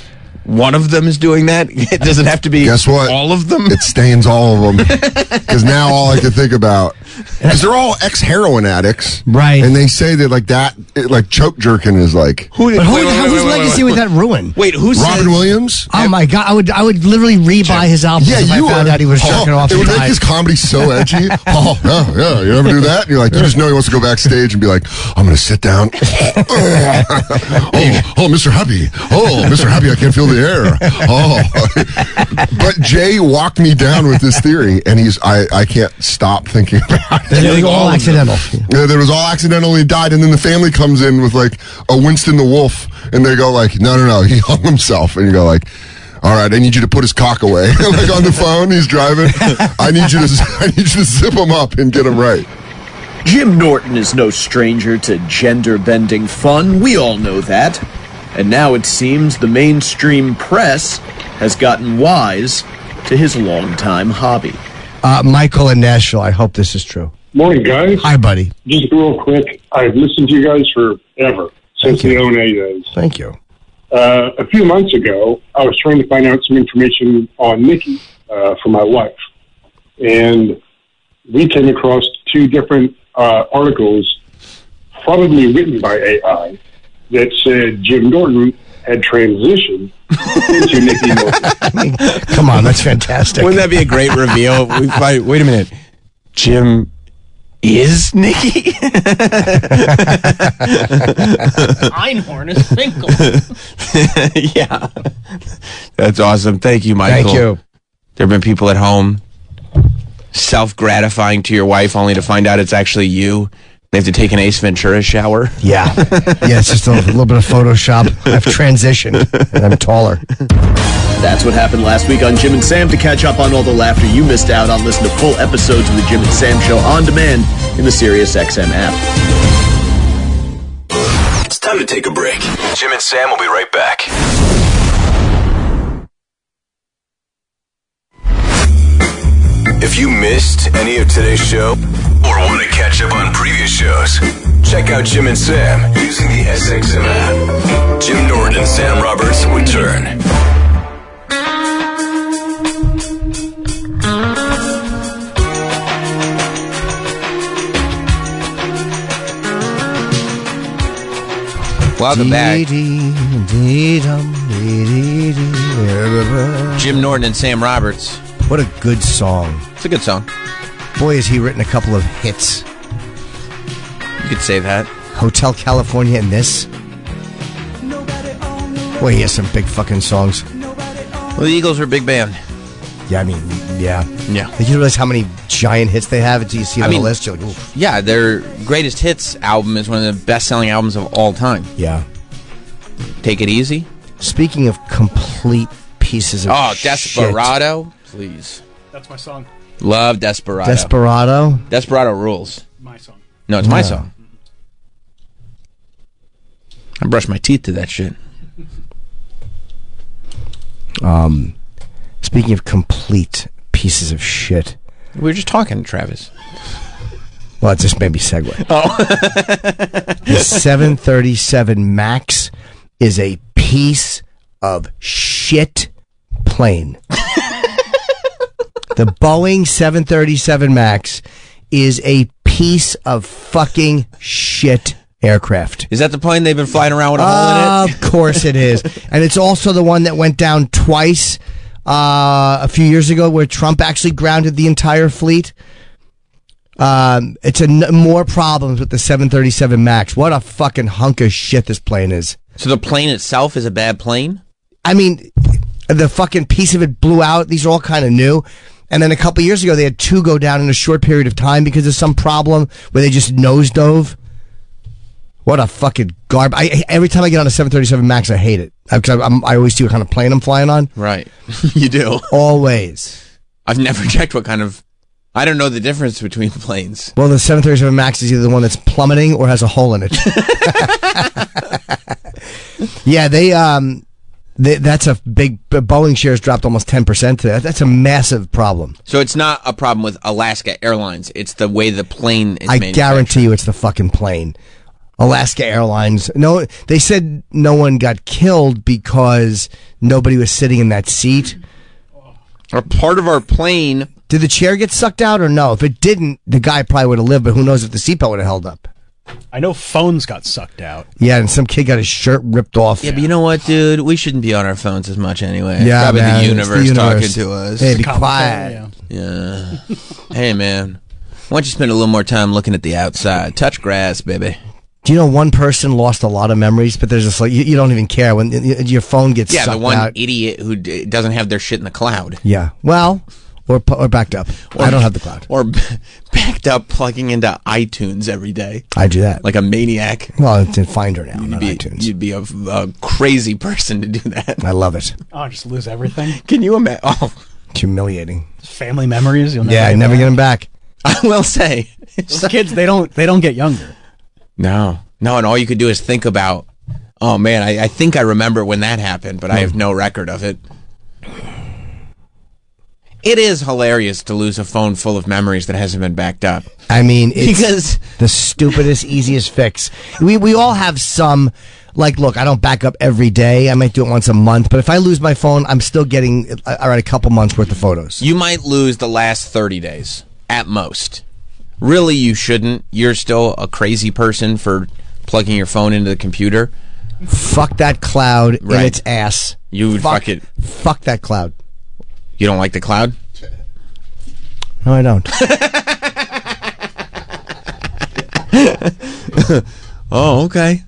S2: one of them is doing that? It doesn't have to be
S13: Guess what?
S2: all of them.
S13: It stains all of them. Because now all I can think about, because they're all ex heroin addicts, right? And they say that like that, it, like choke jerking is like.
S3: Who, but who, whose legacy would that ruin?
S2: Wait, who's
S13: Robin Williams?
S3: Oh my god, I would, I would literally re-buy his albums
S13: Yeah,
S3: if I
S13: you
S3: found
S13: are.
S3: out he was
S13: Oh,
S3: jerking off.
S13: It would
S3: and
S13: make his
S3: died.
S13: comedy so edgy. oh, yeah, yeah. You ever do that? And you're like, you just know he wants to go backstage and be like, I'm going to sit down. oh, oh, Mr. Happy. Oh, Mr. Happy, I can't feel the air. Oh. but Jay walked me down with this theory, and he's I, I can't stop thinking about it.
S3: That it was all accidental.
S13: Yeah, that was all accidental. He died, and then the family comes in with like a Winston the Wolf, and they go like, "No, no, no, he hung himself." And you go like, "All right, I need you to put his cock away." like on the phone, he's driving. I need you to, I need you to zip him up and get him right.
S8: Jim Norton is no stranger to gender bending fun, we all know that. And now it seems the mainstream press has gotten wise to his longtime hobby.
S3: Uh, Michael in Nashville. I hope this is true.
S14: Morning, guys.
S3: Hi, buddy.
S14: Just real quick, I've listened to you guys forever since the ONA days.
S3: Thank you.
S14: Uh, a few months ago, I was trying to find out some information on Nikki uh, for my wife, and we came across two different uh, articles, probably written by AI, that said Jim Norton had transitioned into Nikki Norton.
S3: Come on, that's fantastic.
S2: Wouldn't that be a great reveal? we find, wait a minute, Jim is Nikki.
S5: Einhorn is Finkel.
S2: yeah, that's awesome. Thank you, Michael.
S3: Thank you.
S2: There have been people at home self gratifying to your wife, only to find out it's actually you. They have to take an Ace Ventura shower.
S3: Yeah, yeah. It's just a little bit of Photoshop. I've transitioned and I'm taller.
S8: That's what happened last week on Jim and Sam. To catch up on all the laughter you missed out on, listen to full episodes of the Jim and Sam Show on demand in the SiriusXM app.
S1: It's time to take a break. Jim and Sam will be right back. If you missed any of today's show or want to catch up on previous shows, check out Jim and Sam using the SXM app. Jim Norton and Sam Roberts return.
S2: Welcome back.
S3: Dee-dee, dee-dum, dee-dee-dee.
S2: Jim Norton and Sam Roberts.
S3: What a good song.
S2: It's a good song.
S3: Boy, has he written a couple of hits.
S2: You could say that.
S3: Hotel California and this. Boy, he has some big fucking songs.
S2: Well, the Eagles are a big band.
S3: Yeah, I mean, yeah.
S2: Yeah.
S3: Like, you realize how many giant hits they have until you see them
S2: I mean,
S3: on the list. You're like, oof.
S2: Yeah, their greatest hits album is one of the best selling albums of all time.
S3: Yeah.
S2: Take it easy.
S3: Speaking of complete pieces of
S2: Oh,
S3: shit.
S2: Desperado. Oh, Please.
S5: That's my song.
S2: Love Desperado.
S3: Desperado.
S2: Desperado rules.
S5: My song.
S2: No, it's my
S3: Yeah.
S2: song. I brush my teeth to that shit.
S3: Um, speaking of complete pieces of shit.
S2: We were just talking to Travis.
S3: Well, it just made me segue.
S2: Oh.
S3: The 737 Max is a piece of shit plane. the Boeing 737 Max is a piece of fucking shit aircraft.
S2: Is that the plane they've been flying around with a hole in it?
S3: Of course it is. And it's also the one that went down twice uh, a few years ago where Trump actually grounded the entire fleet. Um, it's a n- more problems with the 737 MAX. What a fucking hunk of shit this plane is.
S2: So the plane itself is a bad plane?
S3: I mean, the fucking piece of it blew out. These are all kind of new. And then a couple years ago, they had two go down in a short period of time because of some problem where they just nose dove. What a fucking garb! I, I- every time I get on a 737 Max, I hate it because I'm, I always see what kind of plane I'm flying on.
S2: Right. you do.
S3: Always.
S2: I've never checked what kind of. I don't know the difference between planes.
S3: Well, the 737 Max is either the one that's plummeting or has a hole in it. yeah, they um, they, that's a big Boeing shares dropped almost 10 percent today. That's a massive problem.
S2: So it's not a problem with Alaska Airlines. It's the way the plane is
S3: I
S2: made.
S3: guarantee you it's the fucking plane. Alaska Airlines. No, they said no one got killed because nobody was sitting in that seat.
S2: Or part of our plane.
S3: Did the chair get sucked out or no? If it didn't, the guy probably would have lived, but who knows if the seatbelt would have held up.
S5: I know phones got sucked out.
S3: Yeah, and some kid got his shirt ripped off.
S2: Yeah, but you know what, dude? We shouldn't be on our phones as much anyway.
S3: Yeah,
S2: Probably
S3: man,
S2: the,
S3: it's the
S2: universe
S3: universe.
S2: talking to us.
S3: Hey, be Common quiet.
S2: Yeah. hey, man. Why don't you spend a little more time looking at the outside? Touch grass, baby.
S3: Do you know one person lost a lot of memories, but there's just like, you, you don't even care when y- y- your phone gets
S2: Yeah, the
S3: sucked
S2: one
S3: out.
S2: idiot who d- doesn't have their shit in the cloud.
S3: Yeah. Well, or, pu- or backed up. I don't have the cloud.
S2: Or b- backed up plugging into iTunes every day.
S3: I do that.
S2: Like a maniac.
S3: Well, it's in Finder now,
S2: You'd
S3: not
S2: be,
S3: iTunes.
S2: you'd be a, a crazy person to do that.
S3: I love it.
S5: Oh, I just lose everything.
S2: Can you imagine? Oh,
S3: It's humiliating.
S5: Family memories. You'll never
S3: yeah, I
S5: get
S3: never
S5: back.
S3: get him back.
S2: I will say.
S5: Those kids, they don't they don't get younger.
S2: No, no, and all you could do is think about. Oh man, I, I think I remember when that happened, but I have no record of it. It is hilarious to lose a phone full of memories that hasn't been backed up.
S3: I mean, it's
S2: Because-
S3: the stupidest, easiest fix. We we all have some. Like, look, I don't back up every day. I might do it once a month, but if I lose my phone, I'm still getting uh, all right a couple months worth of photos.
S2: You might lose the last thirty days at most. Really, you shouldn't. You're still a crazy person for plugging your phone into the computer.
S3: Fuck that cloud
S2: Right.
S3: in its ass.
S2: You would fuck it.
S3: Fuck that cloud.
S2: You don't like the cloud?
S3: No, I don't.
S2: Oh, okay.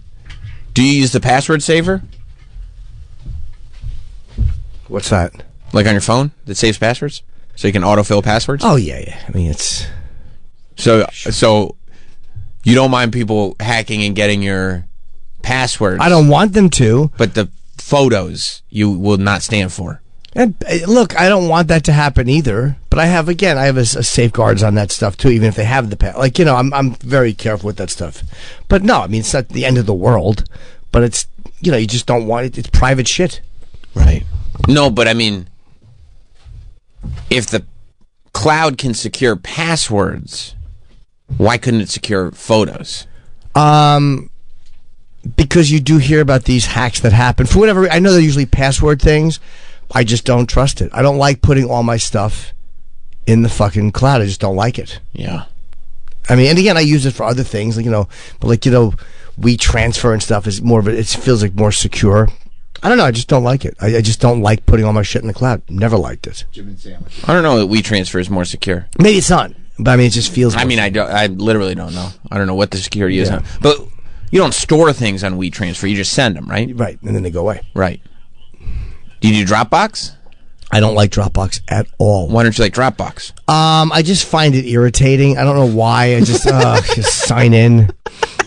S2: Do you use the password saver,
S3: What's that?
S2: like on your phone, that saves passwords, so you can autofill passwords?
S3: Oh yeah, yeah. I mean, it's
S2: So so you don't mind people hacking and getting your passwords.
S3: I don't want them to.
S2: but the photos you will not stand for.
S3: And uh, look, I don't want that to happen either. But I have again, I have a, a safeguards on that stuff too. Even if they have the pa- like, you know, I'm I'm very careful with that stuff. But no, I mean it's not the end of the world. But it's you know you just don't want it. It's private shit.
S2: Right. No, but I mean if the cloud can secure passwords, why couldn't it secure photos?
S3: Um, because you do hear about these hacks that happen for whatever. re- I know they're usually password things. I just don't trust it. I don't like putting all my stuff in the fucking cloud. I just don't like it.
S2: Yeah.
S3: I mean, and again, I use it for other things, like you know, but like you know, we transfer and stuff is more of a, it feels like more secure. I don't know. I just don't like it. I, I just don't like putting all my shit in the cloud. Never liked it.
S2: I don't know that WeTransfer is more secure.
S3: Maybe it's not, but I mean, it just feels.
S2: I mean, I don't. I literally don't know. I don't know what the security is.
S3: Yeah.
S2: on- But you don't store things on WeTransfer. You just send them, right?
S3: Right, and then they go away.
S2: Right. Do you do Dropbox?
S3: I don't like Dropbox at all.
S2: Why don't you like Dropbox?
S3: Um, I just find it irritating. I don't know why. I just uh, just sign in.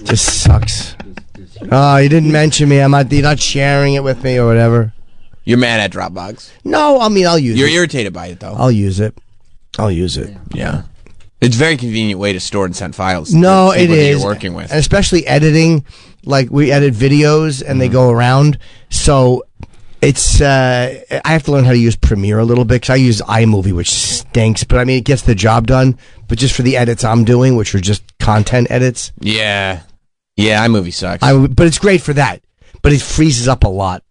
S3: Just sucks. Oh, you didn't mention me. I'm not. You're not sharing it with me or whatever.
S2: You're mad at Dropbox.
S3: No, I mean I'll use
S2: You're
S3: it.
S2: irritated by it though.
S3: I'll use it. I'll use it.
S2: Yeah. It's a very convenient way to store and send files.
S3: No,
S2: to
S3: it
S2: people that
S3: is.
S2: You're working with.
S3: and especially editing. Like we edit videos and
S2: Mm-hmm.
S3: they go around, so it's. Uh, I have to learn how to use Premiere a little bit because I use iMovie, which stinks. But I mean, it gets the job done. But just for the edits I'm doing, which are just content edits,
S2: Yeah. Yeah, iMovie sucks.
S3: I. would- But it's great for that. But it freezes up a lot.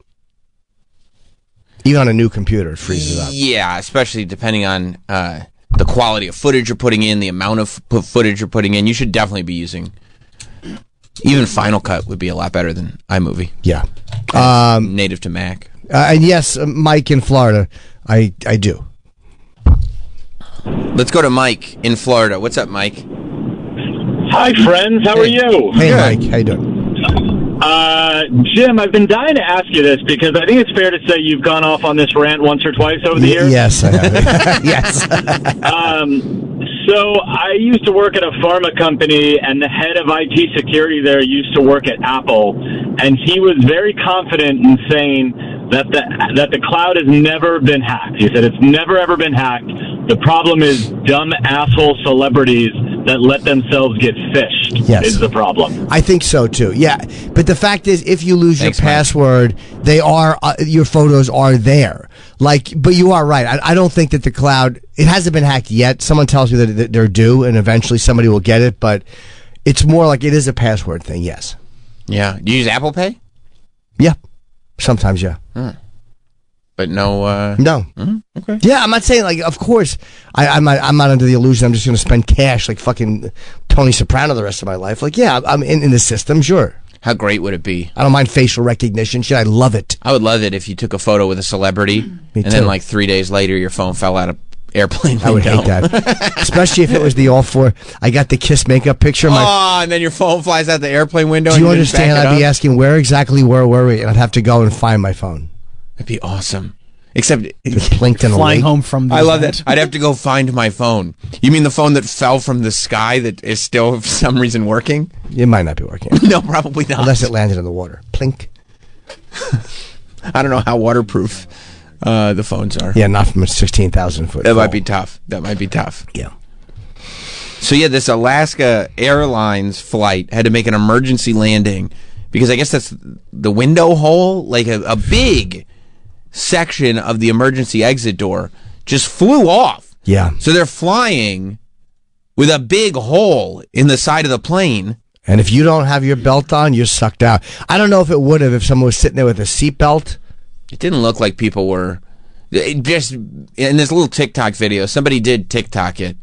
S3: Even on a new computer, it freezes up.
S2: Yeah, especially depending on uh, the quality of footage you're putting in, the amount of f- footage you're putting in. You should definitely be using. Even Final Cut would be a lot better than iMovie.
S3: Yeah. Um,
S2: native to Mac.
S3: Uh, and yes, uh, Mike in Florida, I I do.
S2: Let's go to Mike in Florida. What's up, Mike?
S15: Hi, friends. How are you?
S3: Hey, Mike, how you doing?
S15: Uh, Jim, I've been dying to ask you this because I think it's fair to say you've gone off on this rant once or twice over the
S3: Y-
S15: years.
S3: yes, I have. yes.
S15: um, so I used to work at a pharma company, and the head of IT security there used to work at Apple, and he was very confident in saying that the that the cloud has never been hacked. He said it's never ever been hacked. The problem is dumb asshole celebrities that let themselves get fished
S3: Yes.
S15: is the problem.
S3: I think so too. Yeah, but the fact is, if you lose your password, they are uh, your photos are there. Like, but you are right. I, I don't think that the cloud it hasn't been hacked yet. Someone tells me that that they're due, and eventually somebody will get it. But it's more like it is a password thing. Yes.
S2: Yeah. Do you use Apple Pay?
S3: Yeah. Sometimes, yeah.
S2: Hmm. But no. Uh,
S3: No.
S2: Okay.
S3: Yeah, I'm not saying like. Of course, I, I'm not. I'm not under the illusion. I'm just going to spend cash like fucking Tony Soprano the rest of my life. Like, yeah, I'm in, in the system. Sure.
S2: How great would it be?
S3: I don't mind facial recognition shit. I love it.
S2: I would love it if you took a photo with a celebrity, and
S3: too.
S2: then like three days later, your phone fell out of airplane.
S3: I would hate
S2: window.
S3: that, especially if it was the all four. I got the kiss makeup picture. My,
S2: oh, and then your phone flies out the airplane window.
S3: do
S2: and
S3: you
S2: didn't back
S3: understand?
S2: it
S3: I'd be
S2: up?
S3: asking where exactly where were we, and I'd have to go and find my phone.
S2: That'd be awesome. Except
S3: Just blinked and awake.
S2: I love that. I'd have to go find my phone. You mean the phone that fell from the sky that is still for some reason working?
S3: It might not be working.
S2: no, probably not.
S3: Unless it landed in the water. Plink.
S2: I don't know how waterproof uh, the phones are.
S3: Yeah, not from a sixteen thousand foot.
S2: that
S3: fall.
S2: might be tough. That might be tough.
S3: Yeah.
S2: So yeah, this Alaska Airlines flight had to make an emergency landing because I guess that's the window hole, like a, a big section of the emergency exit door, just flew off.
S3: Yeah.
S2: So they're flying with a big hole in the side of the plane.
S3: And if you don't have your belt on, you're sucked out. I don't know if it would have if someone was sitting there with a seatbelt.
S2: It didn't look like people were it just in this little TikTok video. Somebody did TikTok it,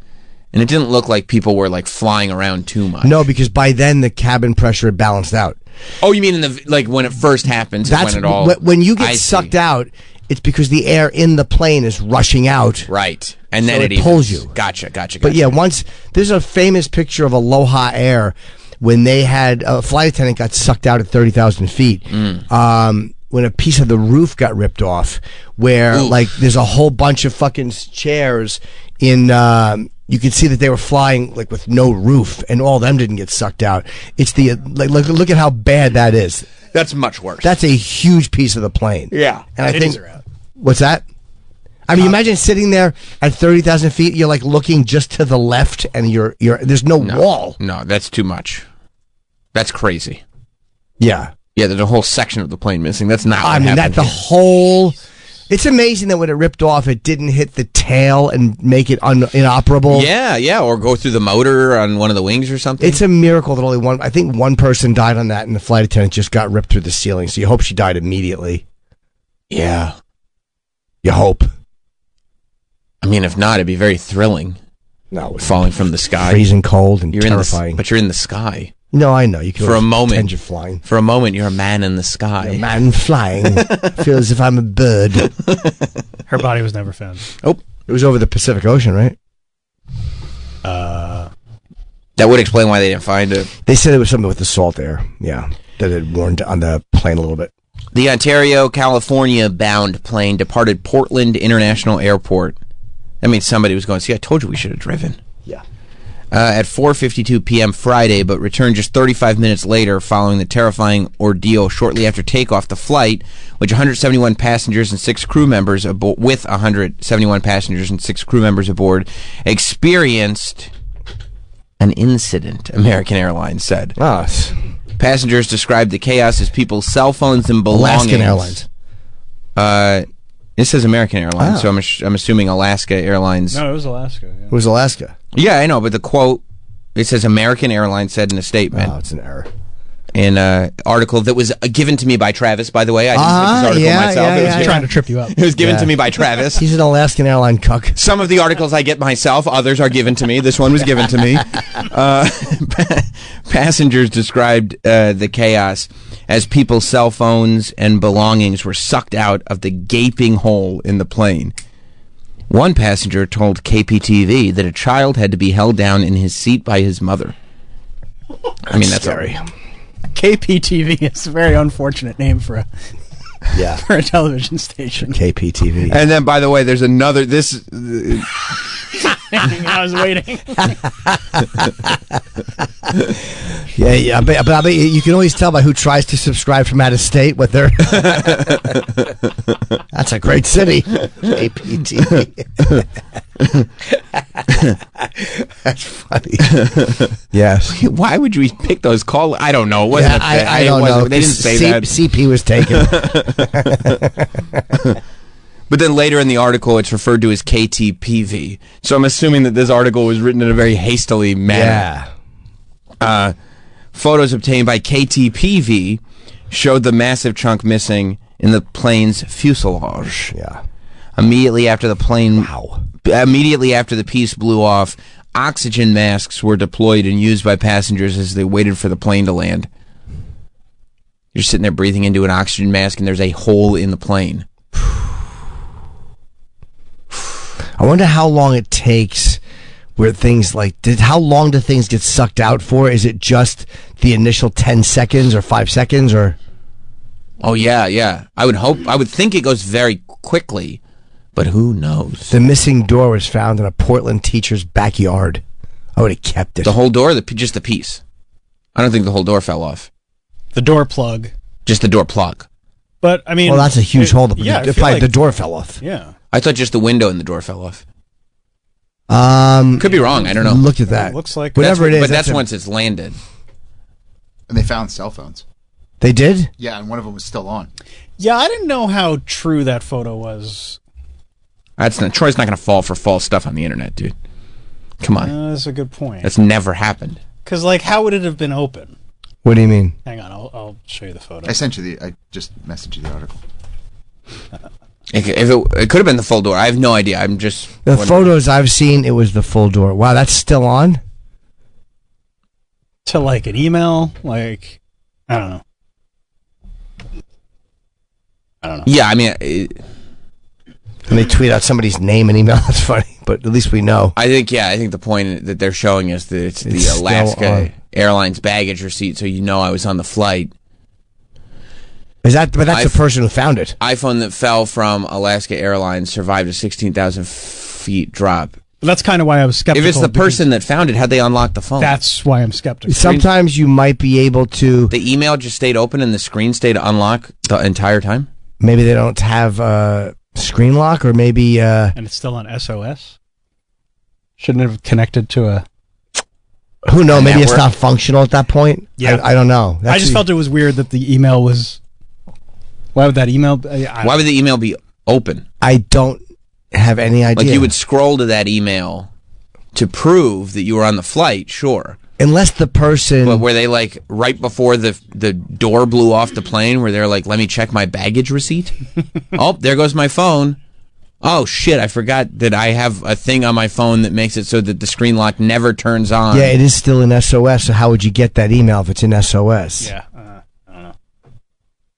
S2: and it didn't look like people were like flying around too much.
S3: No, because by then the cabin pressure had balanced out.
S2: Oh, you mean in the like when it first happens?
S3: That's
S2: when it all
S3: wh- when you get
S2: I see.
S3: sucked out. It's because the air in the plane is rushing out.
S2: Right. And then
S3: So
S2: it,
S3: it pulls
S2: evens.
S3: you.
S2: Gotcha, gotcha, gotcha.
S3: But yeah, once there's a famous picture of Aloha Air when they had a flight attendant got sucked out at thirty thousand feet.
S2: Mm.
S3: Um, when a piece of the roof got ripped off, where
S16: Oof.
S3: like there's a whole bunch of fucking s- chairs in. Um, you could see that they were flying like with no roof, and all of them didn't get sucked out. It's the like look look at how bad that is.
S2: That's much worse.
S3: That's a huge piece of the plane.
S2: Yeah.
S3: and I
S2: Titties
S3: think what's that? I mean, imagine sitting there at thirty thousand feet. You're like looking just to the left, and you're you're there's no, wall.
S2: No, that's too much. That's crazy.
S3: Yeah.
S2: Yeah, there's a whole section of the plane missing. That's not.
S3: I
S2: what
S3: mean, that
S2: happened
S3: the
S2: here.
S3: whole. It's amazing that when it ripped off, it didn't hit the tail and make it un, inoperable.
S2: Yeah, yeah, or go through the motor on one of the wings or something.
S3: It's a miracle that only one. I think one person died on that, and the flight attendant just got ripped through the ceiling. So you hope she died immediately.
S2: yeah.
S3: You hope.
S2: I mean, if not, it'd be very thrilling.
S3: No,
S2: falling from the sky,
S3: Freezing cold and
S2: you're in the s-
S3: terrifying.
S2: but you're in the sky.
S3: No, I know you can
S2: for a
S3: always
S2: moment
S3: pretend you're flying.
S2: For a moment, you're a man in the sky.
S3: A man flying feels if I'm a bird.
S5: Her body was never found.
S2: Oh,
S3: it was over the Pacific Ocean, right?
S2: Uh, that would explain why they didn't find it.
S3: They said it was something with the salt air. Yeah, that had warned on the plane a little bit.
S2: The Ontario, California bound plane departed Portland International Airport. That means somebody was going, see, I told you we should have driven.
S3: Yeah.
S2: Uh, at 4.52 p.m. Friday, but returned just 35 minutes later following the terrifying ordeal shortly after takeoff. The flight, which 171 passengers and six crew members abo- with 171 passengers and six crew members aboard, experienced an incident, American Airlines said.
S3: Ah.
S2: Passengers described the chaos as people's cell phones and belongings.
S3: Alaskan Airlines.
S2: Uh, this says American Airlines,
S3: Ah.
S2: so I'm, ass- I'm assuming Alaska Airlines.
S5: No, it was Alaska.
S3: It was Alaska.
S2: Yeah, I know, but the quote it says American Airlines said in a statement. Oh,
S3: it's an error.
S2: In an article that was uh, given to me by Travis, by the way, I didn't
S3: Ah,
S2: make this article
S3: yeah,
S2: myself.
S3: yeah,
S2: it was
S3: yeah,
S2: given-
S3: Trying to trip you up.
S2: It was given
S3: Yeah.
S2: to me by Travis.
S3: He's an Alaskan airline cuck.
S2: Some of the articles I get myself, others are given to me. This one was given to me. Uh, passengers described uh, the chaos as people's cell phones and belongings were sucked out of the gaping hole in the plane. One passenger told KPTV that a child had to be held down in his seat by his mother. I mean, that's
S5: Scary. KPTV is a very unfortunate name for a
S3: yeah
S5: for a television station.
S3: KPTV.
S2: And then, by the way, there's another. This. uh,
S5: I was waiting.
S3: Yeah, yeah, but, but I bet you can always tell by who tries to subscribe from out of state what they're. That's a great city, APT. That's funny. yes.
S2: Why would we pick those call? I don't know. It wasn't
S3: Yeah, I,
S2: a-
S3: I
S2: it
S3: don't
S2: wasn't-
S3: know.
S2: They didn't say
S3: C-
S2: that.
S3: CP was taken.
S2: But then later in the article, it's referred to as KTPV. So I'm assuming that this article was written in a very hastily manner. Yeah. Uh, photos obtained by KTPV showed the massive chunk missing in the plane's fuselage.
S3: Yeah.
S2: Immediately after the plane, immediately after the piece blew off, oxygen masks were deployed and used by passengers as they waited for the plane to land. You're sitting there breathing into an oxygen mask, and there's a hole in the plane.
S3: I wonder how long it takes where things like did how long do things get sucked out for? Is it just the initial ten seconds or five seconds or
S2: Oh yeah, yeah. I would hope. I would think it goes very quickly, but who knows?
S3: the missing door was found in a Portland teacher's backyard? I would have kept it.
S2: The whole door, or the p- just the piece. I don't think the whole door fell off.
S5: The door plug.
S2: Just the door plug.
S5: But I mean,
S3: well, that's a huge
S5: it-
S3: hole. The,
S5: yeah, I
S3: the-
S5: feel
S3: probably
S5: like-
S3: the door fell off.
S5: Yeah.
S2: I thought just the window and the door fell off.
S3: Um,
S2: Could be wrong. I don't know.
S3: Look at that. whatever
S2: That's-
S3: it is.
S2: But that's,
S3: a-
S2: once it's landed.
S16: And they found cell phones.
S3: they did.
S16: Yeah, and one of them was still on.
S5: Yeah, I didn't know how true that photo was.
S2: That's not. Troy's not going to fall for false stuff on the internet, dude. Come on,
S5: Uh, that's a good point.
S2: that's never happened.
S5: Because like, how would it have been open?
S3: What do you mean?
S5: Hang on, I'll, I'll show you the photo.
S16: I sent you the. I just messaged you the article.
S2: It, c- if it, it could have been the full door. I have no idea. I'm just
S3: The
S2: wondering.
S3: photos I've seen, it was the full door. Wow, that's still on.
S5: To like an email, like I don't know. I don't know.
S2: Yeah, I mean, it,
S3: And they tweet out somebody's name and email. That's funny, but at least we know.
S2: I think yeah. I think the point that they're showing is that it's,
S3: It's
S2: the
S3: still on.
S2: Alaska Airlines baggage receipt, so you know I was on the flight.
S3: Is that? But that's
S2: I-
S3: the person who found it.
S2: iPhone that fell from Alaska Airlines survived a 16,000 feet drop.
S5: That's kind of why I was skeptical.
S2: If it's the
S5: because
S2: person that found it, how'd they unlock the
S3: oh.
S2: phone?
S5: that's why I'm skeptical.
S3: Sometimes you might be able to.
S2: the email just stayed open and the screen stayed unlocked the entire time?
S3: Maybe they don't have uh, screen lock, or maybe uh,
S5: and it's still on SOS. Shouldn't it have connected to a.
S3: who know?
S5: The
S3: Maybe it's
S5: network.
S3: not functional at that point.
S5: Yeah.
S3: I, I don't know.
S5: I just felt it was weird that the emael was. Why would that email? I, I,
S2: Why would the email be open?
S3: I don't have any idea.
S2: Like you would scroll to that email to prove that you were on the flight, sure.
S3: unless the person.
S2: But were they like right before the the door blew off the plane where they're like, "Let me check my baggage receipt." oh, there goes my phone. Oh shit! I forgot that I have a thing on my phone that makes it so that the screen lock never turns on.
S3: yeah, it is still in SOS. So how would you get that email if it's in SOS?
S5: Yeah. uh,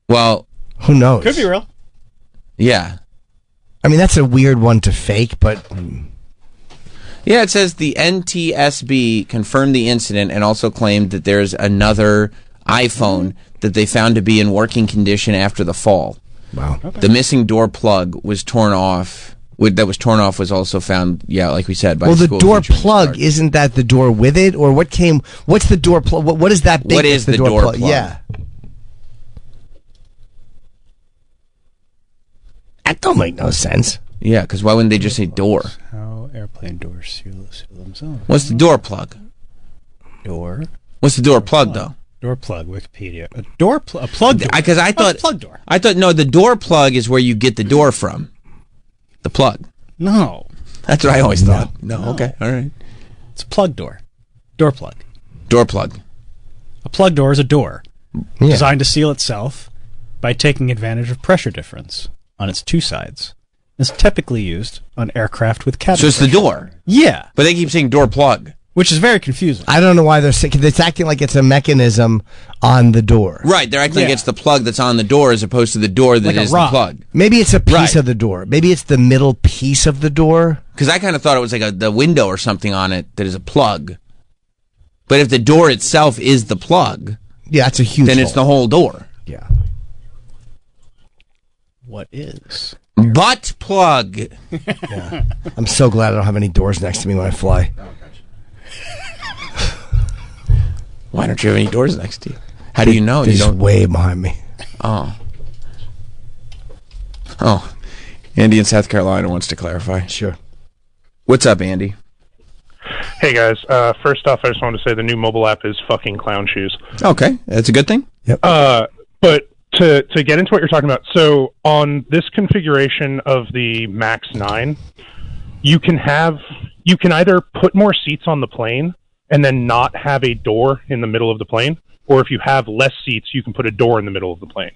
S2: Well,
S3: who knows?
S5: Could be real.
S2: Yeah.
S3: I mean, that's a weird one to fake, but
S2: Yeah, it says the NTSB confirmed the incident and also claimed that there's another iPhone that they found to be in working condition after the fall.
S3: Wow.
S2: The missing door plug was torn off. would- That was torn off was also found. Yeah, like we said. By
S3: well, the
S2: school
S3: door
S2: teacher.
S3: plug isn't that the door with it, or what came? What's the door plug? What, what is that? Big
S2: What
S3: that's
S2: is the door plug?
S3: Yeah. That don't make no sense.
S2: Yeah, because why wouldn't they just say door?
S5: How airplane doors seal, seal themselves.
S2: What's the door plug?
S5: Door.
S2: What's the door plug though?
S5: Door plug. Wikipedia. Uh, A door. Pl- a plug. Door.
S2: Because I
S5: What's
S2: thought
S5: plug door.
S2: I thought no, the door plug is where you get the door from. The plug.
S5: No.
S2: That's what I always thought. No. Okay. All right.
S5: It's a plug door. Door plug.
S2: Door plug.
S5: A plug door is a door
S3: Yeah.
S5: designed to seal itself by taking advantage of pressure difference on its two sides. It's typically used on aircraft with cabin.
S2: So it's the
S5: pressure.
S2: door.
S5: Yeah.
S2: But they keep saying door plug.
S5: Which is very confusing.
S3: I don't know why they're sick. It's acting like it's a mechanism on the door.
S2: Right. They're acting like it's the plug that's on the door as opposed to the door that is
S3: Like a
S2: the
S3: rod.
S2: plug.
S3: Maybe it's a piece
S2: Right.
S3: of the door. Maybe it's the middle piece of the door.
S2: Because I kind of thought it was like a, the window or something on it that is a plug. But if the door itself is the plug,
S3: yeah, it's a huge.
S2: Then it's the whole door.
S5: What is?
S2: Butt plug.
S3: I'm so glad I don't have any doors next to me when I fly.
S2: Why don't you have any doors next to you? How do you know?
S3: They're
S2: You
S3: just
S2: don't.
S3: way behind me.
S2: Oh. Oh. Andy in South Carolina wants to clarify.
S3: Sure.
S2: What's up, Andy?
S17: Hey guys, uh, first off, I just want to say the new mobile app is fucking clown shoes.
S2: Okay. That's a good thing.
S17: Uh, but to to get into what you're talking about, so on this configuration of the Max Nine, you can have you can either put more seats on the plane and then not have a door in the middle of the plane, or if you have less seats, you can put a door in the middle of the plane.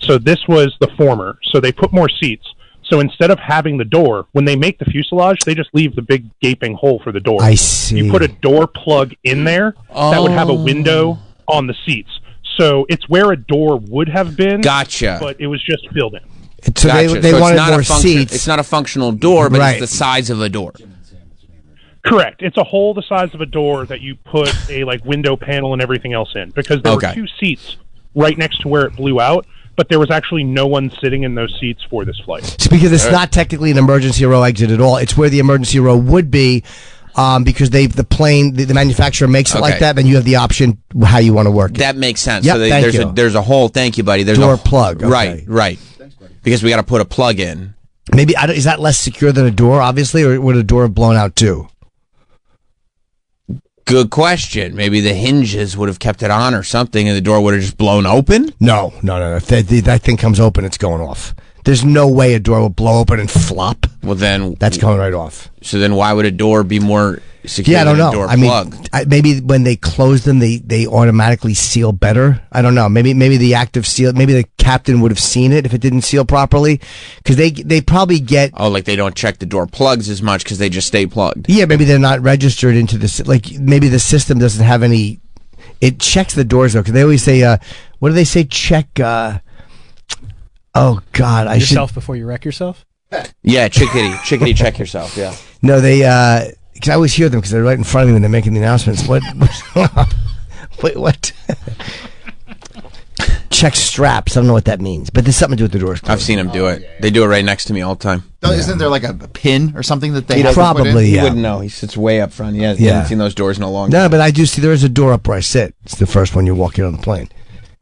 S17: So this was the former. So they put more seats. So instead of having the door, when they make the fuselage, they just leave the big gaping hole for the door.
S3: I see.
S17: You put a door plug in there that would have a
S3: Oh.
S17: window on the seats. So it's where a door would have been.
S2: Gotcha.
S17: But it was just filled in.
S3: So they- they
S2: it's
S3: wanted
S2: not a
S3: more
S2: function-
S3: seats.
S2: It's not a functional door, but
S3: Right.
S2: it's the size of a door.
S17: Correct. It's a hole the size of a door that you put a like window panel and everything else in because there
S2: Okay.
S17: were two seats right next to where it blew out, but there was actually no one sitting in those seats for this flight.
S3: It's because it's not technically an emergency row exit at all. It's where the emergency row would be, um, because they the plane the, the manufacturer makes it like
S2: Okay.
S3: that. Then you have the option how you want to work. it.
S2: That makes sense.
S3: Yep,
S2: so they,
S3: thank
S2: there's
S3: you.
S2: a there's a hole. Thank you, buddy. There's
S3: Door
S2: a,
S3: plug, okay.
S2: Right, right. Because we got to put a plug in.
S3: Maybe I don't, is that less secure than a door? Obviously, or would a door have blown out too?
S2: Good question. Maybe the hinges would have kept it on or something, and the door would have just blown open.
S3: No, no, no. no. If that, that thing comes open, it's going off. There's no way a door will blow open and flop.
S2: Well, then
S3: that's going right off.
S2: So then, why would a door be more secure?
S3: Yeah, I don't
S2: than a
S3: know.
S2: Door
S3: I mean,
S2: plug?
S3: I, maybe when they close them, they, they automatically seal better. I don't know. Maybe maybe the active seal, maybe the captain would have seen it if it didn't seal properly, because they they probably get
S2: oh, like they don't check the door plugs as much because they just stay plugged.
S3: yeah. Maybe they're not registered into the sy- like maybe the system doesn't have any. It checks the doors though, because they always say, uh, what do they say? Check. Uh, oh God, I should
S5: yourself before you wreck yourself.
S2: Yeah, chickadee, chickadee, check yourself. Yeah.
S3: No, they. Uh, cause I always hear them because they're right in front of me when they're making the announcements. What? what wait, what? Check straps. I don't know what that means, but there's something to do with the doors.
S2: I've seen them do it. They do it right next to me all the time.
S16: Isn't there like a, a pin or something that they
S3: He
S16: have to put in?
S3: probably,
S2: He
S3: yeah.
S2: wouldn't know. He sits way up front. Yeah, he
S3: Yeah.
S2: hasn't seen those doors in a long
S3: No, but I do see there is a door up where I sit. It's the first one you walk in on the plane,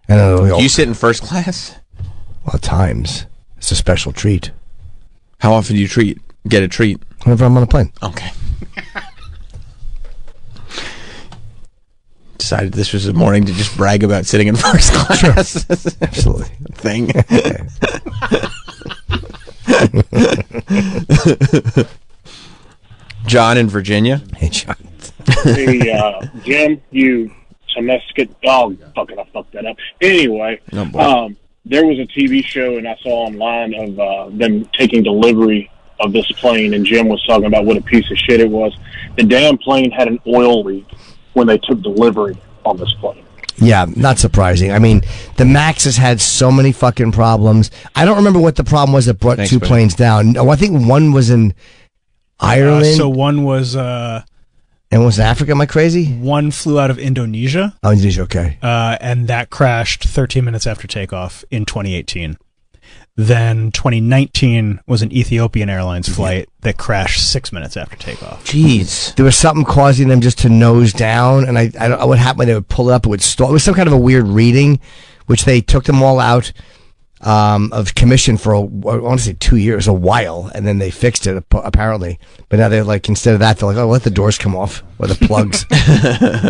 S3: and it'll be
S2: time.
S3: all,
S2: You sit in first class.
S3: well, at times it's a special treat
S2: How often do you treat get a treat?
S3: whenever I'm on a plane.
S2: Okay. Decided this was a morning to just brag about sitting in first class.
S3: Absolutely.
S2: Thing. John in Virginia.
S3: Hey, John.
S18: hey, uh, Jim, you Temescate dog. Fucking, I fucked that up. Anyway,
S2: Oh, boy.
S18: um, there was a TV show, and I saw online of uh, them uh, taking delivery of this plane, and Jim was talking about what a piece of shit it was. The damn plane had an oil leak when they took delivery on this plane.
S3: Yeah, not surprising. I mean, the Max has had so many fucking problems. I don't remember what the problem was that brought
S5: Thanks,
S3: two
S5: buddy.
S3: planes down. No, I think one was in Ireland
S5: Uh, so one was uh,
S3: and one was in Africa. Am I crazy?
S5: one flew out of Indonesia,
S3: Oh, he's okay.
S5: uh, and that crashed 13 minutes after takeoff in 2018. Then 2019 was an Ethiopian Airlines flight that crashed six minutes after takeoff.
S3: Jeez. There was something causing them just to nose down, and I, I don't know what happened. They would pull it up, it would stall. It was some kind of a weird reading, which they took them all out um, of commission for, a, I want to say two years, a while, and then they fixed it, ap- apparently. But now they're like, instead of that, they're like, oh, let the doors come off, or the plugs.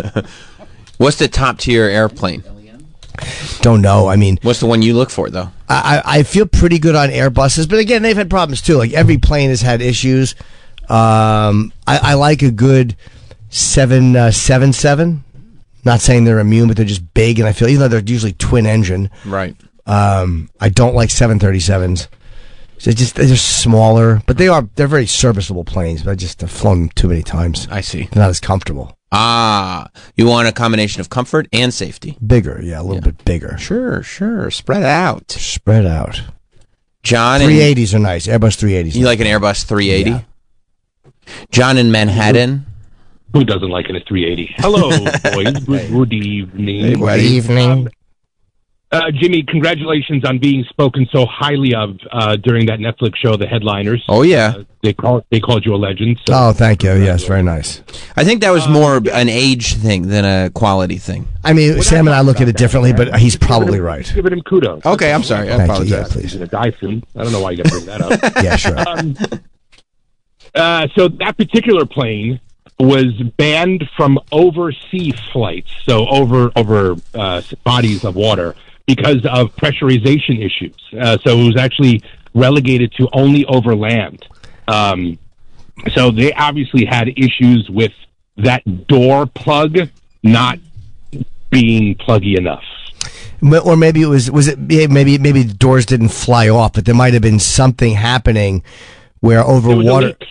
S2: What's the top tier airplane?
S3: Don't know. I mean,
S2: what's the one you look for though?
S3: I, I I feel pretty good on Airbuses, but again, they've had problems too. Like every plane has had issues. Um, I, I like a good seven uh, seven seven. Not saying they're immune, but they're just big, and I feel even though they're usually twin engine.
S2: Right.
S3: Um, I don't like seven thirty sevens. They're just they're just smaller, but they are they're very serviceable planes. But I just have flown them too many times.
S2: I see.
S3: They're not as comfortable.
S2: Ah, you want a combination of comfort and safety.
S3: Bigger, yeah, a little bit bigger.
S2: Sure, sure. Spread out.
S3: Spread out.
S2: John, in-
S3: Three eighties are nice. Airbus three eighties.
S2: You like an Airbus 380? John in Manhattan.
S19: Who doesn't like it at 380? Hello, boys. Good, good evening.
S3: Good evening.
S19: Uh, Jimmy, congratulations on being spoken so highly of uh, during that Netflix show, The Headliners. Uh,
S2: Oh yeah,
S19: they call they called you a legend. So
S3: Oh, thank you. Yes, very nice.
S2: I think that was more of an age thing than a quality thing.
S3: I mean, Sam and I look at it differently, but he's probably right.
S19: giving him kudos.
S2: Okay, I'm sorry. I
S3: Thank you.
S2: apologize.
S3: Yeah, please.
S19: He's gonna die soon. I don't know why you got to bring that up.
S3: yeah, sure.
S19: Um, uh, so that particular plane was banned from oversea flights, so over over uh, bodies of water because of pressurization issues. Uh, so it was actually relegated to only over land. Um, so they obviously had issues with that door plug not being pluggy enough.
S3: M- Or maybe it was was it yeah, maybe maybe the doors didn't fly off, but there might have been something happening where over
S19: was a
S3: water.
S19: leak.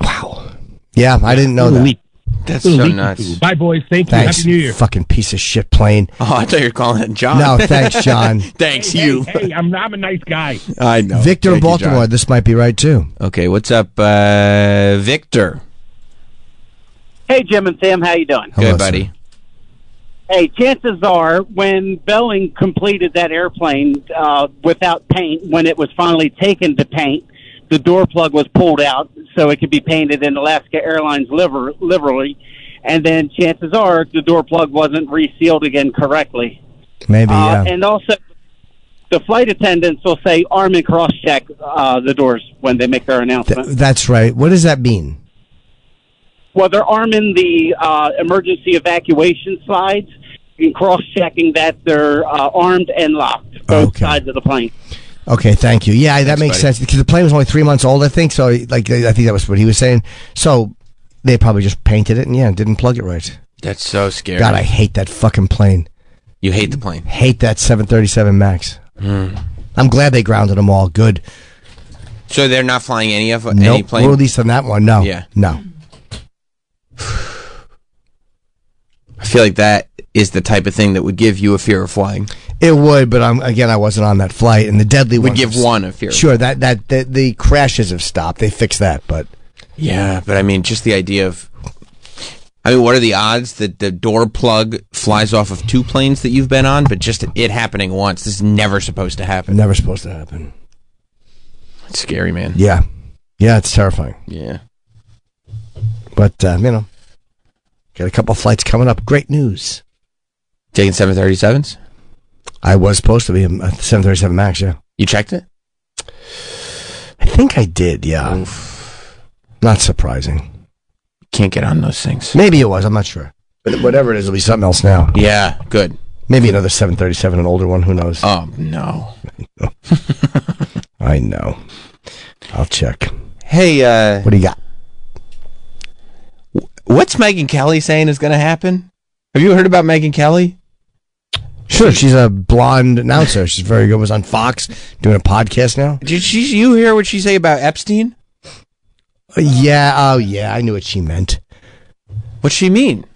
S3: Wow. Yeah, I didn't know that.
S19: Leak.
S2: That's
S19: It was
S2: so
S19: leaking
S2: nuts.
S19: Bye, boys. Thank you.
S3: Thanks,
S19: Happy New Year.
S3: fucking piece of shit plane.
S2: Oh, I thought you were calling it John.
S3: No, thanks, John.
S2: thanks
S19: Hey,
S2: you.
S19: Hey, I'm, I'm a nice guy.
S2: I know.
S3: Victor in
S2: Thank you,
S3: Baltimore.
S2: John.
S3: This might be right too.
S2: Okay, what's up, uh, Victor?
S20: Hey, Jim and Sam, how you doing?
S2: Good, buddy.
S20: Hey, chances are when Boeing completed that airplane uh, without paint, when it was finally taken to paint, the door plug was pulled out so it could be painted in Alaska Airlines liver, livery. And then chances are the door plug wasn't resealed again correctly.
S3: Maybe
S20: Uh,
S3: yeah.
S20: And also, the flight attendants will say arm and cross check uh, the doors when they make their announcement.
S3: That's right. What does that mean?
S20: Well, they're arming the uh, emergency evacuation slides and cross checking that they're uh, armed and locked, both sides of the plane.
S3: Okay, thank you. Yeah, that makes sense because the plane was only three months old, I think. So, like, I think that was what he was saying. So, they probably just painted it and yeah, didn't plug it right.
S2: That's so scary.
S3: God, I hate that fucking plane.
S2: You hate the plane.
S3: Hate that 737 Max.
S2: Hmm.
S3: I'm glad they grounded them all. Good.
S2: So they're not flying any of any
S3: No
S2: plane.
S3: release on that one. No.
S2: Yeah.
S3: No.
S2: I feel like that is the type of thing that would give you a fear of flying.
S3: It would, but I'm again. I wasn't on that flight, and the deadly
S2: Would
S3: one
S2: give one a fear.
S3: Sure, that that the, the crashes have stopped. They fixed that, but
S2: Yeah, but I mean, just the idea of. I mean, what are the odds that the door plug flies off of two planes that you've been on, but just it happening once? This is never supposed to happen.
S3: never supposed to happen.
S2: It's scary, man.
S3: Yeah, yeah, it's terrifying.
S2: Yeah.
S3: But uh, you know, got a couple flights coming up. Great news.
S2: Taking 737s?
S3: I was supposed to be um, a 737 Max. Yeah,
S2: You checked it?
S3: I think I did. Yeah, not surprising.
S2: Can't get on those things.
S3: Maybe it was. I'm not sure. But whatever it is, it'll be something else now.
S2: Yeah, good.
S3: Maybe another 737, an older one. Who knows?
S2: Oh, no.
S3: I know. I'll check.
S2: Hey, uh,
S3: What do you got?
S2: what's Megan Kelly saying is going to happen? Have you heard about Megan Kelly?
S3: Sure, she's a blonde announcer. She's very good. Was on Fox doing a podcast now.
S2: Did she, you hear what she say about Epstein?
S3: Yeah. Oh, yeah. I knew what she meant. Uh,
S2: What she mean?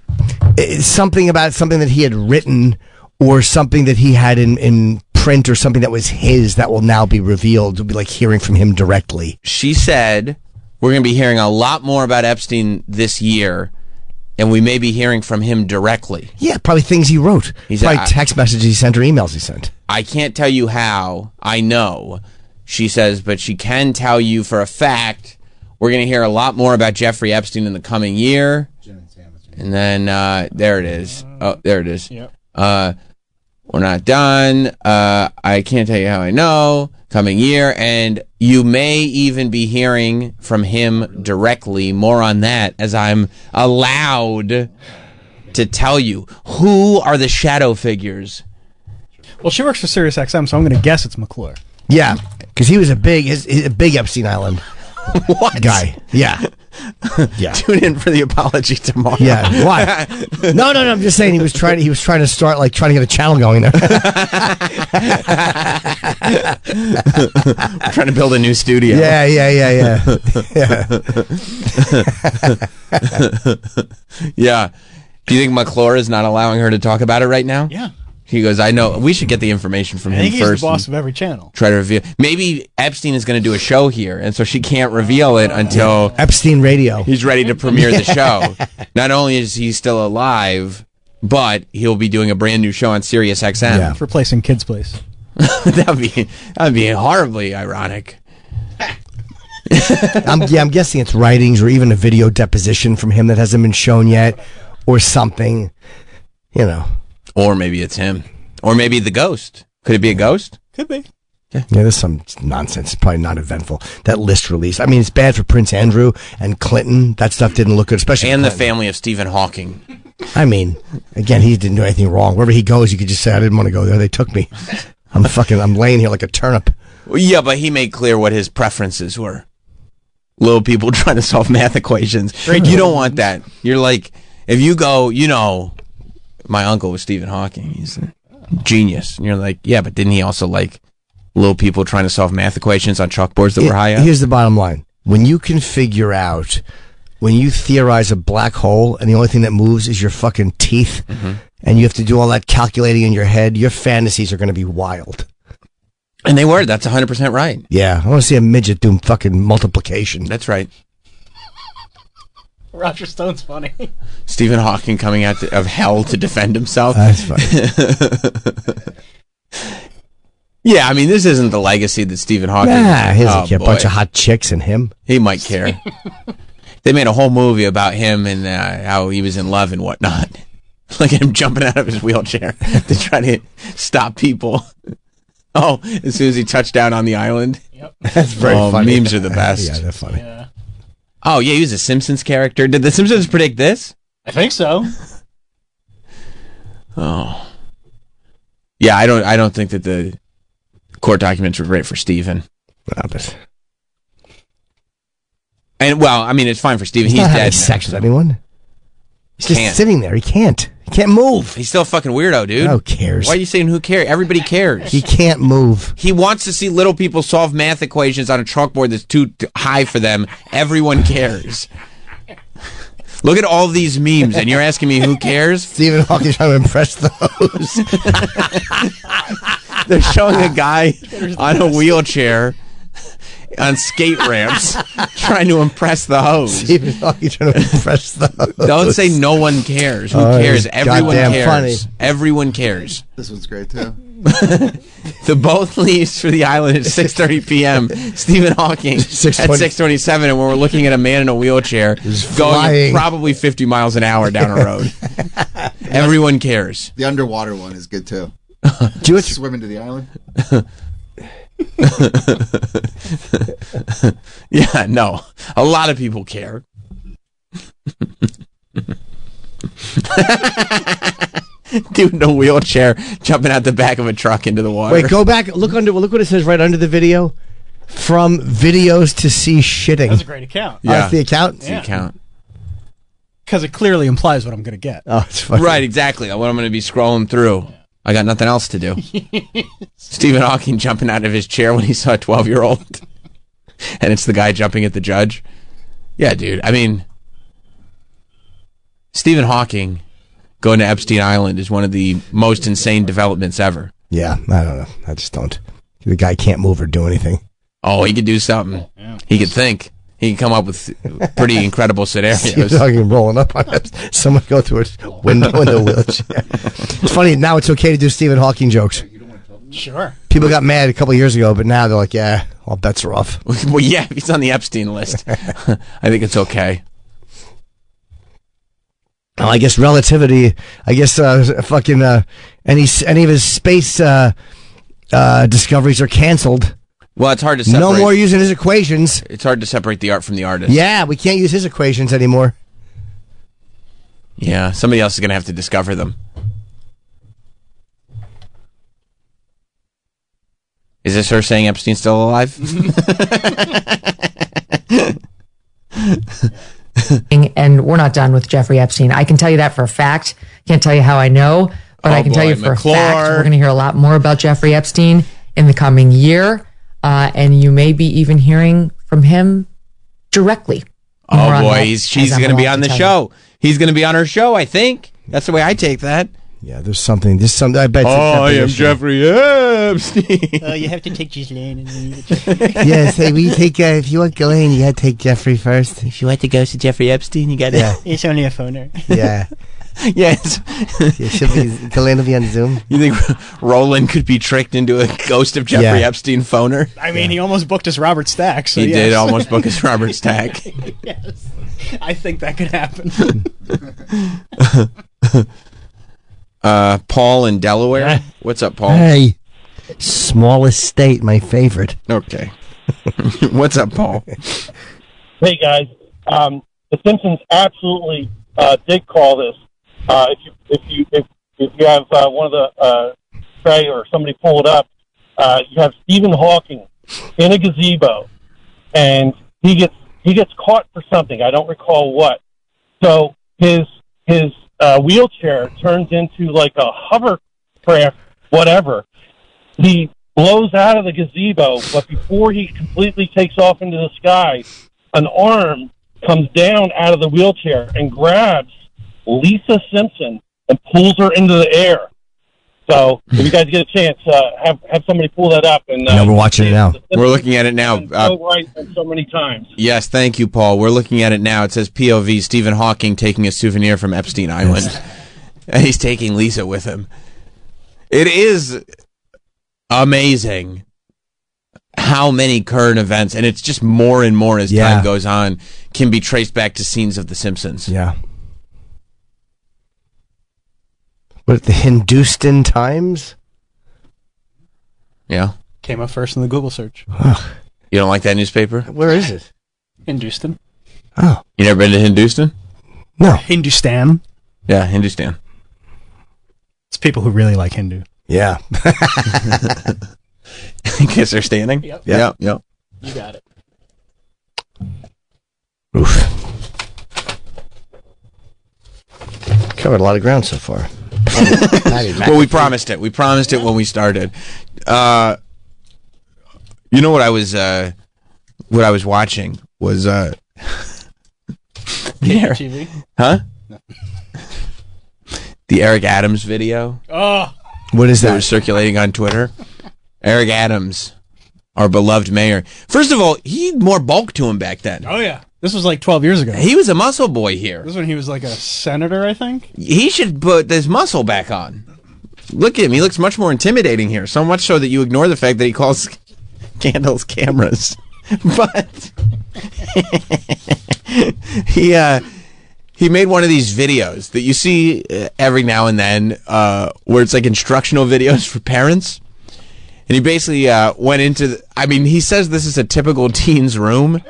S3: something about something that he had written, or something that he had in in print, or something that was his that will now be revealed. It'll be like hearing from him directly.
S2: She said we're going to be hearing a lot more about Epstein this year, and we may be hearing from him directly.
S3: Yeah, probably things he wrote.
S2: He's
S3: probably
S2: a-
S3: text messages he sent or emails he sent.
S2: I can't tell you how. I know, she says, but she can tell you for a fact we're going to hear a lot more about Jeffrey Epstein in the coming year. And then uh, there it is. Oh, there it is. Uh, we're not done. Uh, I can't tell you how I know. Coming year, and you may even be hearing from him directly. More on that as I'm allowed to tell you. Who are the shadow figures?
S5: Well, she works for Sirius XM, so I'm going to guess it's McClure.
S3: Yeah, because he was a big his, his, a big Epstein Island
S2: what?
S3: guy. Yeah, yeah.
S2: Tune in for the apology tomorrow.
S3: Yeah. Why? no, no, no. I'm just saying he was trying. To, he was trying to start like trying to get a channel going there.
S2: We're trying to build a new studio.
S3: Yeah, yeah, yeah, yeah.
S2: Yeah. yeah. Do you think McClure is not allowing her to talk about it right now?
S5: Yeah.
S2: He goes, I know. We should get the information from
S5: I
S2: him
S5: think he's
S2: first.
S5: the boss of
S2: and
S5: every channel.
S2: Try to reveal. Maybe Epstein is going to do a show here, and so she can't reveal it until
S3: Epstein Radio.
S2: he's ready to premiere the show.
S3: Yeah.
S2: Not only is he still alive, but he'll be doing a brand new show on Sirius XM.
S5: It's replacing Kids Place.
S2: that would be that would be horribly ironic.
S3: I'm, yeah, I'm guessing it's writings or even a video deposition from him that hasn't been shown yet, or something. You know.
S2: Or maybe it's him. Or maybe the ghost. Could it be a ghost?
S5: Could be.
S3: Yeah, there's some nonsense. It's probably not eventful. That list release. I mean, it's bad for Prince Andrew and Clinton. That stuff didn't look good, especially.
S2: And the
S3: Clinton.
S2: family of Stephen Hawking.
S3: I mean, again, he didn't do anything wrong. Wherever he goes, you could just say, "I didn't want to go there. They took me. I'm fucking. I'm laying here like a turnip."
S2: Well, yeah, but he made clear what his preferences were. Little people trying to solve math equations. You don't want that. You're like, if you go, you know, my uncle was Stephen Hawking. He's a genius. And you're like, yeah, but didn't he also like little people trying to solve math equations on chalkboards that were
S3: Here-
S2: high up?
S3: Here's the bottom line: when you can figure out, when you theorize a black hole, and the only thing that moves is your fucking teeth,
S2: Mhm.
S3: and you have to do all that calculating in your head, your fantasies are going to be wild.
S2: And they were. That's 100% right.
S3: Yeah, I want to see a midget do fucking multiplication.
S2: That's right.
S5: Roger Stone's funny.
S2: Stephen Hawking coming out to, of hell to defend himself.
S3: That's
S2: yeah, I mean, this isn't the legacy that Stephen Hawking.
S3: Nah, he doesn't
S2: Oh,
S3: care. A bunch
S2: boy.
S3: of hot chicks and him.
S2: He might care. they made a whole movie about him and uh, how he was in love and whatnot. Look at him jumping out of his wheelchair to try to stop people. Oh, as soon as he touched down on the island. Yep.
S3: That's very
S2: oh,
S3: funny.
S2: Memes are the best.
S3: Yeah, they're funny.
S2: Oh, yeah, he was a Simpsons character. Did the Simpsons predict this?
S5: I think so.
S2: Oh. Yeah, I don't I don't think that the court documents were great for Steven. And well, I mean it's fine for Steven.
S3: He's,
S2: He's,
S3: not having
S2: dead.
S3: sex with anyone. He's just
S2: Can't.
S3: sitting there. He can't. He can't move.
S2: He's still a fucking weirdo, dude.
S3: Who cares?
S2: Why are you saying who cares? Everybody cares.
S3: He can't move.
S2: He wants to see little people solve math equations on a chalkboard that's too t- high for them. Everyone cares. Look at all these memes, and you're asking me who cares?
S3: Stephen Hawking's trying to impress those.
S2: They're showing a guy on a wheelchair on skate ramps trying to impress the hoes.
S3: Stephen Hawking's trying to impress those.
S2: Don't say no one cares. Who
S3: Oh,
S2: cares?
S3: it's
S2: Everyone
S3: goddamn
S2: cares.
S3: funny.
S2: Everyone cares.
S16: This one's great too.
S2: The boat leaves for the island at 6:30 p.m. Stephen Hawking at
S3: 6:20.
S2: 6:27, and we're looking at a man in a wheelchair going
S16: flying.
S2: probably 50 miles an hour down a road. Everyone cares.
S16: The underwater one is good too.
S3: Do it.
S16: Swimming to the island.
S2: yeah, no, a lot of people care. Dude in a wheelchair jumping out the back of a truck into the water.
S3: Wait, go back. Look under. Look what it says right under the video. From videos to see shitting.
S5: That's a great account.
S3: Oh, that's the account.
S5: Yeah.
S2: account.
S5: Because it clearly implies what I'm going to get.
S3: Oh, it's fucking
S2: Right, exactly. What I'm going to be scrolling through. I got nothing else to do. Stephen Hawking jumping out of his chair when he saw a 12 year old. and it's the guy jumping at the judge. Yeah, dude. I mean, Stephen Hawking going to Epstein Island is one of the most insane developments ever.
S3: Yeah, I don't know. I just don't. The guy can't move or do anything.
S2: Oh, he could do something. He could think. He could come up with pretty incredible
S3: You're
S2: scenarios.
S3: talking rolling up on us. Someone go through a window in the wheelchair. It's funny now. It's okay to do Stephen Hawking jokes.
S5: Sure.
S3: People got mad a couple years ago, but now they're like, yeah, all bets are off.
S2: well, yeah, if he's on the Epstein list, I think it's okay.
S3: Well, I guess relativity. I guess uh, fucking uh, any any of his space uh, uh, discoveries are canceled.
S2: Well, it's hard to separate.
S3: No more using his equations.
S2: It's hard to separate the art from the artist.
S3: Yeah, we can't use his equations anymore.
S2: Yeah, somebody else is going to have to discover them. Is this her saying Epstein's still alive?
S4: and we're not done with Jeffrey Epstein. I can tell you that for a fact. Can't tell you how I know, but
S6: Oh
S4: I can tell
S6: boy,
S4: you for
S6: McClure.
S4: a fact we're going to hear a lot more about Jeffrey Epstein in the coming year, uh, and you may be even hearing from him directly. More
S2: oh
S4: on
S2: boy,
S4: that
S2: he's,
S4: as
S2: she's
S4: I'm
S2: going to be
S4: allowed
S2: on
S4: to
S2: the
S4: tell you.
S2: show. He's going to be on her show. I think that's the way I take that.
S3: Yeah, there's something. There's something. I
S2: Oh,
S3: bet. it's a deposition.
S2: Epstein.
S21: Oh, you have to take Ghislaine and then you
S3: yes, hey, we take. Uh, if you want Ghislaine, you gotta take Jeffrey first. If you want to go to Jeffrey Epstein, you gotta. Yeah,
S21: It's only a phoner.
S3: yeah.
S2: yes.
S3: yeah she'll be. Ghislaine will be on Zoom.
S2: You think Roland could be tricked into a ghost of Jeffrey
S3: Yeah.
S2: Epstein phoner?
S5: I mean, he almost booked us Robert Stack. So
S2: he
S5: yes.
S2: did almost book his Robert Stack.
S5: yes. I think that could happen.
S2: Uh, Paul in Delaware. What's up, Paul?
S3: Hey, smallest state, my favorite.
S2: Okay. What's up, Paul?
S22: Hey guys, um, The Simpsons absolutely uh, did call this. Uh, if you if you if, if you have uh, one of the uh, Trey or somebody pull it up, uh, you have Stephen Hawking in a gazebo, and he gets he gets caught for something. I don't recall what. So his his uh, wheelchair turns into like a hovercraft, whatever. He blows out of the gazebo, but before he completely takes off into the sky, an arm comes down out of the wheelchair and grabs Lisa Simpson and pulls her into the air. So if you guys get a chance, uh, have have somebody pull that up and uh,
S3: Yeah, we're watching it now.
S2: We're looking at it now. Uh,
S22: so right so many times.
S2: yes, thank you, Paul. We're looking at it now. It says POV Stephen Hawking taking a souvenir from Epstein Island. And he's taking Lisa with him. It is amazing how many current events, and it's just more and more as
S3: Yeah.
S2: time goes on, can be traced back to scenes of The Simpsons.
S3: Yeah. What the Hindustan Times?
S2: Yeah.
S5: Came up first in the Google search.
S2: You don't like that newspaper?
S3: Where is it?
S5: Hindustan.
S2: You never been to Hindustan?
S3: No.
S5: Hindustan.
S2: Yeah, Hindustan.
S5: It's people who really like Hindu.
S3: Yeah.
S2: Guess they're standing?
S5: Yep.
S2: Yep. Yep.
S21: You got it.
S3: Covered a lot of ground so far.
S2: well, we promised it. We promised it when we started. Uh, you know what I was uh, what I was watching was uh, the Eric-
S5: TV?
S2: huh? the Eric Adams video.
S5: Oh.
S3: What is
S2: that? was circulating on Twitter. Eric Adams, our beloved mayor. First of all, he had more bulk to him back then.
S5: Oh yeah. This was like 12 years ago.
S2: He was a muscle boy here.
S5: This is when he was like a senator, I think.
S2: He should put his muscle back on. Look at him. He looks much more intimidating here. So much so that you ignore the fact that he calls candles cameras. but he uh, he made one of these videos that you see uh, every now and then, uh, where it's like instructional videos for parents. And he basically uh, went into. The, I mean, he says this is a typical teen's room.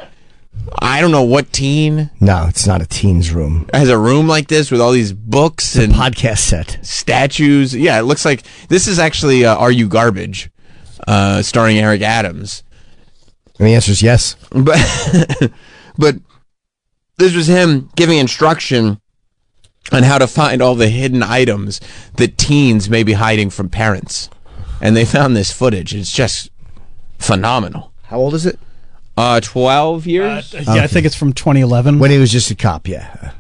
S2: I don't know what teen
S3: No, it's not a teen's room.
S2: has a room like this with all these books and
S3: podcast set
S2: statues. Yeah, it looks like this is actually uh, "Are You Garbage," uh, starring Eric Adams.
S3: And the answer is yes.
S2: But but this was him giving instruction on how to find all the hidden items that teens may be hiding from parents, and they found this footage. It's just phenomenal.
S3: How old is it?
S2: Uh, 12 years?
S5: Uh, Yeah, I think it's from 2011. When
S3: he was just a cop, yeah.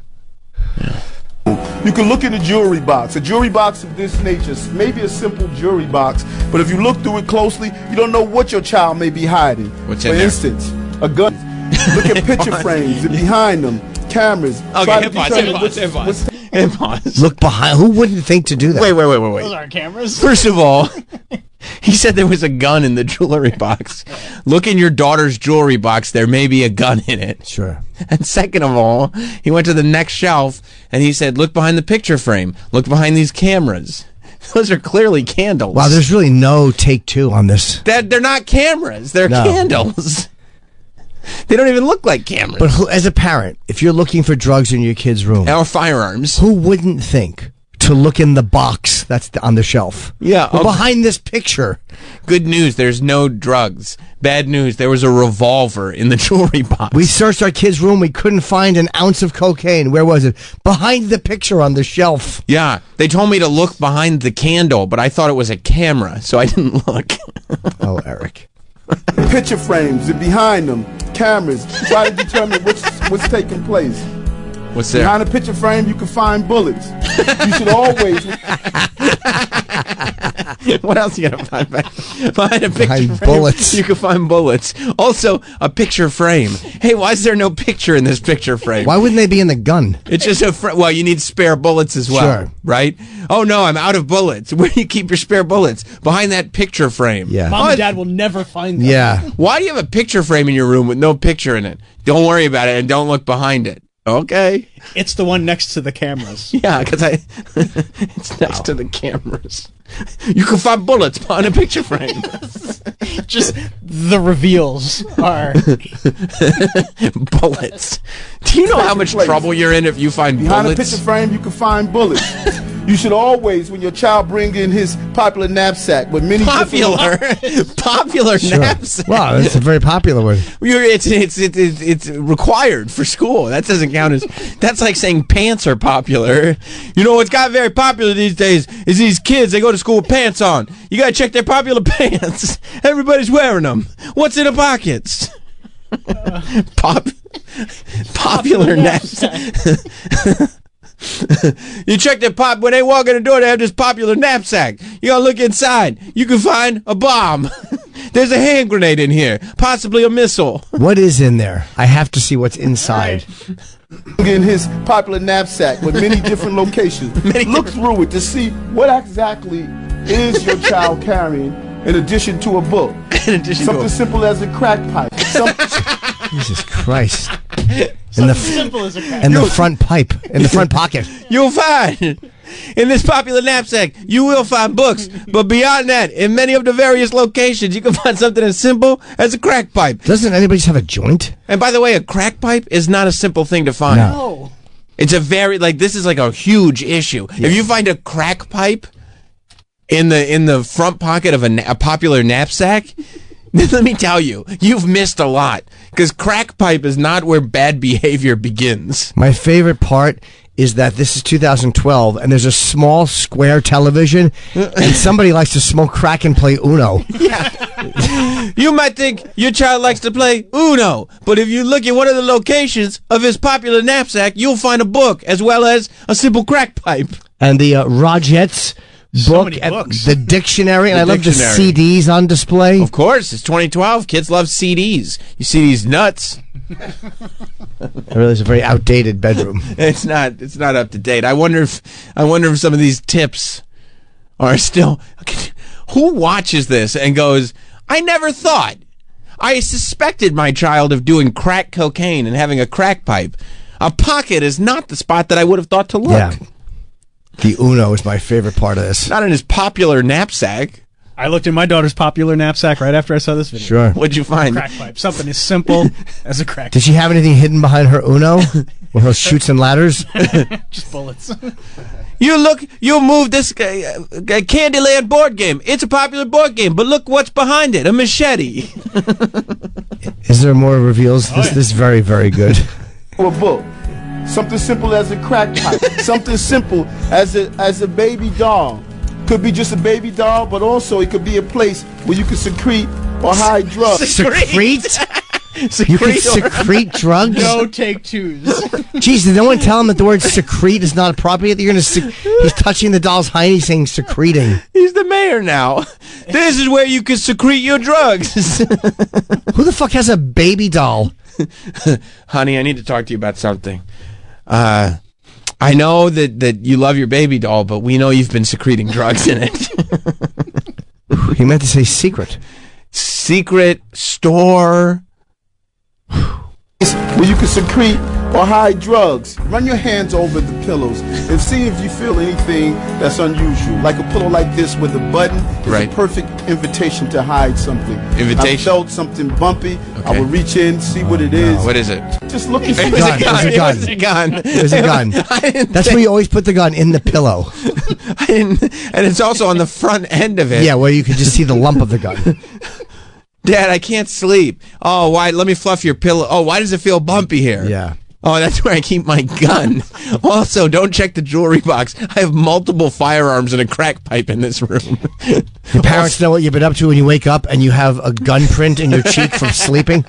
S6: You can look in a jewelry box. A jewelry box of this nature, maybe a simple jewelry box, but if you look through it closely, you don't know what your child may be hiding.
S2: What's
S6: For
S2: in there?
S6: instance, a gun. look at picture frames and behind them, cameras. Try
S2: Okay,
S6: to
S2: hit pause,
S6: determine
S2: hit
S6: what's-
S2: pause, hit pause.
S6: what's-
S3: Look behind. Who wouldn't think to do that?
S2: Wait, wait, wait, wait, wait.
S21: Those aren't cameras.
S2: First of all, he said there was a gun in the jewelry box. Look in your daughter's jewelry box. There may be a gun in it.
S3: Sure.
S2: And second of all, he went to the next shelf and he said, "Look behind the picture frame. Look behind these cameras. Those are clearly candles.
S3: Wow, there's really no take two on this.
S2: that they're not cameras. They're
S3: No.
S2: candles. they don't even look like cameras.
S3: But who, as a parent, if you're looking for drugs in your kid's room
S2: or firearms,
S3: who wouldn't think to look in the box that's on the shelf?
S2: Yeah.
S3: Well, behind this picture.
S2: Good news, there's no drugs. Bad news, there was a revolver in the jewelry box.
S3: We searched our kid's room. We couldn't find an ounce of cocaine. Where was it? Behind the picture on the shelf.
S2: Yeah, they told me to look behind the candle, but I thought it was a camera, so I didn't look.
S3: oh, Eric.
S6: picture frames and behind them, cameras. Try to determine what's, what's taking place.
S2: What's there?
S6: Behind a picture frame, you can find bullets. You should always.
S2: what else you gonna find back? Find a picture
S3: Find
S2: frame.
S3: bullets.
S2: You can find bullets. Also, a picture frame. Hey, why is there no picture in this picture frame?
S3: Why wouldn't they be in the gun?
S2: It's just a fr- well. You need spare bullets as well,
S3: Sure.
S2: right? Oh no, I'm out of bullets. Where do you keep your spare bullets? Behind that picture frame. Oh, Yeah.
S21: Mom and dad will never find them.
S2: Why do you have a picture frame in your room with no picture in it? Don't worry about it and don't look behind it. Okay.
S5: It's the one next to the cameras.
S2: yeah, because I. it's next to the cameras. You can find bullets behind a picture frame.
S21: Just the reveals are
S2: bullets. Do you know how much trouble you're in if you find
S6: Behind a
S2: bullets?
S6: picture frame, you can find bullets. you should always, when your child bring in his popular knapsack with many
S2: Popular. popular knapsack.
S3: Wow, that's a very popular one.
S2: You're, it's, it's it's it's it's required for school. That doesn't count as that's like saying pants are popular. You know what's got very popular these days is these kids. They go to school with pants on. You gotta check their popular pants. Everybody's wearing them. What's in the pockets? Pop, popular knapsack. you check their pop when they walk in the door. They have this popular knapsack. You gotta look inside. You can find a bomb. There's a hand grenade in here, possibly a missile.
S3: What is in there? I have to see what's inside.
S6: in his popular knapsack with many different locations. Look through it to see what exactly is your child carrying in addition to a book.
S2: In addition
S6: Something simple as a crack pipe. Some-
S3: Jesus Christ. In
S6: Something
S3: the,
S6: simple as a
S3: f- in the
S6: crack.
S3: front pipe, in the front pocket.
S2: You'll find in this popular knapsack, you will find books, but beyond that, in many of the various locations, you can find something as simple as a crack pipe.
S3: Doesn't anybody just have a joint?
S2: And by the way, a crack pipe is not a simple thing to find.
S3: No.
S2: It's a very like this is like a huge issue. If you find a crack pipe in the in the front pocket of a, na- a popular knapsack, let me tell you, you've missed a lot because crack pipe is not where bad behavior begins.
S3: My favorite part is that this is 2012 and there's a small square television and somebody likes to smoke crack and play Uno.
S2: You might think your child likes to play Uno, but if you look at one of the locations of his popular knapsack, you'll find a book as well as a simple crack pipe.
S3: And the uh, Rogettes book, and the dictionary, and
S2: The
S3: I love
S2: dictionary.
S3: the CDs on display.
S2: Of course, it's 2012. Kids love CDs. You see these nuts.
S3: I realize it's a very outdated bedroom.
S2: It's not. It's not up to date. I wonder if. I wonder if some of these tips are still. Who watches this and goes? I never thought. I suspected my child of doing crack cocaine and having a crack pipe. A pocket is not the spot that I would have thought to look.
S3: Yeah. The Uno is my favorite part of this.
S2: Not in his popular knapsack.
S5: I looked in my daughter's popular knapsack right after I saw this video.
S3: Sure.
S2: What'd you find?
S5: Crack pipe. Something as simple as a crack.
S3: Did she have anything hidden behind her Uno? Or her shoots and ladders?
S5: Just bullets.
S2: You look, you move this uh, uh, Candyland board game. It's a popular board game, but look what's behind it a machete.
S3: Is there more reveals? this, this is very, very good.
S6: a book. Something simple as a crack pipe. Something simple as a as a baby doll. Could be just a baby doll, but also it could be a place where you could secrete or hide drugs.
S3: Secrete? you can secrete drugs.
S21: No take twos.
S3: Jeez, did no one tell him that the word secrete is not appropriate? You're gonna. Sec- he's touching the doll's hiney, saying secreting.
S2: He's the mayor now. This is where you can secrete your drugs.
S3: Who the fuck has a baby doll?
S2: Honey, I need to talk to you about something. Uh, I know that, that you love your baby doll, but we know you've been secreting drugs in it.
S3: he meant to say secret.
S2: Secret store.
S6: where you can secrete or hide drugs. Run your hands over the pillows and see if you feel anything that's unusual. Like a pillow like this with a button is
S2: Right.
S6: a perfect invitation to hide something.
S2: Invitation.
S6: I felt something bumpy. I
S2: Okay.
S6: would reach in, see what it is.
S2: What is it?
S6: Just look and
S2: It
S6: see
S2: was
S6: what
S2: a gun. It was a gun.
S3: It was a gun. That's where you always put the gun in the pillow.
S2: I didn't, and it's also on the front end of it.
S3: Yeah, where you could just see the lump of the gun.
S2: Dad, I can't sleep. Oh, why? Let me fluff your pillow. Oh, why does it feel bumpy here?
S3: Yeah.
S2: Oh, that's where I keep my gun. also, don't check the jewelry box. I have multiple firearms and a crack pipe in this room.
S3: Your parents know what you've been up to when you wake up and you have a gun print in your cheek from sleeping.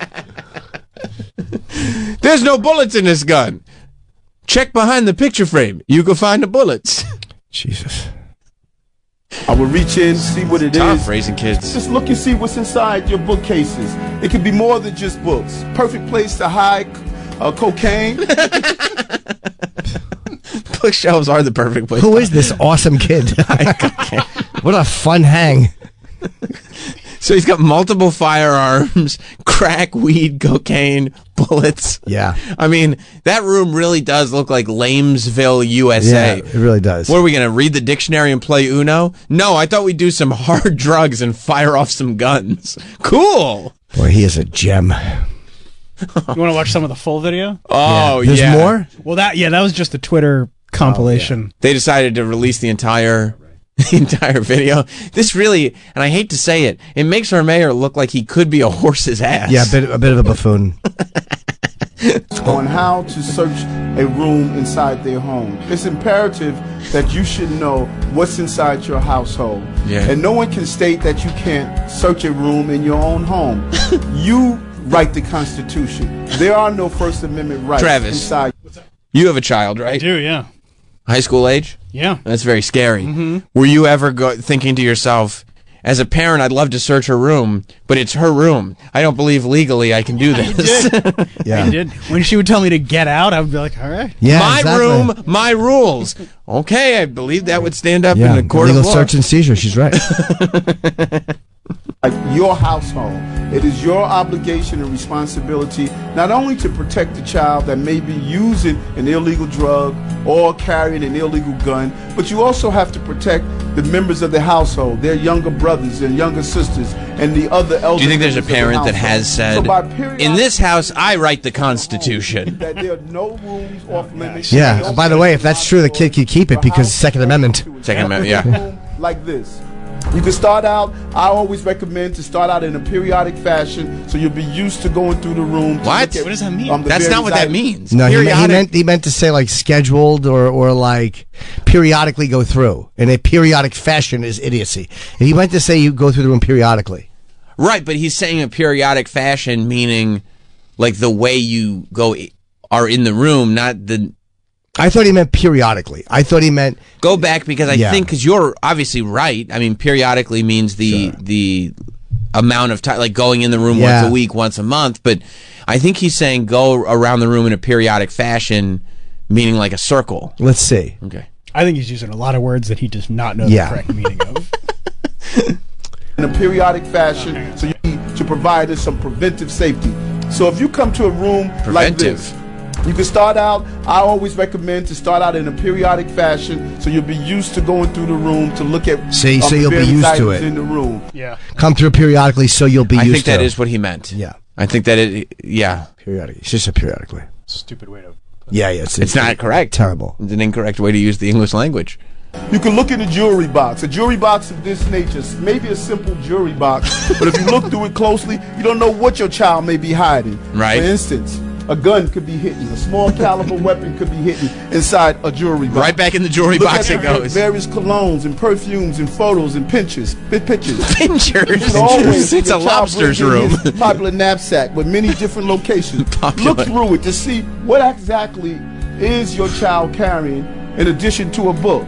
S2: There's no bullets in this gun. Check behind the picture frame. You can find the bullets.
S3: Jesus.
S6: I would reach in, see what it is.
S2: Tough raising kids.
S6: Just look and see what's inside your bookcases. It could be more than just books. Perfect place to hide uh, cocaine.
S2: Bookshelves are the perfect place.
S3: Who is this awesome kid? what a fun hang.
S2: So he's got multiple firearms, crack, weed, cocaine, bullets.
S3: Yeah.
S2: I mean, that room really does look like Lamesville, USA.
S3: Yeah, it really does.
S2: What are we going to read the dictionary and play Uno? No, I thought we'd do some hard drugs and fire off some guns. Cool.
S3: Boy, he is a gem.
S5: You want to watch some of the full video?
S2: Oh, Yeah. There's yeah. more?
S5: Well, that yeah, that was just a Twitter compilation.
S2: They decided to release the entire the entire video. This really, and I hate to say it, it makes our mayor look like he could be a horse's ass.
S3: Yeah, a bit, a bit of a buffoon.
S6: on how to search a room inside their home. It's imperative that you should know what's inside your household.
S7: Yeah.
S6: And no one can state that you can't search a room in your own home. you write the Constitution. There are no First Amendment rights
S2: Travis.
S6: inside.
S2: You have a child, right? I
S5: do, yeah.
S2: High school age?
S5: Yeah.
S2: That's very scary.
S5: Mhm.
S2: Were you ever go- thinking to yourself, as a parent, I'd love to search her room, but it's her room. I don't believe legally I can do this. Oh,
S5: Yeah. I did. When she would tell me to get out, I would be like, all right.
S2: my room, my rules. Okay, I believe that would stand up
S3: Yeah,
S2: in a court of
S3: illegal
S2: law.
S3: search and seizure. She's right.
S6: uh, your household. It is your obligation and responsibility not only to protect the child that may be using an illegal drug or carrying an illegal gun, but you also have to protect the members of the household, their younger brothers and younger sisters, and the other elders.
S2: Do you think there's a parent that has
S6: So
S2: said,
S6: by
S2: "In this house, I write the Constitution"?
S6: that there are no rules off limits.
S3: Yeah. Oh, By the way, if that's true, the kid could keep it because Second Amendment.
S2: Second Amendment,
S6: like this. You can start out, I always recommend to start out in a periodic fashion so you'll be used to going through the room. to
S2: What?
S6: look at,
S2: What does that mean?
S6: um, the
S2: That's
S6: various
S2: not what that
S6: items.
S2: means.
S3: No, he, me- he
S2: Periodic-
S3: meant he meant to say like scheduled or or like periodically go through in a periodic fashion is idiocy. He meant to say you go through the room periodically.
S2: Right, but he's saying a periodic fashion, meaning like the way you go i- are in the room, not the
S3: I thought he meant periodically. I thought he meant
S2: go back because I
S3: Yeah.
S2: think because you're obviously right. I mean, periodically means the the amount of time, like going in the room
S3: Yeah.
S2: once a week, once a month. But I think he's saying go around the room in a periodic fashion, meaning like a circle.
S3: let's see.
S2: Okay.
S5: I think he's using a lot of words that he does not know
S3: Yeah.
S5: the correct meaning of.
S6: in a periodic fashion so you need to provide us some preventive safety. So if you come to a room like this, you can start out, I always recommend to start out in a periodic fashion so you'll be used to going through the room to look at
S3: See, so
S6: um,
S3: you'll be
S6: various
S3: used to
S6: items
S3: it.
S6: in the room.
S5: Yeah.
S3: Come through periodically so you'll be
S2: I
S3: used
S2: think
S3: to.
S2: that is what he meant.
S3: Yeah.
S2: I think that it. Yeah.
S3: Periodically. It's just a periodically.
S5: Stupid way to.
S3: Yeah, yeah. It's,
S2: It's not correct.
S3: Terrible.
S2: It's an incorrect way to use the English language.
S6: You can look in a jewelry box, a jewelry box of this nature, s- maybe a simple jewelry box, but if you look through it closely, you don't know what your child may be hiding.
S2: Right.
S6: For instance, a gun could be hidden, a small caliber weapon could be hidden inside a jewelry box.
S2: Right back in the jewelry
S6: Look
S2: box
S6: at
S2: it
S6: the
S2: goes.
S6: Various colognes and perfumes and photos and pinchers, pi- pictures,
S2: pictures.
S6: You can always see
S2: It's
S6: the
S2: a
S6: child
S2: lobster's
S6: bringing
S2: room.
S6: his Popular knapsack with many different locations. Look through it to see what exactly is your child carrying in addition to a book.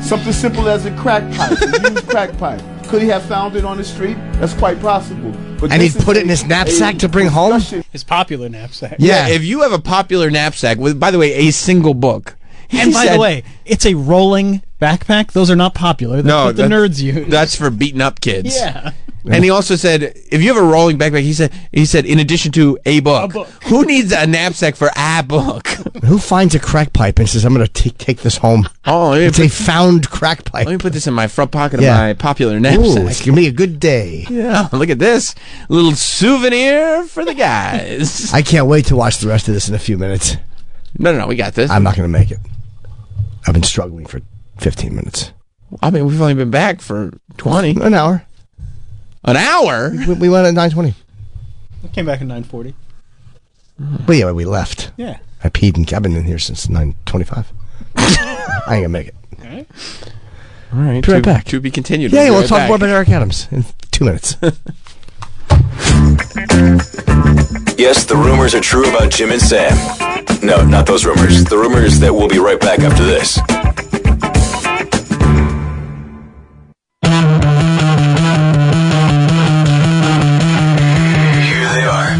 S6: Something simple as a crack pipe, a used crack pipe. Could he have found it on the street? That's quite possible. But
S3: And
S6: this
S3: he
S6: is
S3: put it
S6: a-
S3: in his knapsack
S6: a
S3: to bring home?
S5: His popular knapsack.
S2: Yeah. if you have a popular knapsack with, by the way, a single book.
S21: And
S2: He
S21: by
S2: said-
S21: the way, it's a rolling backpack. Those are not popular. That's
S2: no,
S21: what the
S2: that's-
S21: nerds use.
S2: That's for beating up kids.
S21: Yeah.
S2: And he also said, if you have a rolling backpack, he said, he said, in addition to a book, who needs a knapsack for a book?
S3: Who finds a crack pipe and says, "I'm going to take take this home"?
S2: Oh,
S3: it's a found crack pipe. Let
S2: me put this in my front pocket of my popular knapsack.
S3: Ooh, it's gonna be a good day.
S2: Yeah, look at this little souvenir for the guys.
S3: I can't wait to watch the rest of this in a few minutes.
S2: No, no, no, we got this.
S3: I'm not going to make it. I've been struggling for 15 minutes.
S2: I mean, we've only been back for 20.
S3: An hour.
S2: An hour?
S3: We, we went at 9:20.
S21: I came back at 9:40.
S2: Mm-hmm.
S3: Well, yeah, we left.
S21: Yeah.
S3: I peed and I've been in here since 9:25. I ain't gonna make it.
S2: All right,
S3: Be right
S2: to,
S3: back.
S2: To be continued.
S3: Yeah,
S2: We'll be
S3: we'll
S2: right
S3: talk
S2: back.
S3: more about Eric Adams in two minutes.
S23: Yes, the rumors are true about Jim and Sam. No, not those rumors. The rumors that we'll be right back after this. Here they are.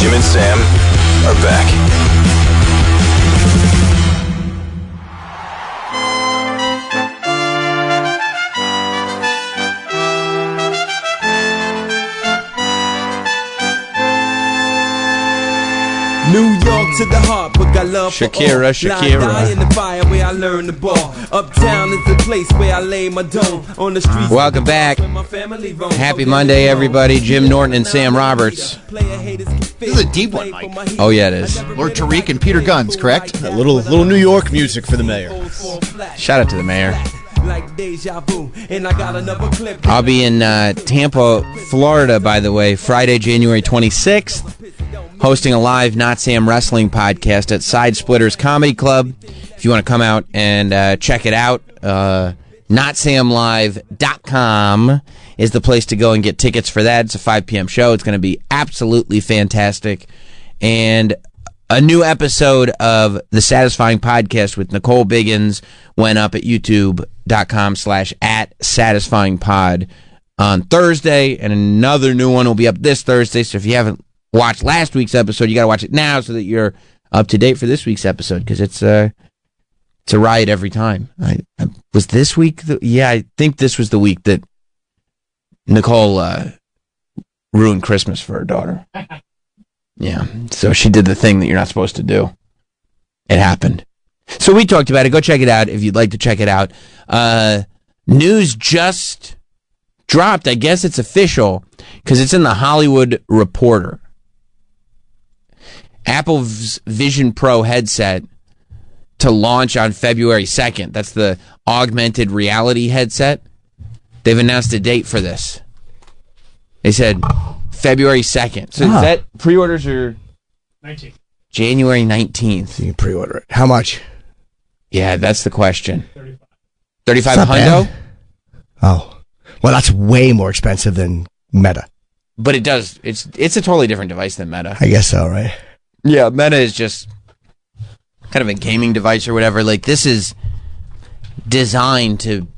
S23: Jim and Sam are back.
S7: New York to the heart, but got love
S2: Shakira,
S7: for all.
S2: Shakira.
S7: Lie, die in the fire where I learned the ball. Uptown is the place where I lay my dome. On the streets,
S2: Welcome back. Happy Monday, everybody. Jim Norton and Sam Roberts.
S7: This is a deep one, Mike.
S2: Oh yeah, it is.
S16: Lord Tariq and Peter Guns, correct?
S8: A little little New York music for the mayor.
S2: Shout out to the mayor.
S7: like deja vu. And I got another clip.
S2: I'll be in uh, Tampa, Florida, by the way, Friday, January 26th, hosting a live Not Sam Wrestling podcast at Side Splitters Comedy Club. If you want to come out and uh, check it out, uh, notsamlive.com is the place to go and get tickets for that. It's a 5 p.m. show. It's going to be absolutely fantastic. And a new episode of the satisfying podcast with nicole biggins went up at youtube.com slash at satisfying pod on thursday and another new one will be up this thursday so if you haven't watched last week's episode you got to watch it now so that you're up to date for this week's episode because it's uh it's a riot every time I, I was this week the, yeah i think this was the week that nicole uh ruined christmas for her daughter yeah. So she did the thing that you're not supposed to do. It happened. So we talked about it. Go check it out if you'd like to check it out. Uh, news just dropped. I guess it's official because it's in the Hollywood Reporter. Apple's Vision Pro headset to launch on February 2nd. That's the augmented reality headset. They've announced a date for this. They said February 2nd. So
S3: Ah.
S2: is that pre-orders are
S21: 19.
S2: January 19th. You
S3: can pre-order it. How much?
S2: Yeah, that's the question.
S3: 35
S2: 35 hundo?
S3: Oh, well, that's way more expensive than Meta.
S2: But it does. It's it's a totally different device than Meta.
S3: I guess so, right?
S2: Yeah, Meta is just kind of a gaming device or whatever. Like this is designed to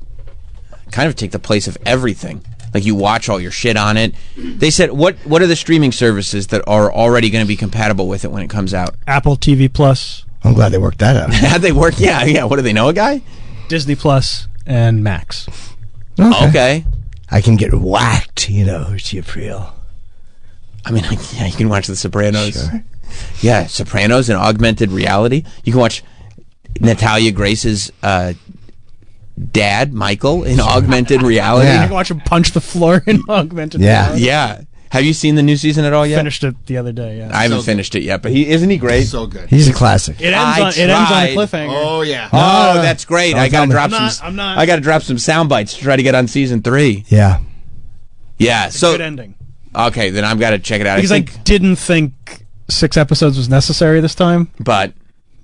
S2: kind of take the place of everything. Like you watch all your shit on it. They said what what are the streaming services that are already going to be compatible with it when it comes out?
S21: Apple TV Plus,
S3: I'm glad they worked that out.
S2: How'd they work? Yeah, yeah. What do they know, a guy?
S21: Disney Plus, and Max.
S2: Okay.
S3: I can get whacked, you know, it's your April.
S2: I mean, like, yeah, you can watch The Sopranos. Yeah, Sopranos and augmented reality. You can watch Natalia Grace's uh, dad, Michael, in augmented reality.
S21: You can watch him punch the floor in augmented. reality.
S2: Yeah. Have you seen the new season at all yet?
S21: Finished it the other day. Yeah.
S2: I haven't finished it yet, but he isn't he great? So
S16: good.
S3: He's a classic.
S21: It ends
S2: I
S21: on- it ends on a
S2: tried.
S21: cliffhanger.
S16: Oh yeah.
S2: Oh, that's great!
S21: Oh,
S2: I
S21: tell
S2: gotta
S21: me.
S2: drop
S21: I'm not-
S2: some.
S21: I'm not-
S2: I gotta drop some sound bites to try to get on season three.
S3: Yeah.
S2: Yeah. so
S21: good ending.
S2: Okay, then I've got to check it out.
S5: because
S2: I
S5: I,
S2: think,
S5: didn't think six episodes was necessary this time.
S2: but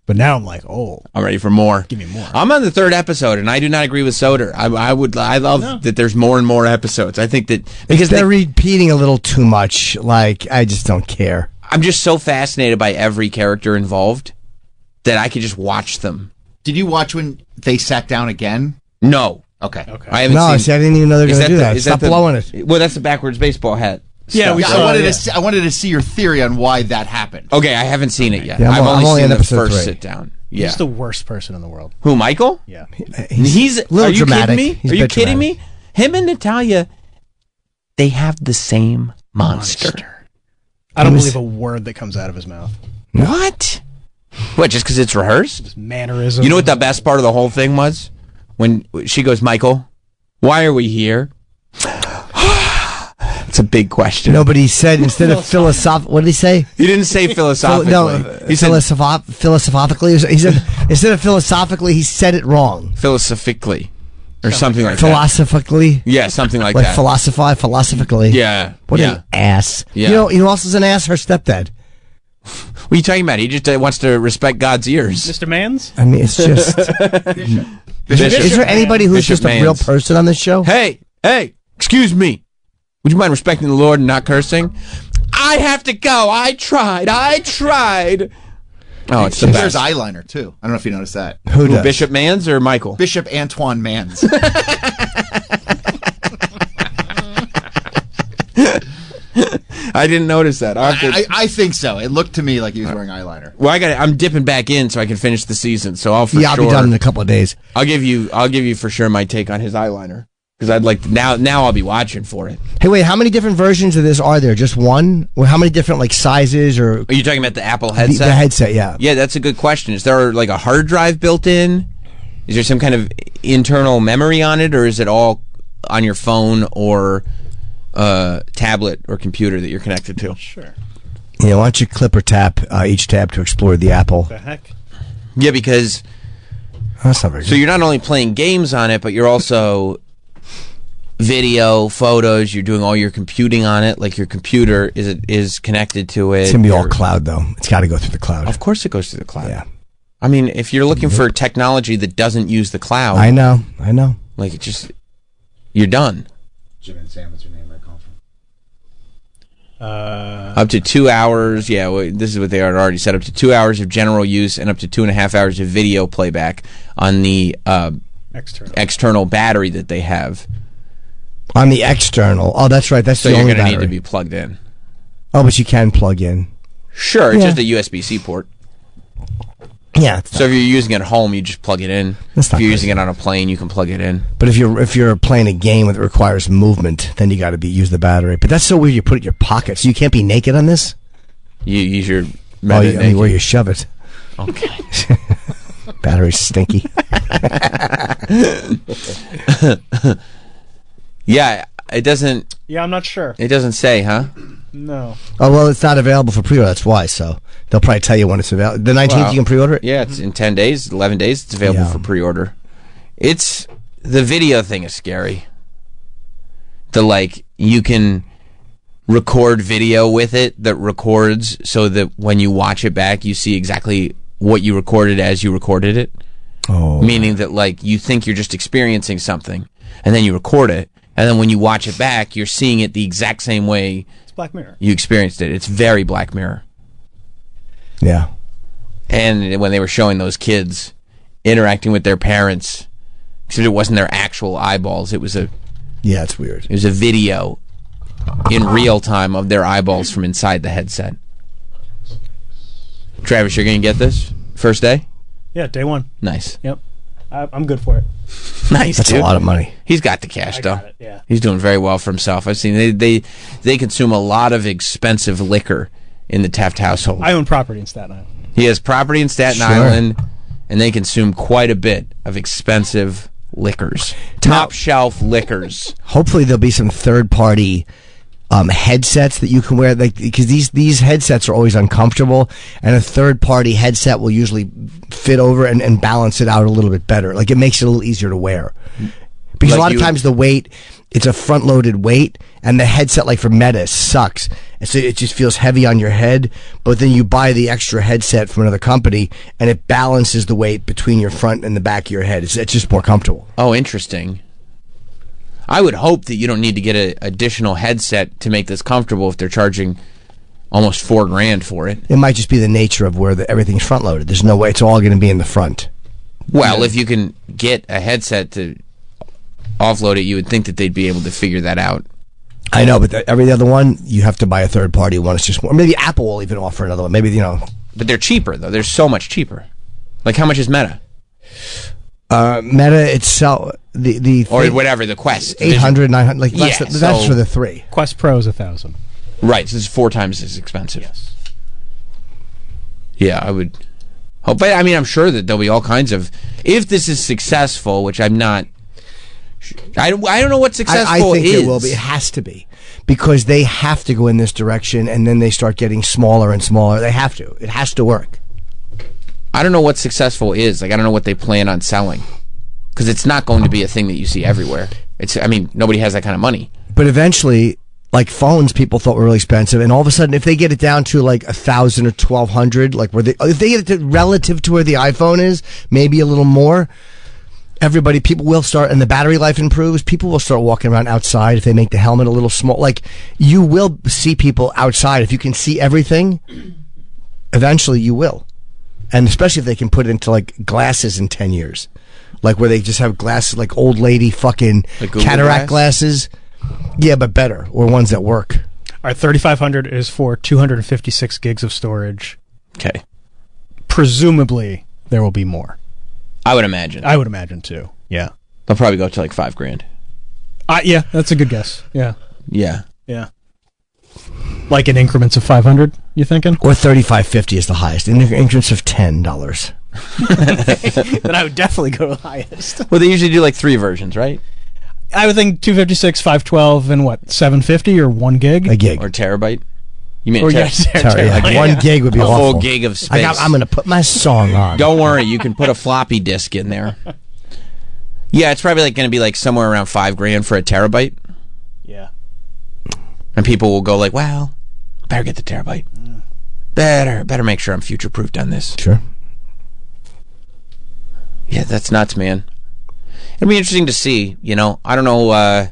S5: But now I'm like, oh,
S2: I'm ready for more. Give me more. I'm on the third episode, and I do not agree with Soder. I, I would. I love that there's more and more episodes. I think that
S3: Because
S2: because
S3: they're
S2: they,
S3: repeating a little too much. Like I just don't care.
S2: I'm just so fascinated by every character involved that I could just watch them.
S16: Did you watch when they sat down again?
S2: No.
S16: Okay. Okay.
S2: I haven't
S3: no,
S2: seen.
S3: see, I didn't even know they're
S2: Is
S3: going to do
S2: the-
S3: that.
S2: is
S3: Stop
S2: the-
S3: blowing it.
S2: Well, that's the backwards baseball hat. stuff,
S16: yeah,
S2: right?
S16: I wanted to see, I wanted to see your theory on why that happened.
S2: Okay, I haven't seen it yet.
S16: Yeah, I'm
S2: I've
S16: on-
S2: only
S16: I'm only
S2: seen
S16: on
S2: the
S16: episode
S2: first
S16: three.
S2: sit down. Yeah.
S5: He's the worst person in the world.
S2: Who, Michael?
S5: Yeah.
S2: He's,
S5: a little
S2: are you
S5: dramatic.
S2: kidding me?
S5: He's
S2: are
S5: a
S2: you
S5: bit
S2: kidding me? Him and Natalia, they have the same monster.
S5: I don't
S2: He was-
S5: believe a word that comes out of his mouth.
S2: What? What? Just because it's rehearsed?
S5: Mannerism.
S2: You know what the best part of the whole thing was? When she goes, Michael, why are we here? It's a big question.
S3: Nobody said instead of philosoph. What did he say?
S2: He didn't say
S3: Phil-
S2: philosophically.
S3: no, uh,
S2: he said
S3: philosoph- philosophically. He said instead of philosophically, he said it wrong.
S2: philosophically or something like
S3: Philosophically,
S2: that. Yeah, something like,
S3: like
S2: that.
S3: philosophize, philosophically.
S2: Yeah,
S3: What
S2: yeah.
S3: an ass.
S2: Yeah.
S3: You know, you know who else is an ass? Her stepdad.
S2: what are you talking about? He just uh, wants to respect God's ears. Mr.
S5: Mans?
S3: I mean, it's just. Is there anybody who's
S2: Bishop
S3: just a real
S2: Mans.
S3: person on this show?
S2: Hey, hey, excuse me. Would you mind respecting the Lord and not cursing? I have to go. I tried. I tried. Oh, it's the
S16: There's
S2: best.
S16: eyeliner too. I don't know if you noticed that.
S2: Who does? Bishop Mans or Michael?
S16: Bishop Antoine Mans.
S2: I didn't notice that. I, have to-
S16: I, I think so. It looked to me like he was wearing eyeliner.
S2: well, I got. I'm dipping back in so I can finish the season. So I'll for
S3: yeah, I'll
S2: sure.
S3: be done in a couple of days.
S2: I'll give you. I'll give you for sure my take on his eyeliner because I'd like to, now. Now I'll be watching for it.
S3: Hey, wait, how many different versions of this are there? Just one? Or how many different like sizes or
S2: Are you talking about the Apple
S3: the,
S2: headset?
S3: the headset? Yeah.
S2: Yeah, that's a good question. Is there like a hard drive built in? Is there some kind of internal memory on it, or is it all on your phone or uh, tablet or computer that you're connected to? Sure.
S3: Yeah, why don't you clip or tap uh, each tab to explore the Apple?
S5: heck?
S2: Yeah, because
S3: That's not very
S2: so you're not only playing games on it, but you're also video, photos. You're doing all your computing on it. Like your computer is is connected to it.
S3: It's gonna be all
S2: Your-
S3: cloud though. It's got to go through the cloud.
S2: Of course, it goes through the cloud. Yeah. I mean, if you're looking for technology that doesn't use the cloud,
S3: I know. I know.
S2: Like it just, you're done.
S16: Jim and Sam, what's your name? I call from.
S5: Uh,
S2: up to two hours. Yeah, well, this is what they had already said. Up to two hours of general use and up to two and a half hours of video playback on the uh,
S5: external
S2: external battery that they have.
S3: On the external. Oh, that's right. That's
S2: so
S3: the
S2: you're
S3: only
S2: going to need to
S3: battery.
S2: be plugged in.
S3: oh, but you can plug in.
S2: Sure, it's
S3: Yeah.
S2: just a USB C port.
S3: Yeah. it's-
S2: So if you're using it at home, you just plug it in.
S3: That's
S2: If
S3: not
S2: you're using it on a plane, you can plug it in.
S3: But if you're if you're playing a game that requires movement, then you got to be use the battery. But that's so weird. You put it in your pocket, so you can't be naked on this.
S2: You use your.
S3: Oh,
S2: meta
S3: you, I mean, where
S2: naked.
S3: you shove it.
S2: Okay.
S3: Battery's stinky.
S2: yeah, it doesn't.
S5: Yeah, I'm not sure.
S2: It doesn't say, huh?
S5: No.
S3: Oh well, it's not available for pre-order. That's why. So they'll probably tell you when it's available. The nineteenth,
S2: Wow.
S3: you can pre-order it.
S2: Yeah, it's in ten days, eleven days. It's available for pre-order. It's the video thing is scary. The like you can record video with it that records so that when you watch it back, you see exactly what you recorded as you recorded it.
S3: Oh,
S2: meaning that like you think you're just experiencing something, and then you record it, and then when you watch it back, you're seeing it the exact same way
S5: It's Black Mirror.
S2: you experienced it. It's very Black Mirror.
S3: Yeah.
S2: And when they were showing those kids interacting with their parents, except it wasn't their actual eyeballs, it was a
S3: Yeah, it's weird.
S2: it was a video in real time of their eyeballs from inside the headset. Travis, you're gonna get this first day.
S5: Yeah, day one.
S2: Nice,
S5: Yep. I, I'm good for it.
S2: nice.
S5: That's a
S2: dude.
S5: lot of money.
S2: He's got the cash
S5: I
S2: though.
S5: got it, yeah.
S2: He's doing very well for himself. I've seen they they they consume a lot of expensive liquor in the Taft household.
S5: I own property in Staten Island.
S2: He has property in Staten
S5: Sure.
S2: Island, and they consume quite a bit of expensive liquors, top shelf liquors.
S3: Hopefully, there'll be some third-party um, headsets that you can wear, like because these these headsets are always uncomfortable, and a third-party headset will usually fit over and, and balance it out a little bit better. Like it makes it a little easier to wear. because a
S2: Like
S3: lot of
S2: you-
S3: times the weight, it's a front loaded weight, and the headset like for Meta sucks, and so it just feels heavy on your head. But then you buy the extra headset from another company, and it balances the weight between your front and the back of your head. It's, it's just more comfortable.
S2: Oh, interesting. I would hope that you don't need to get an additional headset to make this comfortable if they're charging almost four grand for it.
S3: It might just be the nature of where the, everything's front loaded. There's no way it's all going to be in the front.
S2: Well, if you can get a headset to offload it, you would think that they'd be able to figure that out.
S3: I know, but the, every other one you have to buy a third party one. It's just more. Maybe Apple will even offer another one. Maybe you know.
S2: But they're cheaper though. They're so much cheaper. Like how much is Meta
S3: Uh, Meta itself, the the
S2: or whatever the Quest?
S3: 800, 900, like
S2: Yeah,
S3: that's, the- that's
S2: so-
S3: for the three.
S5: Quest Pro is a thousand.
S2: Right, so it's four times as expensive. Yes. Yeah, I would hope. But I mean, I'm sure that there'll be all kinds of. If this is successful, which I'm not. I don't. I don't know what successful
S3: I, I think
S2: is.
S3: it will be. It has to be because they have to go in this direction, and then they start getting smaller and smaller. They have to. It has to work.
S2: I don't know what successful is. Like I don't know what they plan on selling, because it's not going to be a thing that you see everywhere. It's. I mean, nobody has that kind of money.
S3: But eventually, like phones, people thought were really expensive, and all of a sudden, if they get it down to like a thousand or twelve hundred, like where they if they get it to, relative to where the iPhone is, maybe a little more. Everybody, people will start, and the battery life improves. People will start walking around outside if they make the helmet a little small. Like you will see people outside if you can see everything. Eventually, you will, and especially if they can put it into like glasses in ten years, like where they just have glasses like old lady fucking
S5: Like Google
S3: cataract
S5: Glass?
S3: glasses. Yeah, but better or ones that work.
S5: Our 3500 is for 256 gigs of storage.
S2: Okay.
S5: Presumably, there will be more.
S2: I would imagine.
S5: I would imagine too. Yeah.
S2: They'll probably go up to like five grand.
S5: Uh, yeah, that's a good guess. Yeah.
S2: Yeah.
S5: Yeah. Like in increments of 500, you thinking?
S3: Or 3550 is the highest, in increments of $10.
S21: then I would definitely go to the highest.
S2: Well, they usually do like three versions, right?
S5: I would think 256, 512, and what, 750 or one gig? A
S3: gig.
S2: Or terabyte. You mean
S5: Or
S2: ter-
S5: yeah, ter-
S3: Sorry, like
S5: Yeah.
S3: one gig would be
S2: a
S3: awful.
S2: full gig of
S3: I
S2: space?
S3: got, I'm going to put my song on.
S2: Don't worry, you can put a floppy disk in there. Yeah, it's probably like going to be like somewhere around five grand for a terabyte.
S21: Yeah.
S2: and people will go like, "Wow, better get the terabyte. Better, better make sure I'm future proofed on this."
S3: Sure.
S2: Yeah, that's nuts, man. It'll be interesting to see. You know, I don't know uh,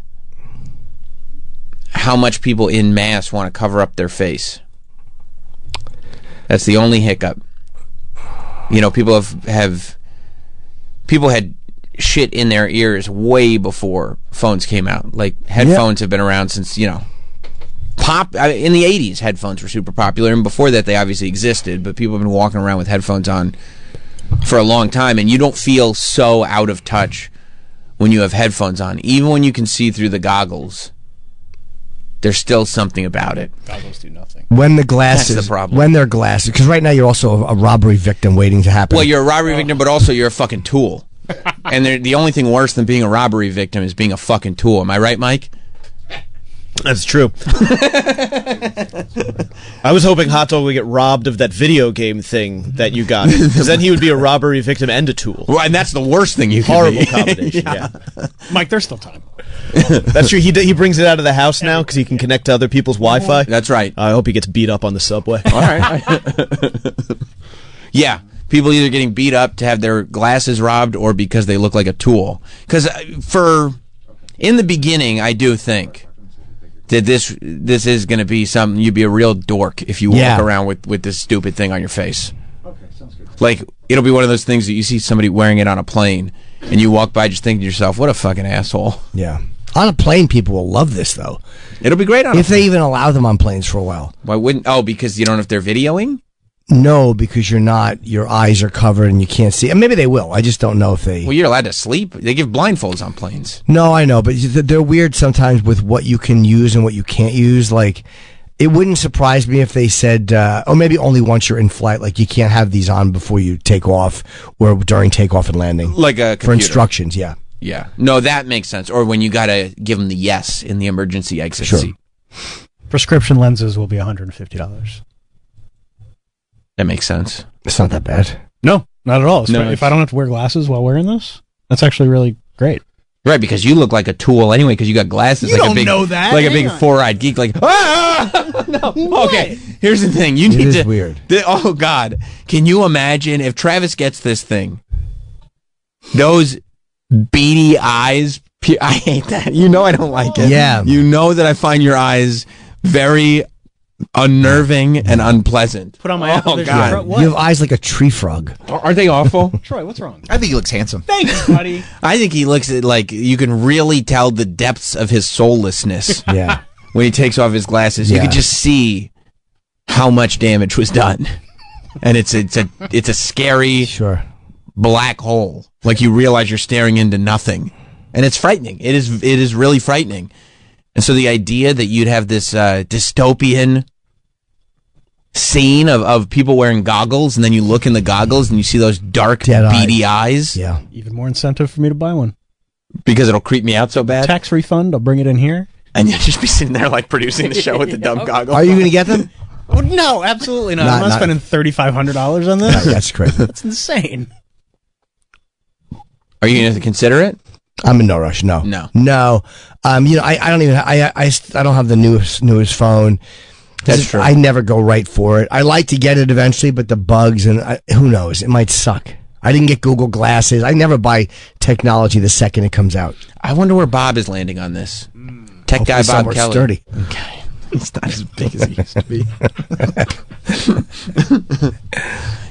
S2: how much people in mass want to cover up their face. That's the only hiccup. You know, people have have people had shit in their ears way before phones came out. Like headphones have been around since you know pop I, in the 80s headphones were super popular and before that they obviously existed but people have been walking around with headphones on for a long time and you don't feel so out of touch when you have headphones on even when you can see through the goggles there's still something about it goggles do nothing
S3: When the glasses,
S2: That's the problem.
S3: when they're glasses, because right now you're also a, a robbery victim waiting to happen.
S2: well you're a robbery victim but also you're a fucking tool and they're- the only thing worse than being a robbery victim is being a fucking tool am i right mike
S8: That's true. I was hoping Hot Dog would get robbed of that video game thing that you got, because then he would be a robbery victim and a tool.
S2: Well, and that's the worst thing you
S8: Horrible
S21: be.
S8: combination. yeah.
S21: Mike, there's still time.
S8: that's true. He d- he brings it out of the house now because he can connect to other people's Wi-Fi.
S2: That's right.
S8: I hope he gets beat up on the subway.
S2: All right. yeah. People either getting beat up to have their glasses robbed or because they look like a tool. Because for in the beginning, I do think that this this is going to be something you'd be a real dork if you
S9: Yeah.
S2: walk around with with this stupid thing on your face. Like it'll be one of those things that you see somebody wearing it on a plane, and you walk by just thinking to yourself, "What a fucking asshole."
S3: yeah. On a plane, people will love this though.
S2: It'll be great on a
S3: if they even allow them on planes for a while.
S2: Why wouldn't? Oh, because you don't know if they're videoing.
S3: No, because you're not. Your eyes are covered and you can't see. And maybe they will. I just don't know if they.
S2: Well, you're allowed to sleep. They give blindfolds on planes.
S3: No, I know, but th- they're weird sometimes with what you can use and what you can't use. Like, it wouldn't surprise me if they said, uh, "Oh, maybe only once you're in flight. Like, you can't have these on before you take off or during takeoff and landing."
S2: Like a
S3: for
S2: computer.
S3: instructions, yeah.
S2: Yeah. No, that makes sense. Or when you gotta give them the yes in the emergency exit
S5: Sure.
S2: seat.
S5: Prescription lenses will be $150.
S2: That makes sense.
S3: It's not that bad.
S5: No, not at all.
S2: No,
S5: if I don't have to wear glasses while wearing this, that's actually really great.
S2: Right, because you look like a tool anyway, because you got glasses.
S1: You
S2: like a
S1: don't
S2: big,
S1: know that.
S2: Like a
S1: Hang
S2: big
S1: on.
S2: four-eyed geek. Like, ah! no. Okay. Here's the thing. You
S1: It
S2: need
S1: is
S2: to.
S1: weird.
S2: the- oh God, can you imagine if Travis gets this thing? Those beady eyes. pe- I hate that. You know I don't like it.
S3: Yeah.
S2: You know that I find your eyes very unnerving and unpleasant.
S21: Put on my
S2: Oh
S21: there's
S2: God.
S21: your- what?
S3: You have eyes like a tree frog.
S2: Aren't they awful?
S21: Troy, what's wrong?
S2: I think he looks handsome.
S21: Thanks, buddy.
S2: I think he looks at like you can really tell the depths of his soullessness.
S3: Yeah.
S2: When he takes off his glasses, you
S3: Yeah.
S2: can just see how much damage was done. And it's it's a it's a scary
S3: sure
S2: black hole. Like you realize you're staring into nothing. And it's frightening. It is it is really frightening. And so the idea that you'd have this uh, dystopian scene of, of people wearing goggles and then you look in the goggles and you see those dark beady eyes.
S3: Yeah.
S21: Even more incentive for me to buy one.
S2: Because it'll creep me out so bad.
S21: Tax refund. I'll bring it in here.
S2: and you'll just be sitting there like producing the show with the dumb goggles.
S21: Are you gonna
S3: get them?
S21: Oh, no, absolutely not.
S2: Not-
S21: I'm not,
S2: not-
S21: spending thirty five hundred dollars on this.
S3: No, that's crazy.
S21: that's insane.
S2: Are you going to consider it?
S3: I'm in no rush. No.
S2: No.
S3: No. Um, you know, I, I don't even, I, I, st- I don't have the newest, newest phone.
S2: That's true.
S3: I never go right for it. I like to get it eventually, but the bugs and I, who knows, it might suck. I didn't get Google glasses. I never buy technology the second it comes out.
S2: I wonder where Bob is landing on this. Tech
S3: Hopefully
S2: guy Bob
S3: somewhere
S2: Kelly.
S3: sturdy.
S2: Okay. It's not as big as it used to be.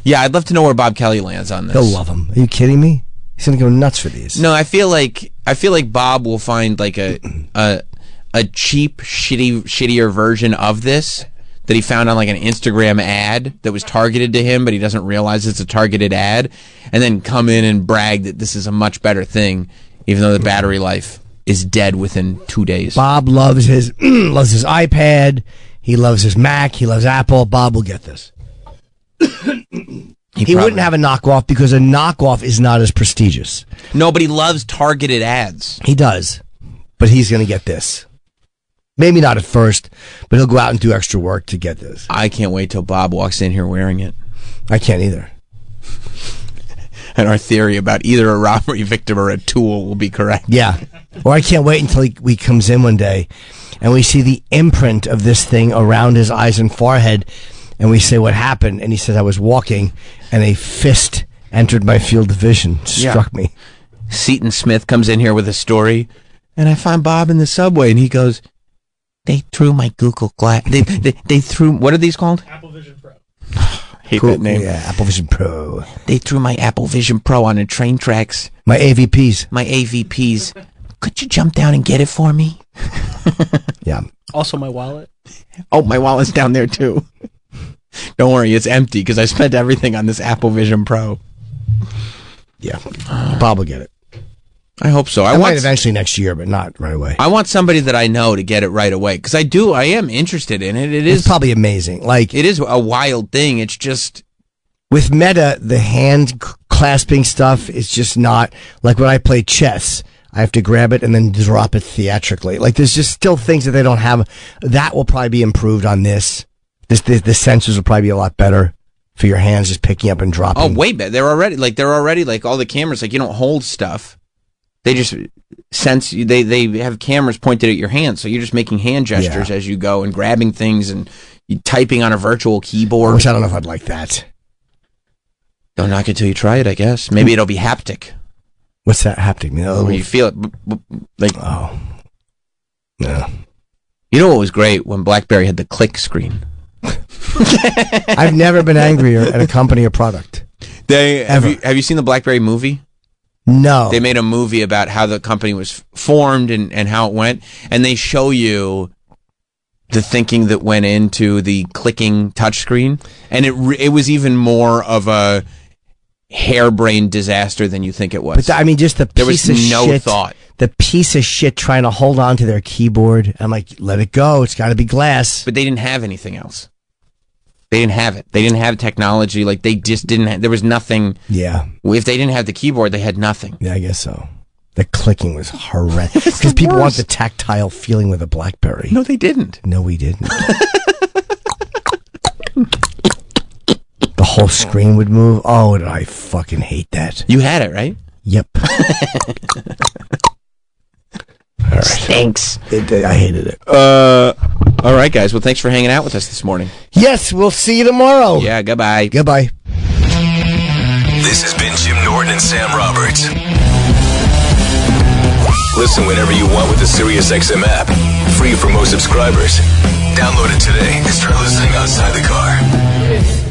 S2: yeah, I'd love to know where Bob Kelly lands on this.
S3: They'll love them. Are you kidding me? He's going to go nuts for these.
S2: No, I feel like I feel like Bob will find like a a a cheap, shitty, shittier version of this that he found on like an Instagram ad that was targeted to him, but he doesn't realize it's a targeted ad, and then come in and brag that this is a much better thing, even though the battery life is dead within two days.
S3: Bob loves his, loves his iPad. He loves his Mac. He loves Apple. Bob will get this. He,
S2: probably-
S3: wouldn't have a knockoff because a knockoff is not as prestigious.
S2: Nobody loves targeted ads.
S3: He does, but he's going to get this. Maybe not at first, but he'll go out and do extra work to get this.
S2: I can't wait till Bob walks in here wearing it.
S3: I can't either.
S2: And our theory about either a robbery victim or a tool will be correct.
S3: Yeah. Or I can't wait until he, he comes in one day and we see the imprint of this thing around his eyes and forehead. And we say, What happened? And he says, I was walking and a fist entered my field of vision, struck me.
S2: Seton Smith comes in here with a story, and I find Bob in the subway, and he goes, "They threw my Google Glass. They, they they threw what are these called? Apple Vision Pro. Hate that name.
S3: Yeah, Apple Vision Pro.
S2: They threw my Apple Vision Pro on the train tracks.
S3: My AVPs.
S2: My AVPs. Could you jump down and get it for me?
S3: yeah.
S21: Also, my wallet.
S2: Oh, my wallet's down there too. Don't worry, it's empty because I spent everything on this Apple Vision Pro.
S3: Yeah, Bob will get it.
S2: I hope so.
S3: I
S2: I, want
S3: might eventually next year, but not right away.
S2: I want somebody that I know to get it right away because I do. I am interested in it. It
S3: It's
S2: is
S3: probably amazing. Like
S2: it is a wild thing. It's just
S3: with meta the hand c- clasping stuff is just not like when i play chess i have to grab it and then drop it theatrically like there's just still things that they don't have that will probably be improved on this this, this the sensors will probably be a lot better for your hands just picking up and dropping
S2: oh way better. They're already like they're already like all the cameras like you don't hold stuff. They just sense you. They they have cameras pointed at your hands, so you're just making hand gestures as you go and grabbing things and you typing on a virtual keyboard.
S3: which i don't know if i'd like that
S2: Don't knock it till you try it. I guess maybe it'll be haptic
S3: what's that Oh, haptic you know,
S2: where you feel it. b- b- Like
S3: oh yeah
S2: you know what was great when BlackBerry had the click screen.
S3: i've never been angrier at a company or product
S2: They have you have you seen the BlackBerry movie?
S3: no
S2: They made a movie about how the company was f- formed and, and how it went. And they show you the thinking that went into the clicking touchscreen. And it, re- it was even more of a harebrained disaster than you think it was.
S3: But th- I mean, just the
S2: There was
S3: piece of
S2: no
S3: shit,
S2: thought.
S3: The piece of shit trying to hold on to their keyboard. I'm like, let it go. It's got to be glass.
S2: But they didn't have anything else. They didn't have it. They didn't have technology. Like they just didn't. Ha- there was nothing.
S3: Yeah.
S2: If they didn't have the keyboard, they had nothing.
S3: Yeah, I guess so. The clicking was horrendous because people want the tactile feeling with a BlackBerry.
S2: No, they didn't.
S3: No, we didn't. the whole screen would move. Oh, did I fucking hate that?
S2: You had it right.
S3: Yep. Stinks.
S2: I hated it. Uh, all right, guys. Well, thanks for hanging out with us this morning.
S3: Yes, we'll see you tomorrow.
S2: Yeah, goodbye.
S3: Goodbye.
S1: This has been Jim Norton and Sam Roberts. Listen whenever you want with the SiriusXM app. Free for most subscribers. Download it today and start listening outside the car.